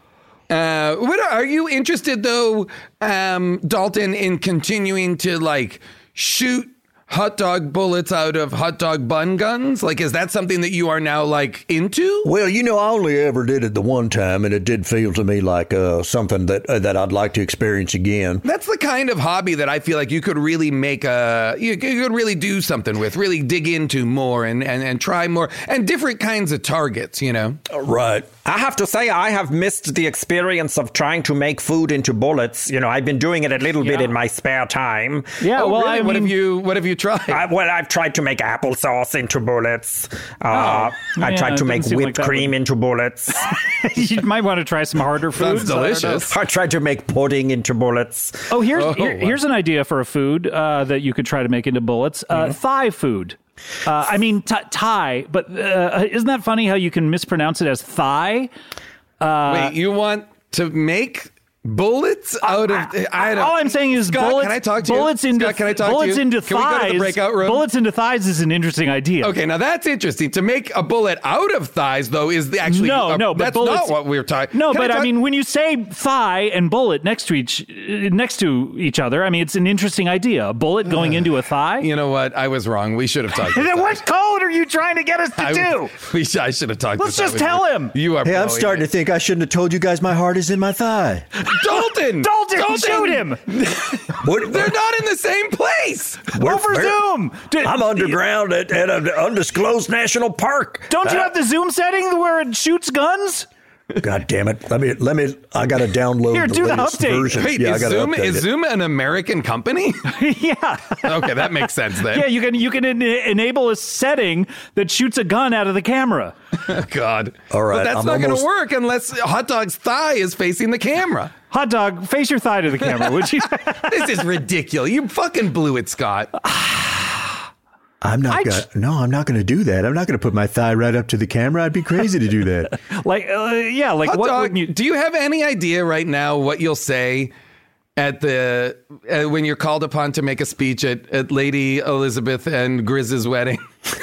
Speaker 3: Uh, what are you interested though, um, Dalton, in continuing to like shoot hot dog bullets out of hot dog bun guns? Like, is that something that you are now like into?
Speaker 8: Well, you know, I only ever did it the one time, and it did feel to me like uh, something that uh, that I'd like to experience again.
Speaker 3: That's the kind of hobby that I feel like you could really make a you, you could really do something with, really dig into more and, and and try more and different kinds of targets, you know.
Speaker 8: Uh, right.
Speaker 9: I have to say, I have missed the experience of trying to make food into bullets. You know, I've been doing it a little bit
Speaker 2: Yeah.
Speaker 9: in my spare time.
Speaker 2: Yeah,
Speaker 3: Oh,
Speaker 2: well,
Speaker 3: really?
Speaker 2: I
Speaker 3: what have
Speaker 2: mean,
Speaker 3: you what have you tried?
Speaker 9: I, well, I've tried to make applesauce into bullets. Uh, I
Speaker 2: Oh, Yeah,
Speaker 9: tried
Speaker 2: it
Speaker 9: to make
Speaker 2: doesn't seem like
Speaker 9: whipped
Speaker 2: that
Speaker 9: cream
Speaker 2: would- <laughs>
Speaker 9: into bullets.
Speaker 2: you might want to try some harder
Speaker 3: Sounds
Speaker 2: foods. I don't know.
Speaker 3: delicious.
Speaker 9: I tried to make pudding into bullets.
Speaker 2: Oh, here's here-
Speaker 3: wow.
Speaker 2: here's an idea for a food uh, that you could try to make into bullets. Uh, Thigh food. Uh, I mean th- Thai, but uh, isn't that funny how you can mispronounce it as thigh?
Speaker 3: Wait, you want to make bullets out of I don't
Speaker 2: All I'm saying is
Speaker 3: Scott,
Speaker 2: bullets.
Speaker 3: can I talk to you?
Speaker 2: bullets into
Speaker 3: Scott, can I talk to
Speaker 2: bullets
Speaker 3: you?
Speaker 2: into
Speaker 3: Can we
Speaker 2: thighs.
Speaker 3: go to the breakout room?
Speaker 2: Bullets into thighs is an interesting idea.
Speaker 3: Okay, now that's interesting. To make a bullet out of thighs, though, is the actually
Speaker 2: no,
Speaker 3: uh,
Speaker 2: no, but
Speaker 3: that's
Speaker 2: bullets,
Speaker 3: not what we were talking.
Speaker 2: No,
Speaker 3: Can
Speaker 2: but I,
Speaker 3: talk-
Speaker 2: mean, when you say thigh and bullet next to each uh, next to each other, I mean, it's an interesting idea. A bullet going into a thigh.
Speaker 3: Uh, you know what? I was wrong. We should have talked.
Speaker 2: And
Speaker 3: this
Speaker 2: <laughs> then
Speaker 3: out.
Speaker 2: what code are you trying to get us to
Speaker 3: I,
Speaker 2: do?
Speaker 3: <laughs> we should- I should have talked.
Speaker 2: Let's
Speaker 3: this out
Speaker 2: just
Speaker 3: with you.
Speaker 2: tell him.
Speaker 3: You are.
Speaker 12: Hey, I'm
Speaker 3: blowing
Speaker 12: starting
Speaker 3: it.
Speaker 12: to think I shouldn't have told you guys my heart is in my thigh.
Speaker 3: <laughs> Dalton.
Speaker 2: Dalton, shoot him
Speaker 8: What,
Speaker 3: They're not in the same place.
Speaker 8: we're-
Speaker 2: over
Speaker 8: we're-
Speaker 2: Zoom. D-
Speaker 8: I'm underground at, at an undisclosed national park. Ah,
Speaker 2: don't you have the Zoom setting where it shoots
Speaker 3: <laughs>
Speaker 2: guns?
Speaker 8: God damn it! Let me let me. I gotta download
Speaker 2: Here,
Speaker 8: the
Speaker 2: do the
Speaker 8: latest
Speaker 2: update.
Speaker 8: version.
Speaker 3: Wait,
Speaker 8: yeah, I
Speaker 3: is
Speaker 8: gotta
Speaker 3: Zoom
Speaker 8: update
Speaker 3: is
Speaker 8: it.
Speaker 3: Zoom an American company? <laughs>
Speaker 2: yeah,
Speaker 3: okay, that makes sense then.
Speaker 2: yeah. You can you can en- enable a setting that shoots a gun out of the camera.
Speaker 3: <laughs> God.
Speaker 8: All right,
Speaker 3: But that's
Speaker 8: I'm
Speaker 3: not going
Speaker 8: almost-
Speaker 3: to work unless Hot Dog's thigh is facing the camera.
Speaker 2: Hot dog, face your thigh to the camera, would
Speaker 3: <laughs>
Speaker 2: you?
Speaker 3: this is ridiculous. You fucking blew it, Scott.
Speaker 12: I'm not
Speaker 2: I
Speaker 12: gonna.
Speaker 2: j-
Speaker 12: no, I'm not gonna do that. I'm not gonna put my thigh right up to the camera. I'd be crazy to do
Speaker 2: <laughs>
Speaker 12: that.
Speaker 2: like, uh, yeah, like
Speaker 3: Hot
Speaker 2: what
Speaker 3: Dog,
Speaker 2: would you?
Speaker 3: do you have any idea right now what you'll say at the uh, when you're called upon to make a speech at, at Lady Elizabeth and Grizz's wedding? <laughs>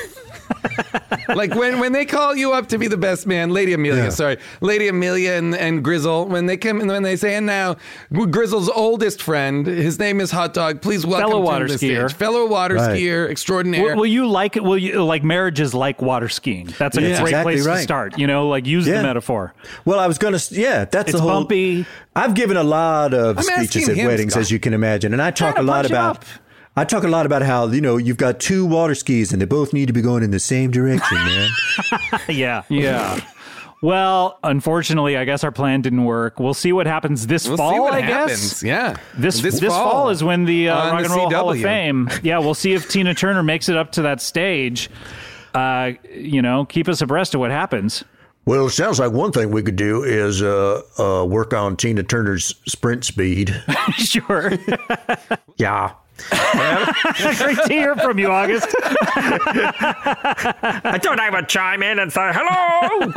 Speaker 3: like when, when they call you up to be the best man, Lady Amelia,
Speaker 12: Yeah.
Speaker 3: sorry, Lady Amelia and, and Grizzle, when they come and when they say, and now Grizzle's oldest friend, his name is Hot Dog. Please welcome
Speaker 2: Fellow
Speaker 3: to
Speaker 2: water
Speaker 3: the
Speaker 2: skier.
Speaker 3: stage. fellow water
Speaker 12: Right.
Speaker 3: skier extraordinaire.
Speaker 2: Will, will you like it? Will you like marriages like water skiing? That's a
Speaker 12: Yeah.
Speaker 2: great
Speaker 12: Exactly
Speaker 2: place to
Speaker 12: right.
Speaker 2: start. You know, like use the
Speaker 12: Yeah.
Speaker 2: metaphor.
Speaker 12: Well, I was gonna. s- Yeah, that's
Speaker 2: It's
Speaker 12: the whole.
Speaker 2: bumpy.
Speaker 12: I've given a lot of
Speaker 3: I'm
Speaker 12: speeches
Speaker 3: asking
Speaker 12: at
Speaker 3: him,
Speaker 12: weddings,
Speaker 3: Scott.
Speaker 12: as you can imagine, and I talk a
Speaker 2: to
Speaker 12: lot
Speaker 2: punch him up.
Speaker 12: about. I talk a lot about how you know you've got two
Speaker 8: <laughs>
Speaker 12: water skis and they both need to be going in the same direction, man.
Speaker 2: <laughs> Yeah, yeah. Well, unfortunately, I guess our plan didn't work. We'll see what happens this
Speaker 3: We'll
Speaker 2: fall.
Speaker 3: see what
Speaker 2: I guess.
Speaker 3: happens. Yeah.
Speaker 2: This, this fall. is when the
Speaker 3: on
Speaker 2: uh, Rock
Speaker 3: the
Speaker 2: and Roll Hall of
Speaker 3: CW. <laughs>
Speaker 2: Fame. Yeah, we'll see if Tina Turner makes it up to that stage. Uh, you know, keep us abreast of what happens. <laughs>
Speaker 8: Well, it sounds like one thing we could do is uh, uh, work on Tina Turner's sprint speed.
Speaker 2: sure.
Speaker 9: Yeah.
Speaker 2: Great to hear from you, August.
Speaker 9: I thought I would chime in and say hello
Speaker 2: <laughs>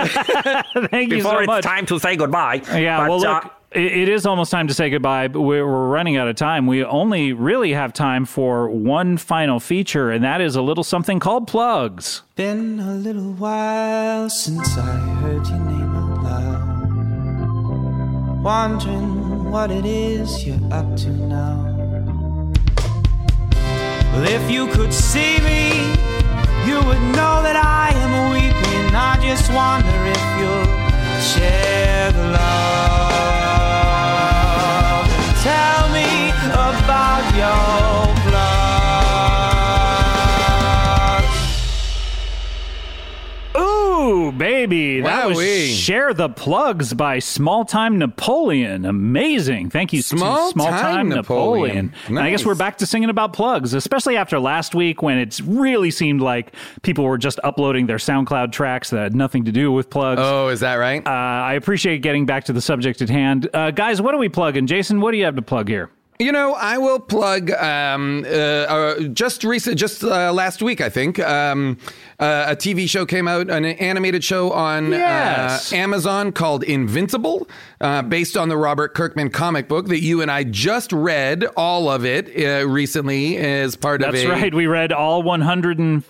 Speaker 2: Thank you
Speaker 9: before
Speaker 2: so
Speaker 9: it's
Speaker 2: much.
Speaker 9: time to say goodbye.
Speaker 2: Yeah,
Speaker 9: But,
Speaker 2: well,
Speaker 9: uh,
Speaker 2: look, i it is almost time to say goodbye, but we're, we're running out of time. We only really have time for one final feature, and that is a little something called plugs.
Speaker 1: Been a little while since I heard your name out loud. Wondering what it is you're up to now. Well, if you could see me, you would know that I am weeping. I just wonder if you'll share the love. Tell me about your blood.
Speaker 2: Ooh, baby. That
Speaker 3: Wowee.
Speaker 2: was Share the Plugs by Small Time Napoleon. Amazing. Thank you, to
Speaker 3: Small
Speaker 2: Small
Speaker 3: Time
Speaker 2: Time Napoleon.
Speaker 3: Napoleon.
Speaker 2: And I guess
Speaker 3: Nice.
Speaker 2: we're back to singing about plugs, especially after last week when it really seemed like people were just uploading their SoundCloud tracks that had nothing to do with plugs.
Speaker 3: Oh, is that right?
Speaker 2: Uh, I appreciate getting back to the subject at hand. Uh, guys, what are we plugging? Jason, what do you have to plug here?
Speaker 3: You know, I will plug um, uh, uh, just recent, just uh, last week, I think, um, uh, a TV show came out, an animated show on
Speaker 2: Yes.
Speaker 3: uh, Amazon called Invincible, uh, based on the Robert Kirkman comic book that you and I just read all of it uh, recently as part
Speaker 2: That's
Speaker 3: of a
Speaker 2: right. We read all 150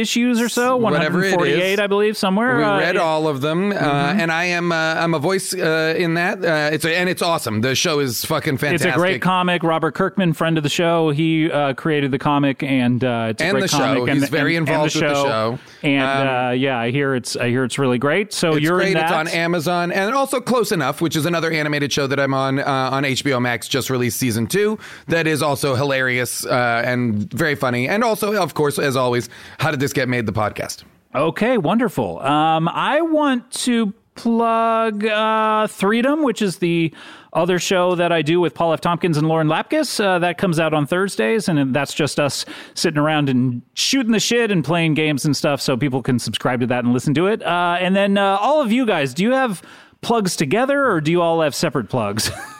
Speaker 2: issues or so,
Speaker 3: Whatever it is.
Speaker 2: 148, I believe, somewhere.
Speaker 3: We
Speaker 2: Uh,
Speaker 3: read
Speaker 2: it-
Speaker 3: all of them, uh,
Speaker 2: Mm-hmm.
Speaker 3: and I am uh, I'm a voice uh, in that. Uh, it's and it's awesome. The show is fucking
Speaker 2: It's
Speaker 3: fantastic.
Speaker 2: a great comic. Robert Kirkman, friend of the show, he uh, created the comic, and uh, it's a
Speaker 3: And
Speaker 2: great
Speaker 3: the show.
Speaker 2: comic.
Speaker 3: He's very involved with the show.
Speaker 2: And
Speaker 3: Um,
Speaker 2: uh, yeah, I hear it's I hear it's really great. So
Speaker 3: It's
Speaker 2: Oh, you're
Speaker 3: great.
Speaker 2: in that.
Speaker 3: It's on Amazon and also Close Enough, which is another animated show that I'm on uh, on HBO Max. Just released season two. That is also hilarious uh, and very funny. And also, of course, as always, how did this get made? The podcast.
Speaker 2: Okay, wonderful. Um, I want to plug uh, Freedom, which is the other show that I do with Paul F. Tompkins and Lauren Lapkus. Uh, that comes out on Thursdays, and that's just us sitting around and shooting the shit and playing games and stuff. So people can subscribe to that and listen to it. Uh, and then uh, all of you guys, do you have plugs together, or do you all have separate plugs?
Speaker 12: <laughs>
Speaker 2: <laughs>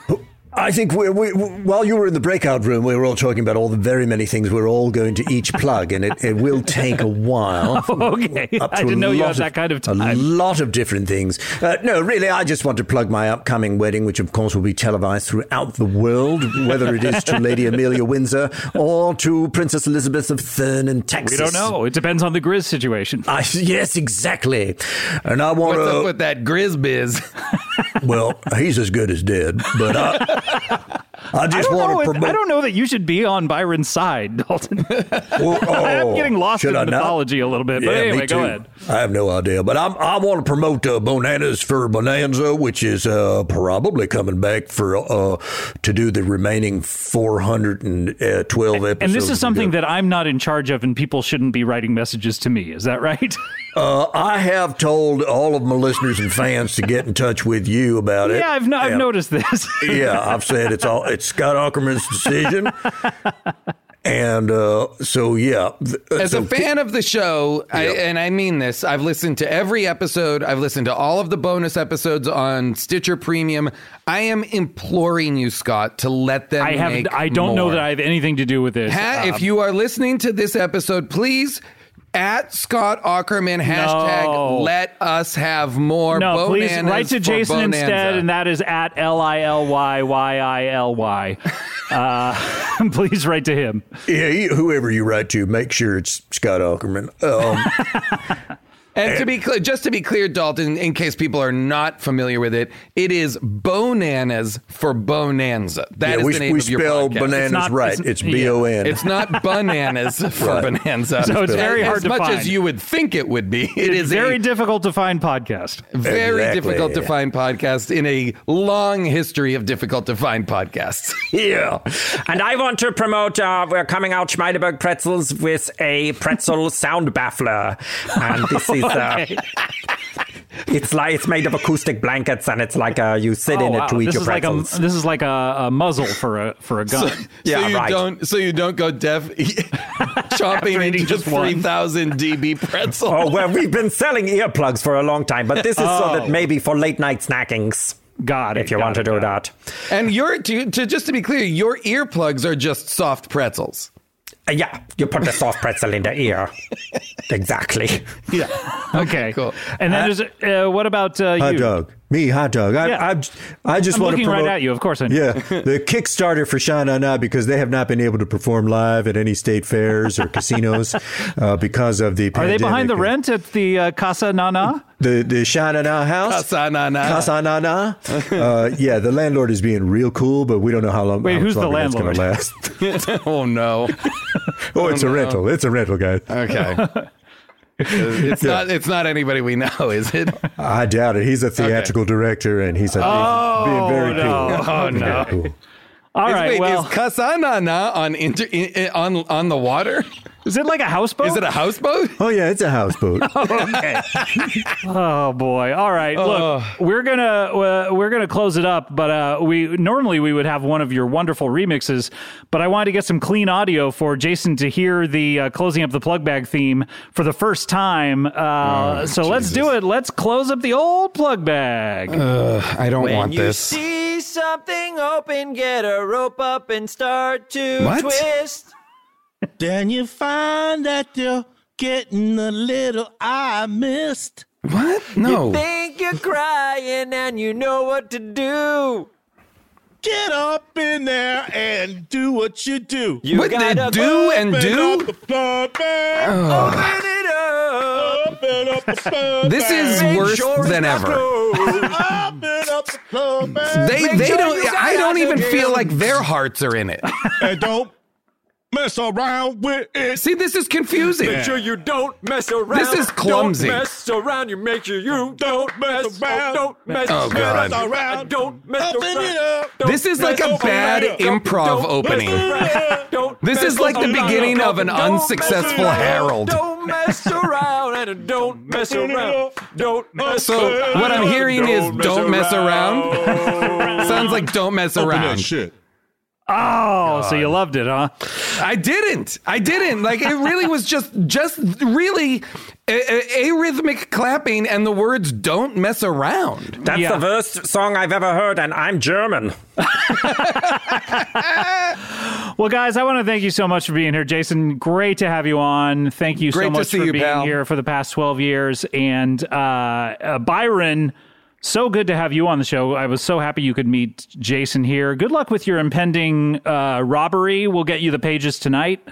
Speaker 12: I think we, we, while you were in the breakout room, we were all talking about all the very many things we're all going to each plug, and it, it will take a
Speaker 8: <laughs>
Speaker 12: while.
Speaker 2: okay,
Speaker 12: Up to
Speaker 2: <laughs> I
Speaker 12: a
Speaker 2: didn't know you
Speaker 12: lot
Speaker 2: had that kind of
Speaker 12: A
Speaker 2: time.
Speaker 12: lot of different things. Uh, no, really, I just want to plug my upcoming wedding, which of course will be televised throughout the world, whether it is
Speaker 2: <laughs>
Speaker 12: to Lady Amelia Windsor or to Princess Elizabeth of Thurn in
Speaker 2: We
Speaker 12: Texas.
Speaker 2: don't know. It depends on the Grizz situation.
Speaker 12: I, <laughs> yes, exactly. And I want
Speaker 3: What's
Speaker 12: to. <laughs>
Speaker 3: up with that Grizz biz?
Speaker 8: well, he's as good as dead, but I, I
Speaker 2: <laughs> I
Speaker 8: just
Speaker 2: don't, know
Speaker 8: want
Speaker 2: if-
Speaker 8: to promote.
Speaker 2: I don't know that you should be on Byron's side, Dalton. <laughs>
Speaker 8: Well,
Speaker 2: I'm
Speaker 8: oh,
Speaker 2: getting lost
Speaker 8: should
Speaker 2: in
Speaker 8: I not?
Speaker 2: mythology a little bit, but
Speaker 8: Yeah, me
Speaker 2: anyway,
Speaker 8: too.
Speaker 2: go ahead.
Speaker 8: I have no idea, but I'm, I want to promote uh, Bonanas for Bonanza, which is uh, probably coming back for uh, to do the remaining 412 uh, episodes.
Speaker 2: And this is something that I'm not in charge of, and people shouldn't be writing messages to me. Is that right? <laughs>
Speaker 8: uh, I have told all of my listeners and fans to get in touch with you about it.
Speaker 2: yeah, I've, no, I've
Speaker 8: And-
Speaker 2: noticed this.
Speaker 4: <laughs>
Speaker 8: yeah, I've said it's all it's Scott Ackerman's decision. And uh, so, yeah, th- uh,
Speaker 3: As
Speaker 8: so
Speaker 3: a fan of the show, I,
Speaker 8: Yep.
Speaker 3: and I mean this, I've listened to every episode. I've listened to all of the bonus episodes on Stitcher Premium. I am imploring you, Scott, to let them.
Speaker 2: I have.
Speaker 3: make
Speaker 2: I don't know
Speaker 3: more.
Speaker 2: that I have anything to do with this.
Speaker 3: Pat,
Speaker 2: Um,
Speaker 3: if you are listening to this episode, please at Scott Ackerman hashtag
Speaker 2: No.
Speaker 3: let us have more.
Speaker 2: Uh, no, please
Speaker 3: Bonanas
Speaker 2: write to
Speaker 3: for
Speaker 2: Jason
Speaker 3: Bonanza.
Speaker 2: instead, and that is at l i l y y i l y. Uh, <laughs> Please write to him.
Speaker 8: yeah, you- whoever you write to, make sure it's Scott Ackerman. Um,
Speaker 3: and to be clear, just to be clear, Dalton, in case people are not familiar with it, it is Bonanas for Bonanza. That is
Speaker 8: yeah, we,
Speaker 3: the name
Speaker 8: we
Speaker 3: of your
Speaker 8: spell
Speaker 3: podcast.
Speaker 8: bananas
Speaker 2: It's not-
Speaker 8: right.
Speaker 2: it's-
Speaker 8: It's
Speaker 2: yeah.
Speaker 8: B O N. <laughs>
Speaker 3: It's not bananas for
Speaker 8: Right.
Speaker 3: bonanza.
Speaker 2: So it's very hard
Speaker 3: as
Speaker 2: to
Speaker 3: much
Speaker 2: find.
Speaker 3: as you would think it would be. it's
Speaker 2: it's very difficult to find podcast.
Speaker 3: very
Speaker 8: Exactly.
Speaker 3: difficult to find podcast in a long history of difficult to find podcasts.
Speaker 8: Yeah.
Speaker 9: And I want to promote, uh, we're coming out Schmeideberg pretzels <laughs> with a pretzel sound baffler. And this is, uh, It's like it's made of acoustic blankets, and it's like a, you sit in it to eat
Speaker 2: Oh, this
Speaker 9: your
Speaker 2: is like a
Speaker 9: pretzels.
Speaker 2: this is like a, a muzzle for a for a gun.
Speaker 3: <laughs>
Speaker 9: Yeah,
Speaker 3: so you
Speaker 9: right.
Speaker 3: don't so you don't go deaf <laughs> chopping
Speaker 2: eating
Speaker 3: into
Speaker 2: just one.
Speaker 3: three thousand dB pretzel.
Speaker 9: oh well, we've been selling earplugs for a long time, but this is so
Speaker 2: Oh.
Speaker 9: that maybe for late night snackings,
Speaker 2: Got it.
Speaker 9: if you
Speaker 2: got
Speaker 9: want to
Speaker 2: it,
Speaker 9: do
Speaker 2: got it.
Speaker 9: that.
Speaker 3: And your to, to just to be clear, your earplugs are just soft pretzels.
Speaker 9: Uh, yeah, you put the soft pretzel in the
Speaker 2: <laughs>
Speaker 9: ear. exactly.
Speaker 3: <laughs>
Speaker 2: Okay,
Speaker 3: cool.
Speaker 2: And then there's uh, what about uh,
Speaker 4: Hot
Speaker 2: you?
Speaker 4: dog. Me, hot dog. I,
Speaker 2: Yeah.
Speaker 4: I'm, I just
Speaker 2: I'm
Speaker 4: want to
Speaker 2: looking
Speaker 4: promote.
Speaker 2: right at you. Of course, I know. <laughs>
Speaker 4: Yeah, the Kickstarter for Sha Na Na because they have not been able to perform live at any state fairs or
Speaker 2: <laughs>
Speaker 4: casinos uh, because of the
Speaker 2: Are they
Speaker 4: pandemic.
Speaker 2: behind the rent at the uh, Casa Nana?
Speaker 4: The, the Sha Na Na house?
Speaker 3: Casa na na.
Speaker 4: Casa Na Na. Uh, yeah, the landlord is being real cool, but we don't know how long.
Speaker 2: Wait,
Speaker 4: how
Speaker 2: who's
Speaker 4: much
Speaker 2: the
Speaker 4: longer that's gonna
Speaker 2: landlord? <laughs>
Speaker 4: last.
Speaker 3: <laughs>
Speaker 4: <laughs>
Speaker 3: Oh no.
Speaker 4: Oh, it's a rental. It's a rental, guys.
Speaker 3: Okay. it's not it's not anybody we know, is it?
Speaker 4: I doubt it. He's a theatrical director, and he's, a, oh, being very
Speaker 2: no.
Speaker 4: cool.
Speaker 2: Oh,
Speaker 4: Being very
Speaker 2: no.
Speaker 4: cool.
Speaker 2: All
Speaker 3: Is-
Speaker 2: right.
Speaker 3: wait,
Speaker 2: well,
Speaker 3: is Kasanana on inter, in, in- on on the water?
Speaker 2: is it like a houseboat?
Speaker 3: Is it a houseboat?
Speaker 4: Oh yeah, it's a <laughs> houseboat.
Speaker 2: Oh boy! All right, look, we're gonna uh, we're gonna close it up, but uh, we normally we would have one of your wonderful remixes, but I wanted to get some clean audio for Jason to hear the uh, closing up the plug bag theme for the first time. Uh,
Speaker 3: Oh,
Speaker 2: so let's do it. Let's close up the old plug bag.
Speaker 3: Uh, I don't want
Speaker 1: you
Speaker 3: this.
Speaker 1: see something open, get a rope up and start to
Speaker 3: What?
Speaker 1: twist.
Speaker 13: Then you find that you're getting a little I missed.
Speaker 3: What? No.
Speaker 1: Think you're crying and you know what to do.
Speaker 13: Get up in there <laughs> and do what you do.
Speaker 1: You
Speaker 3: what
Speaker 1: gotta
Speaker 3: did do and
Speaker 13: Open up
Speaker 3: do?
Speaker 13: the floor, man.
Speaker 1: open it up.
Speaker 13: Open up the floor,
Speaker 3: This is
Speaker 13: man.
Speaker 3: worse than
Speaker 13: <laughs>
Speaker 3: ever.
Speaker 13: Open up the floor, man.
Speaker 3: They they
Speaker 1: sure
Speaker 3: don't
Speaker 1: you
Speaker 3: I don't
Speaker 1: got
Speaker 3: even
Speaker 1: it.
Speaker 3: feel like their hearts are in it.
Speaker 13: and don't mess around with it.
Speaker 3: <laughs> See, this is confusing.
Speaker 1: Make sure you don't mess around.
Speaker 3: This is clumsy.
Speaker 1: Don't mess around. You make sure you don't mess
Speaker 13: around.
Speaker 1: around. Don't mess
Speaker 3: Oh, God.
Speaker 1: around. Don't mess
Speaker 13: Open it
Speaker 1: around.
Speaker 13: up.
Speaker 1: Don't
Speaker 3: This is like
Speaker 1: mess
Speaker 3: a
Speaker 1: around.
Speaker 3: bad
Speaker 1: Don't-
Speaker 3: improv
Speaker 1: don't mess
Speaker 3: opening.
Speaker 1: around. Don't
Speaker 3: This is
Speaker 1: mess
Speaker 3: like the
Speaker 1: around.
Speaker 3: beginning of an
Speaker 1: Don't mess
Speaker 3: unsuccessful
Speaker 1: around.
Speaker 3: Harold.
Speaker 1: Don't mess around and don't mess
Speaker 13: Open it
Speaker 1: around.
Speaker 13: up.
Speaker 1: Don't mess
Speaker 3: So
Speaker 1: around.
Speaker 3: what I'm hearing is don't mess around. <laughs> Sounds like don't mess
Speaker 13: Open that
Speaker 3: around.
Speaker 13: shit.
Speaker 2: oh, so you loved it, huh?
Speaker 3: I didn't. I didn't. Like it really was just just really a- a- arrhythmic clapping and the words don't mess around.
Speaker 9: That's
Speaker 2: Yeah.
Speaker 9: the worst song I've ever heard, and I'm German.
Speaker 2: Well, guys, I want to thank you so much for being here, Jason. Great to have you on. Thank you
Speaker 3: Great
Speaker 2: so
Speaker 3: to
Speaker 2: much
Speaker 3: see
Speaker 2: for
Speaker 3: you,
Speaker 2: being
Speaker 3: pal.
Speaker 2: here for the past twelve years, and uh, uh, Byron. So good to have you on the show. I was so happy you could meet Jason here. Good luck with your impending uh, robbery. We'll get you the pages tonight,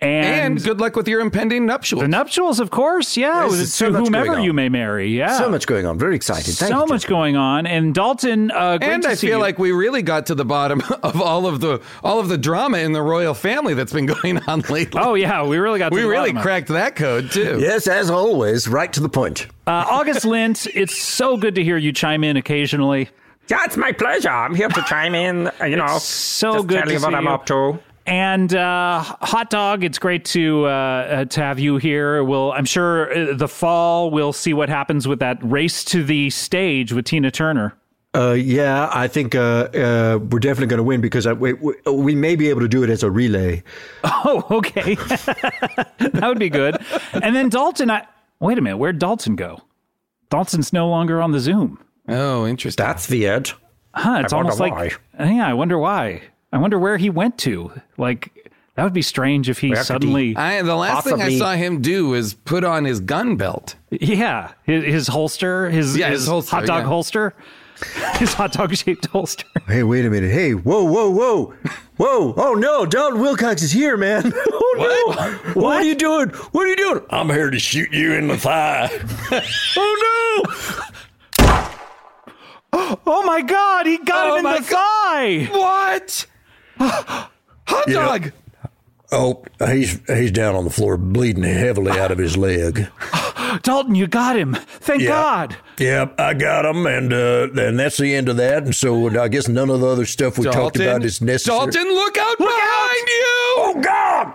Speaker 2: and,
Speaker 3: And good luck with your impending
Speaker 2: the
Speaker 3: nuptials.
Speaker 2: nuptials, of course. Yeah,
Speaker 4: There's
Speaker 2: to
Speaker 4: so much
Speaker 2: whomever
Speaker 4: going on.
Speaker 2: you may marry. Yeah,
Speaker 4: So much going on. Very excited. Thank
Speaker 2: So
Speaker 4: you,
Speaker 2: much
Speaker 4: Jeff.
Speaker 2: going on. And Dalton, uh, great
Speaker 3: and
Speaker 2: to
Speaker 3: I
Speaker 2: see
Speaker 3: feel
Speaker 2: you.
Speaker 3: like we really got to the bottom <laughs> of all of the all of the drama in the royal family that's been <laughs> going on lately.
Speaker 2: oh yeah, we really got to
Speaker 3: we
Speaker 2: the
Speaker 3: really
Speaker 2: bottom of it.
Speaker 3: cracked that code too.
Speaker 4: Yes, as always, right to the point.
Speaker 2: Uh, August Lint, it's so good to hear you chime in occasionally.
Speaker 9: Yeah, it's my pleasure.
Speaker 1: <laughs>
Speaker 9: I'm here to chime in. uh, You know,
Speaker 2: So
Speaker 9: just
Speaker 2: good
Speaker 9: tell
Speaker 2: to
Speaker 9: you what
Speaker 2: see
Speaker 9: I'm
Speaker 2: you.
Speaker 9: up to.
Speaker 2: And uh, hot dog, it's great to uh, uh, to have you here. We'll, I'm sure, uh, the fall we'll see what happens with that race to the stage with Tina Turner. <laughs>
Speaker 4: Uh, yeah, I think uh, uh, we're definitely going to win because I, we, we, we may be able to do it as a relay.
Speaker 2: Oh, okay, <laughs> that would be good. And then Dalton, I wait a minute, where'd Dalton go? Dalton's no longer on the Zoom.
Speaker 3: Oh, interesting.
Speaker 9: That's weird.
Speaker 2: Huh? It's
Speaker 9: I wonder
Speaker 2: almost like yeah. I wonder why. I wonder where he went to. Like that would be strange if he
Speaker 9: could he-
Speaker 2: suddenly.
Speaker 3: I, the last thing I
Speaker 9: Possibly-
Speaker 3: saw him do was put on his gun belt.
Speaker 2: <laughs> Yeah, his, his holster, his,
Speaker 3: Yeah,
Speaker 2: his,
Speaker 3: his holster,
Speaker 2: hot dog
Speaker 3: yeah.
Speaker 2: holster, <laughs> his hot dog shaped holster.
Speaker 4: Hey, wait a minute. Hey, whoa, whoa, Oh, whoa. Whoa. Oh, no. Don Wilcox is here, man. <laughs> Oh, no. What? are you doing? What are you doing? I'm here to shoot you in the thigh. oh, no.
Speaker 2: Oh my God, he got
Speaker 3: Oh
Speaker 2: him in
Speaker 3: my
Speaker 2: the thigh.
Speaker 3: What? <gasps> Hot dog.
Speaker 4: Oh, he's he's down on the floor bleeding heavily out of his <laughs> leg.
Speaker 2: Dalton, you got him. Thank God.
Speaker 4: Yep, I got him, and uh, and that's the end of that. And so I guess none of the other stuff we talked about is necessary.
Speaker 3: Dalton, look out behind you!
Speaker 9: Oh, God!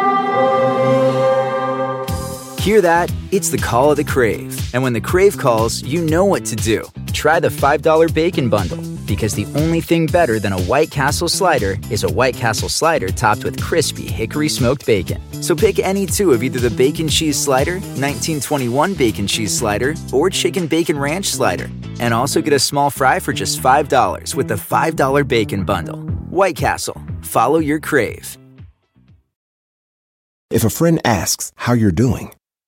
Speaker 1: Hear that? It's the call of the crave. And when the crave calls, you know what to do. Try the $5 bacon bundle, because the only thing better than a White Castle slider is a White Castle slider topped with crispy hickory smoked bacon. So pick any two of either the bacon cheese slider, 1921 bacon cheese slider, or chicken bacon ranch slider, and also get a small fry for just $5 with the $5 bacon bundle. White Castle, follow your crave.
Speaker 4: If a friend asks how you're doing,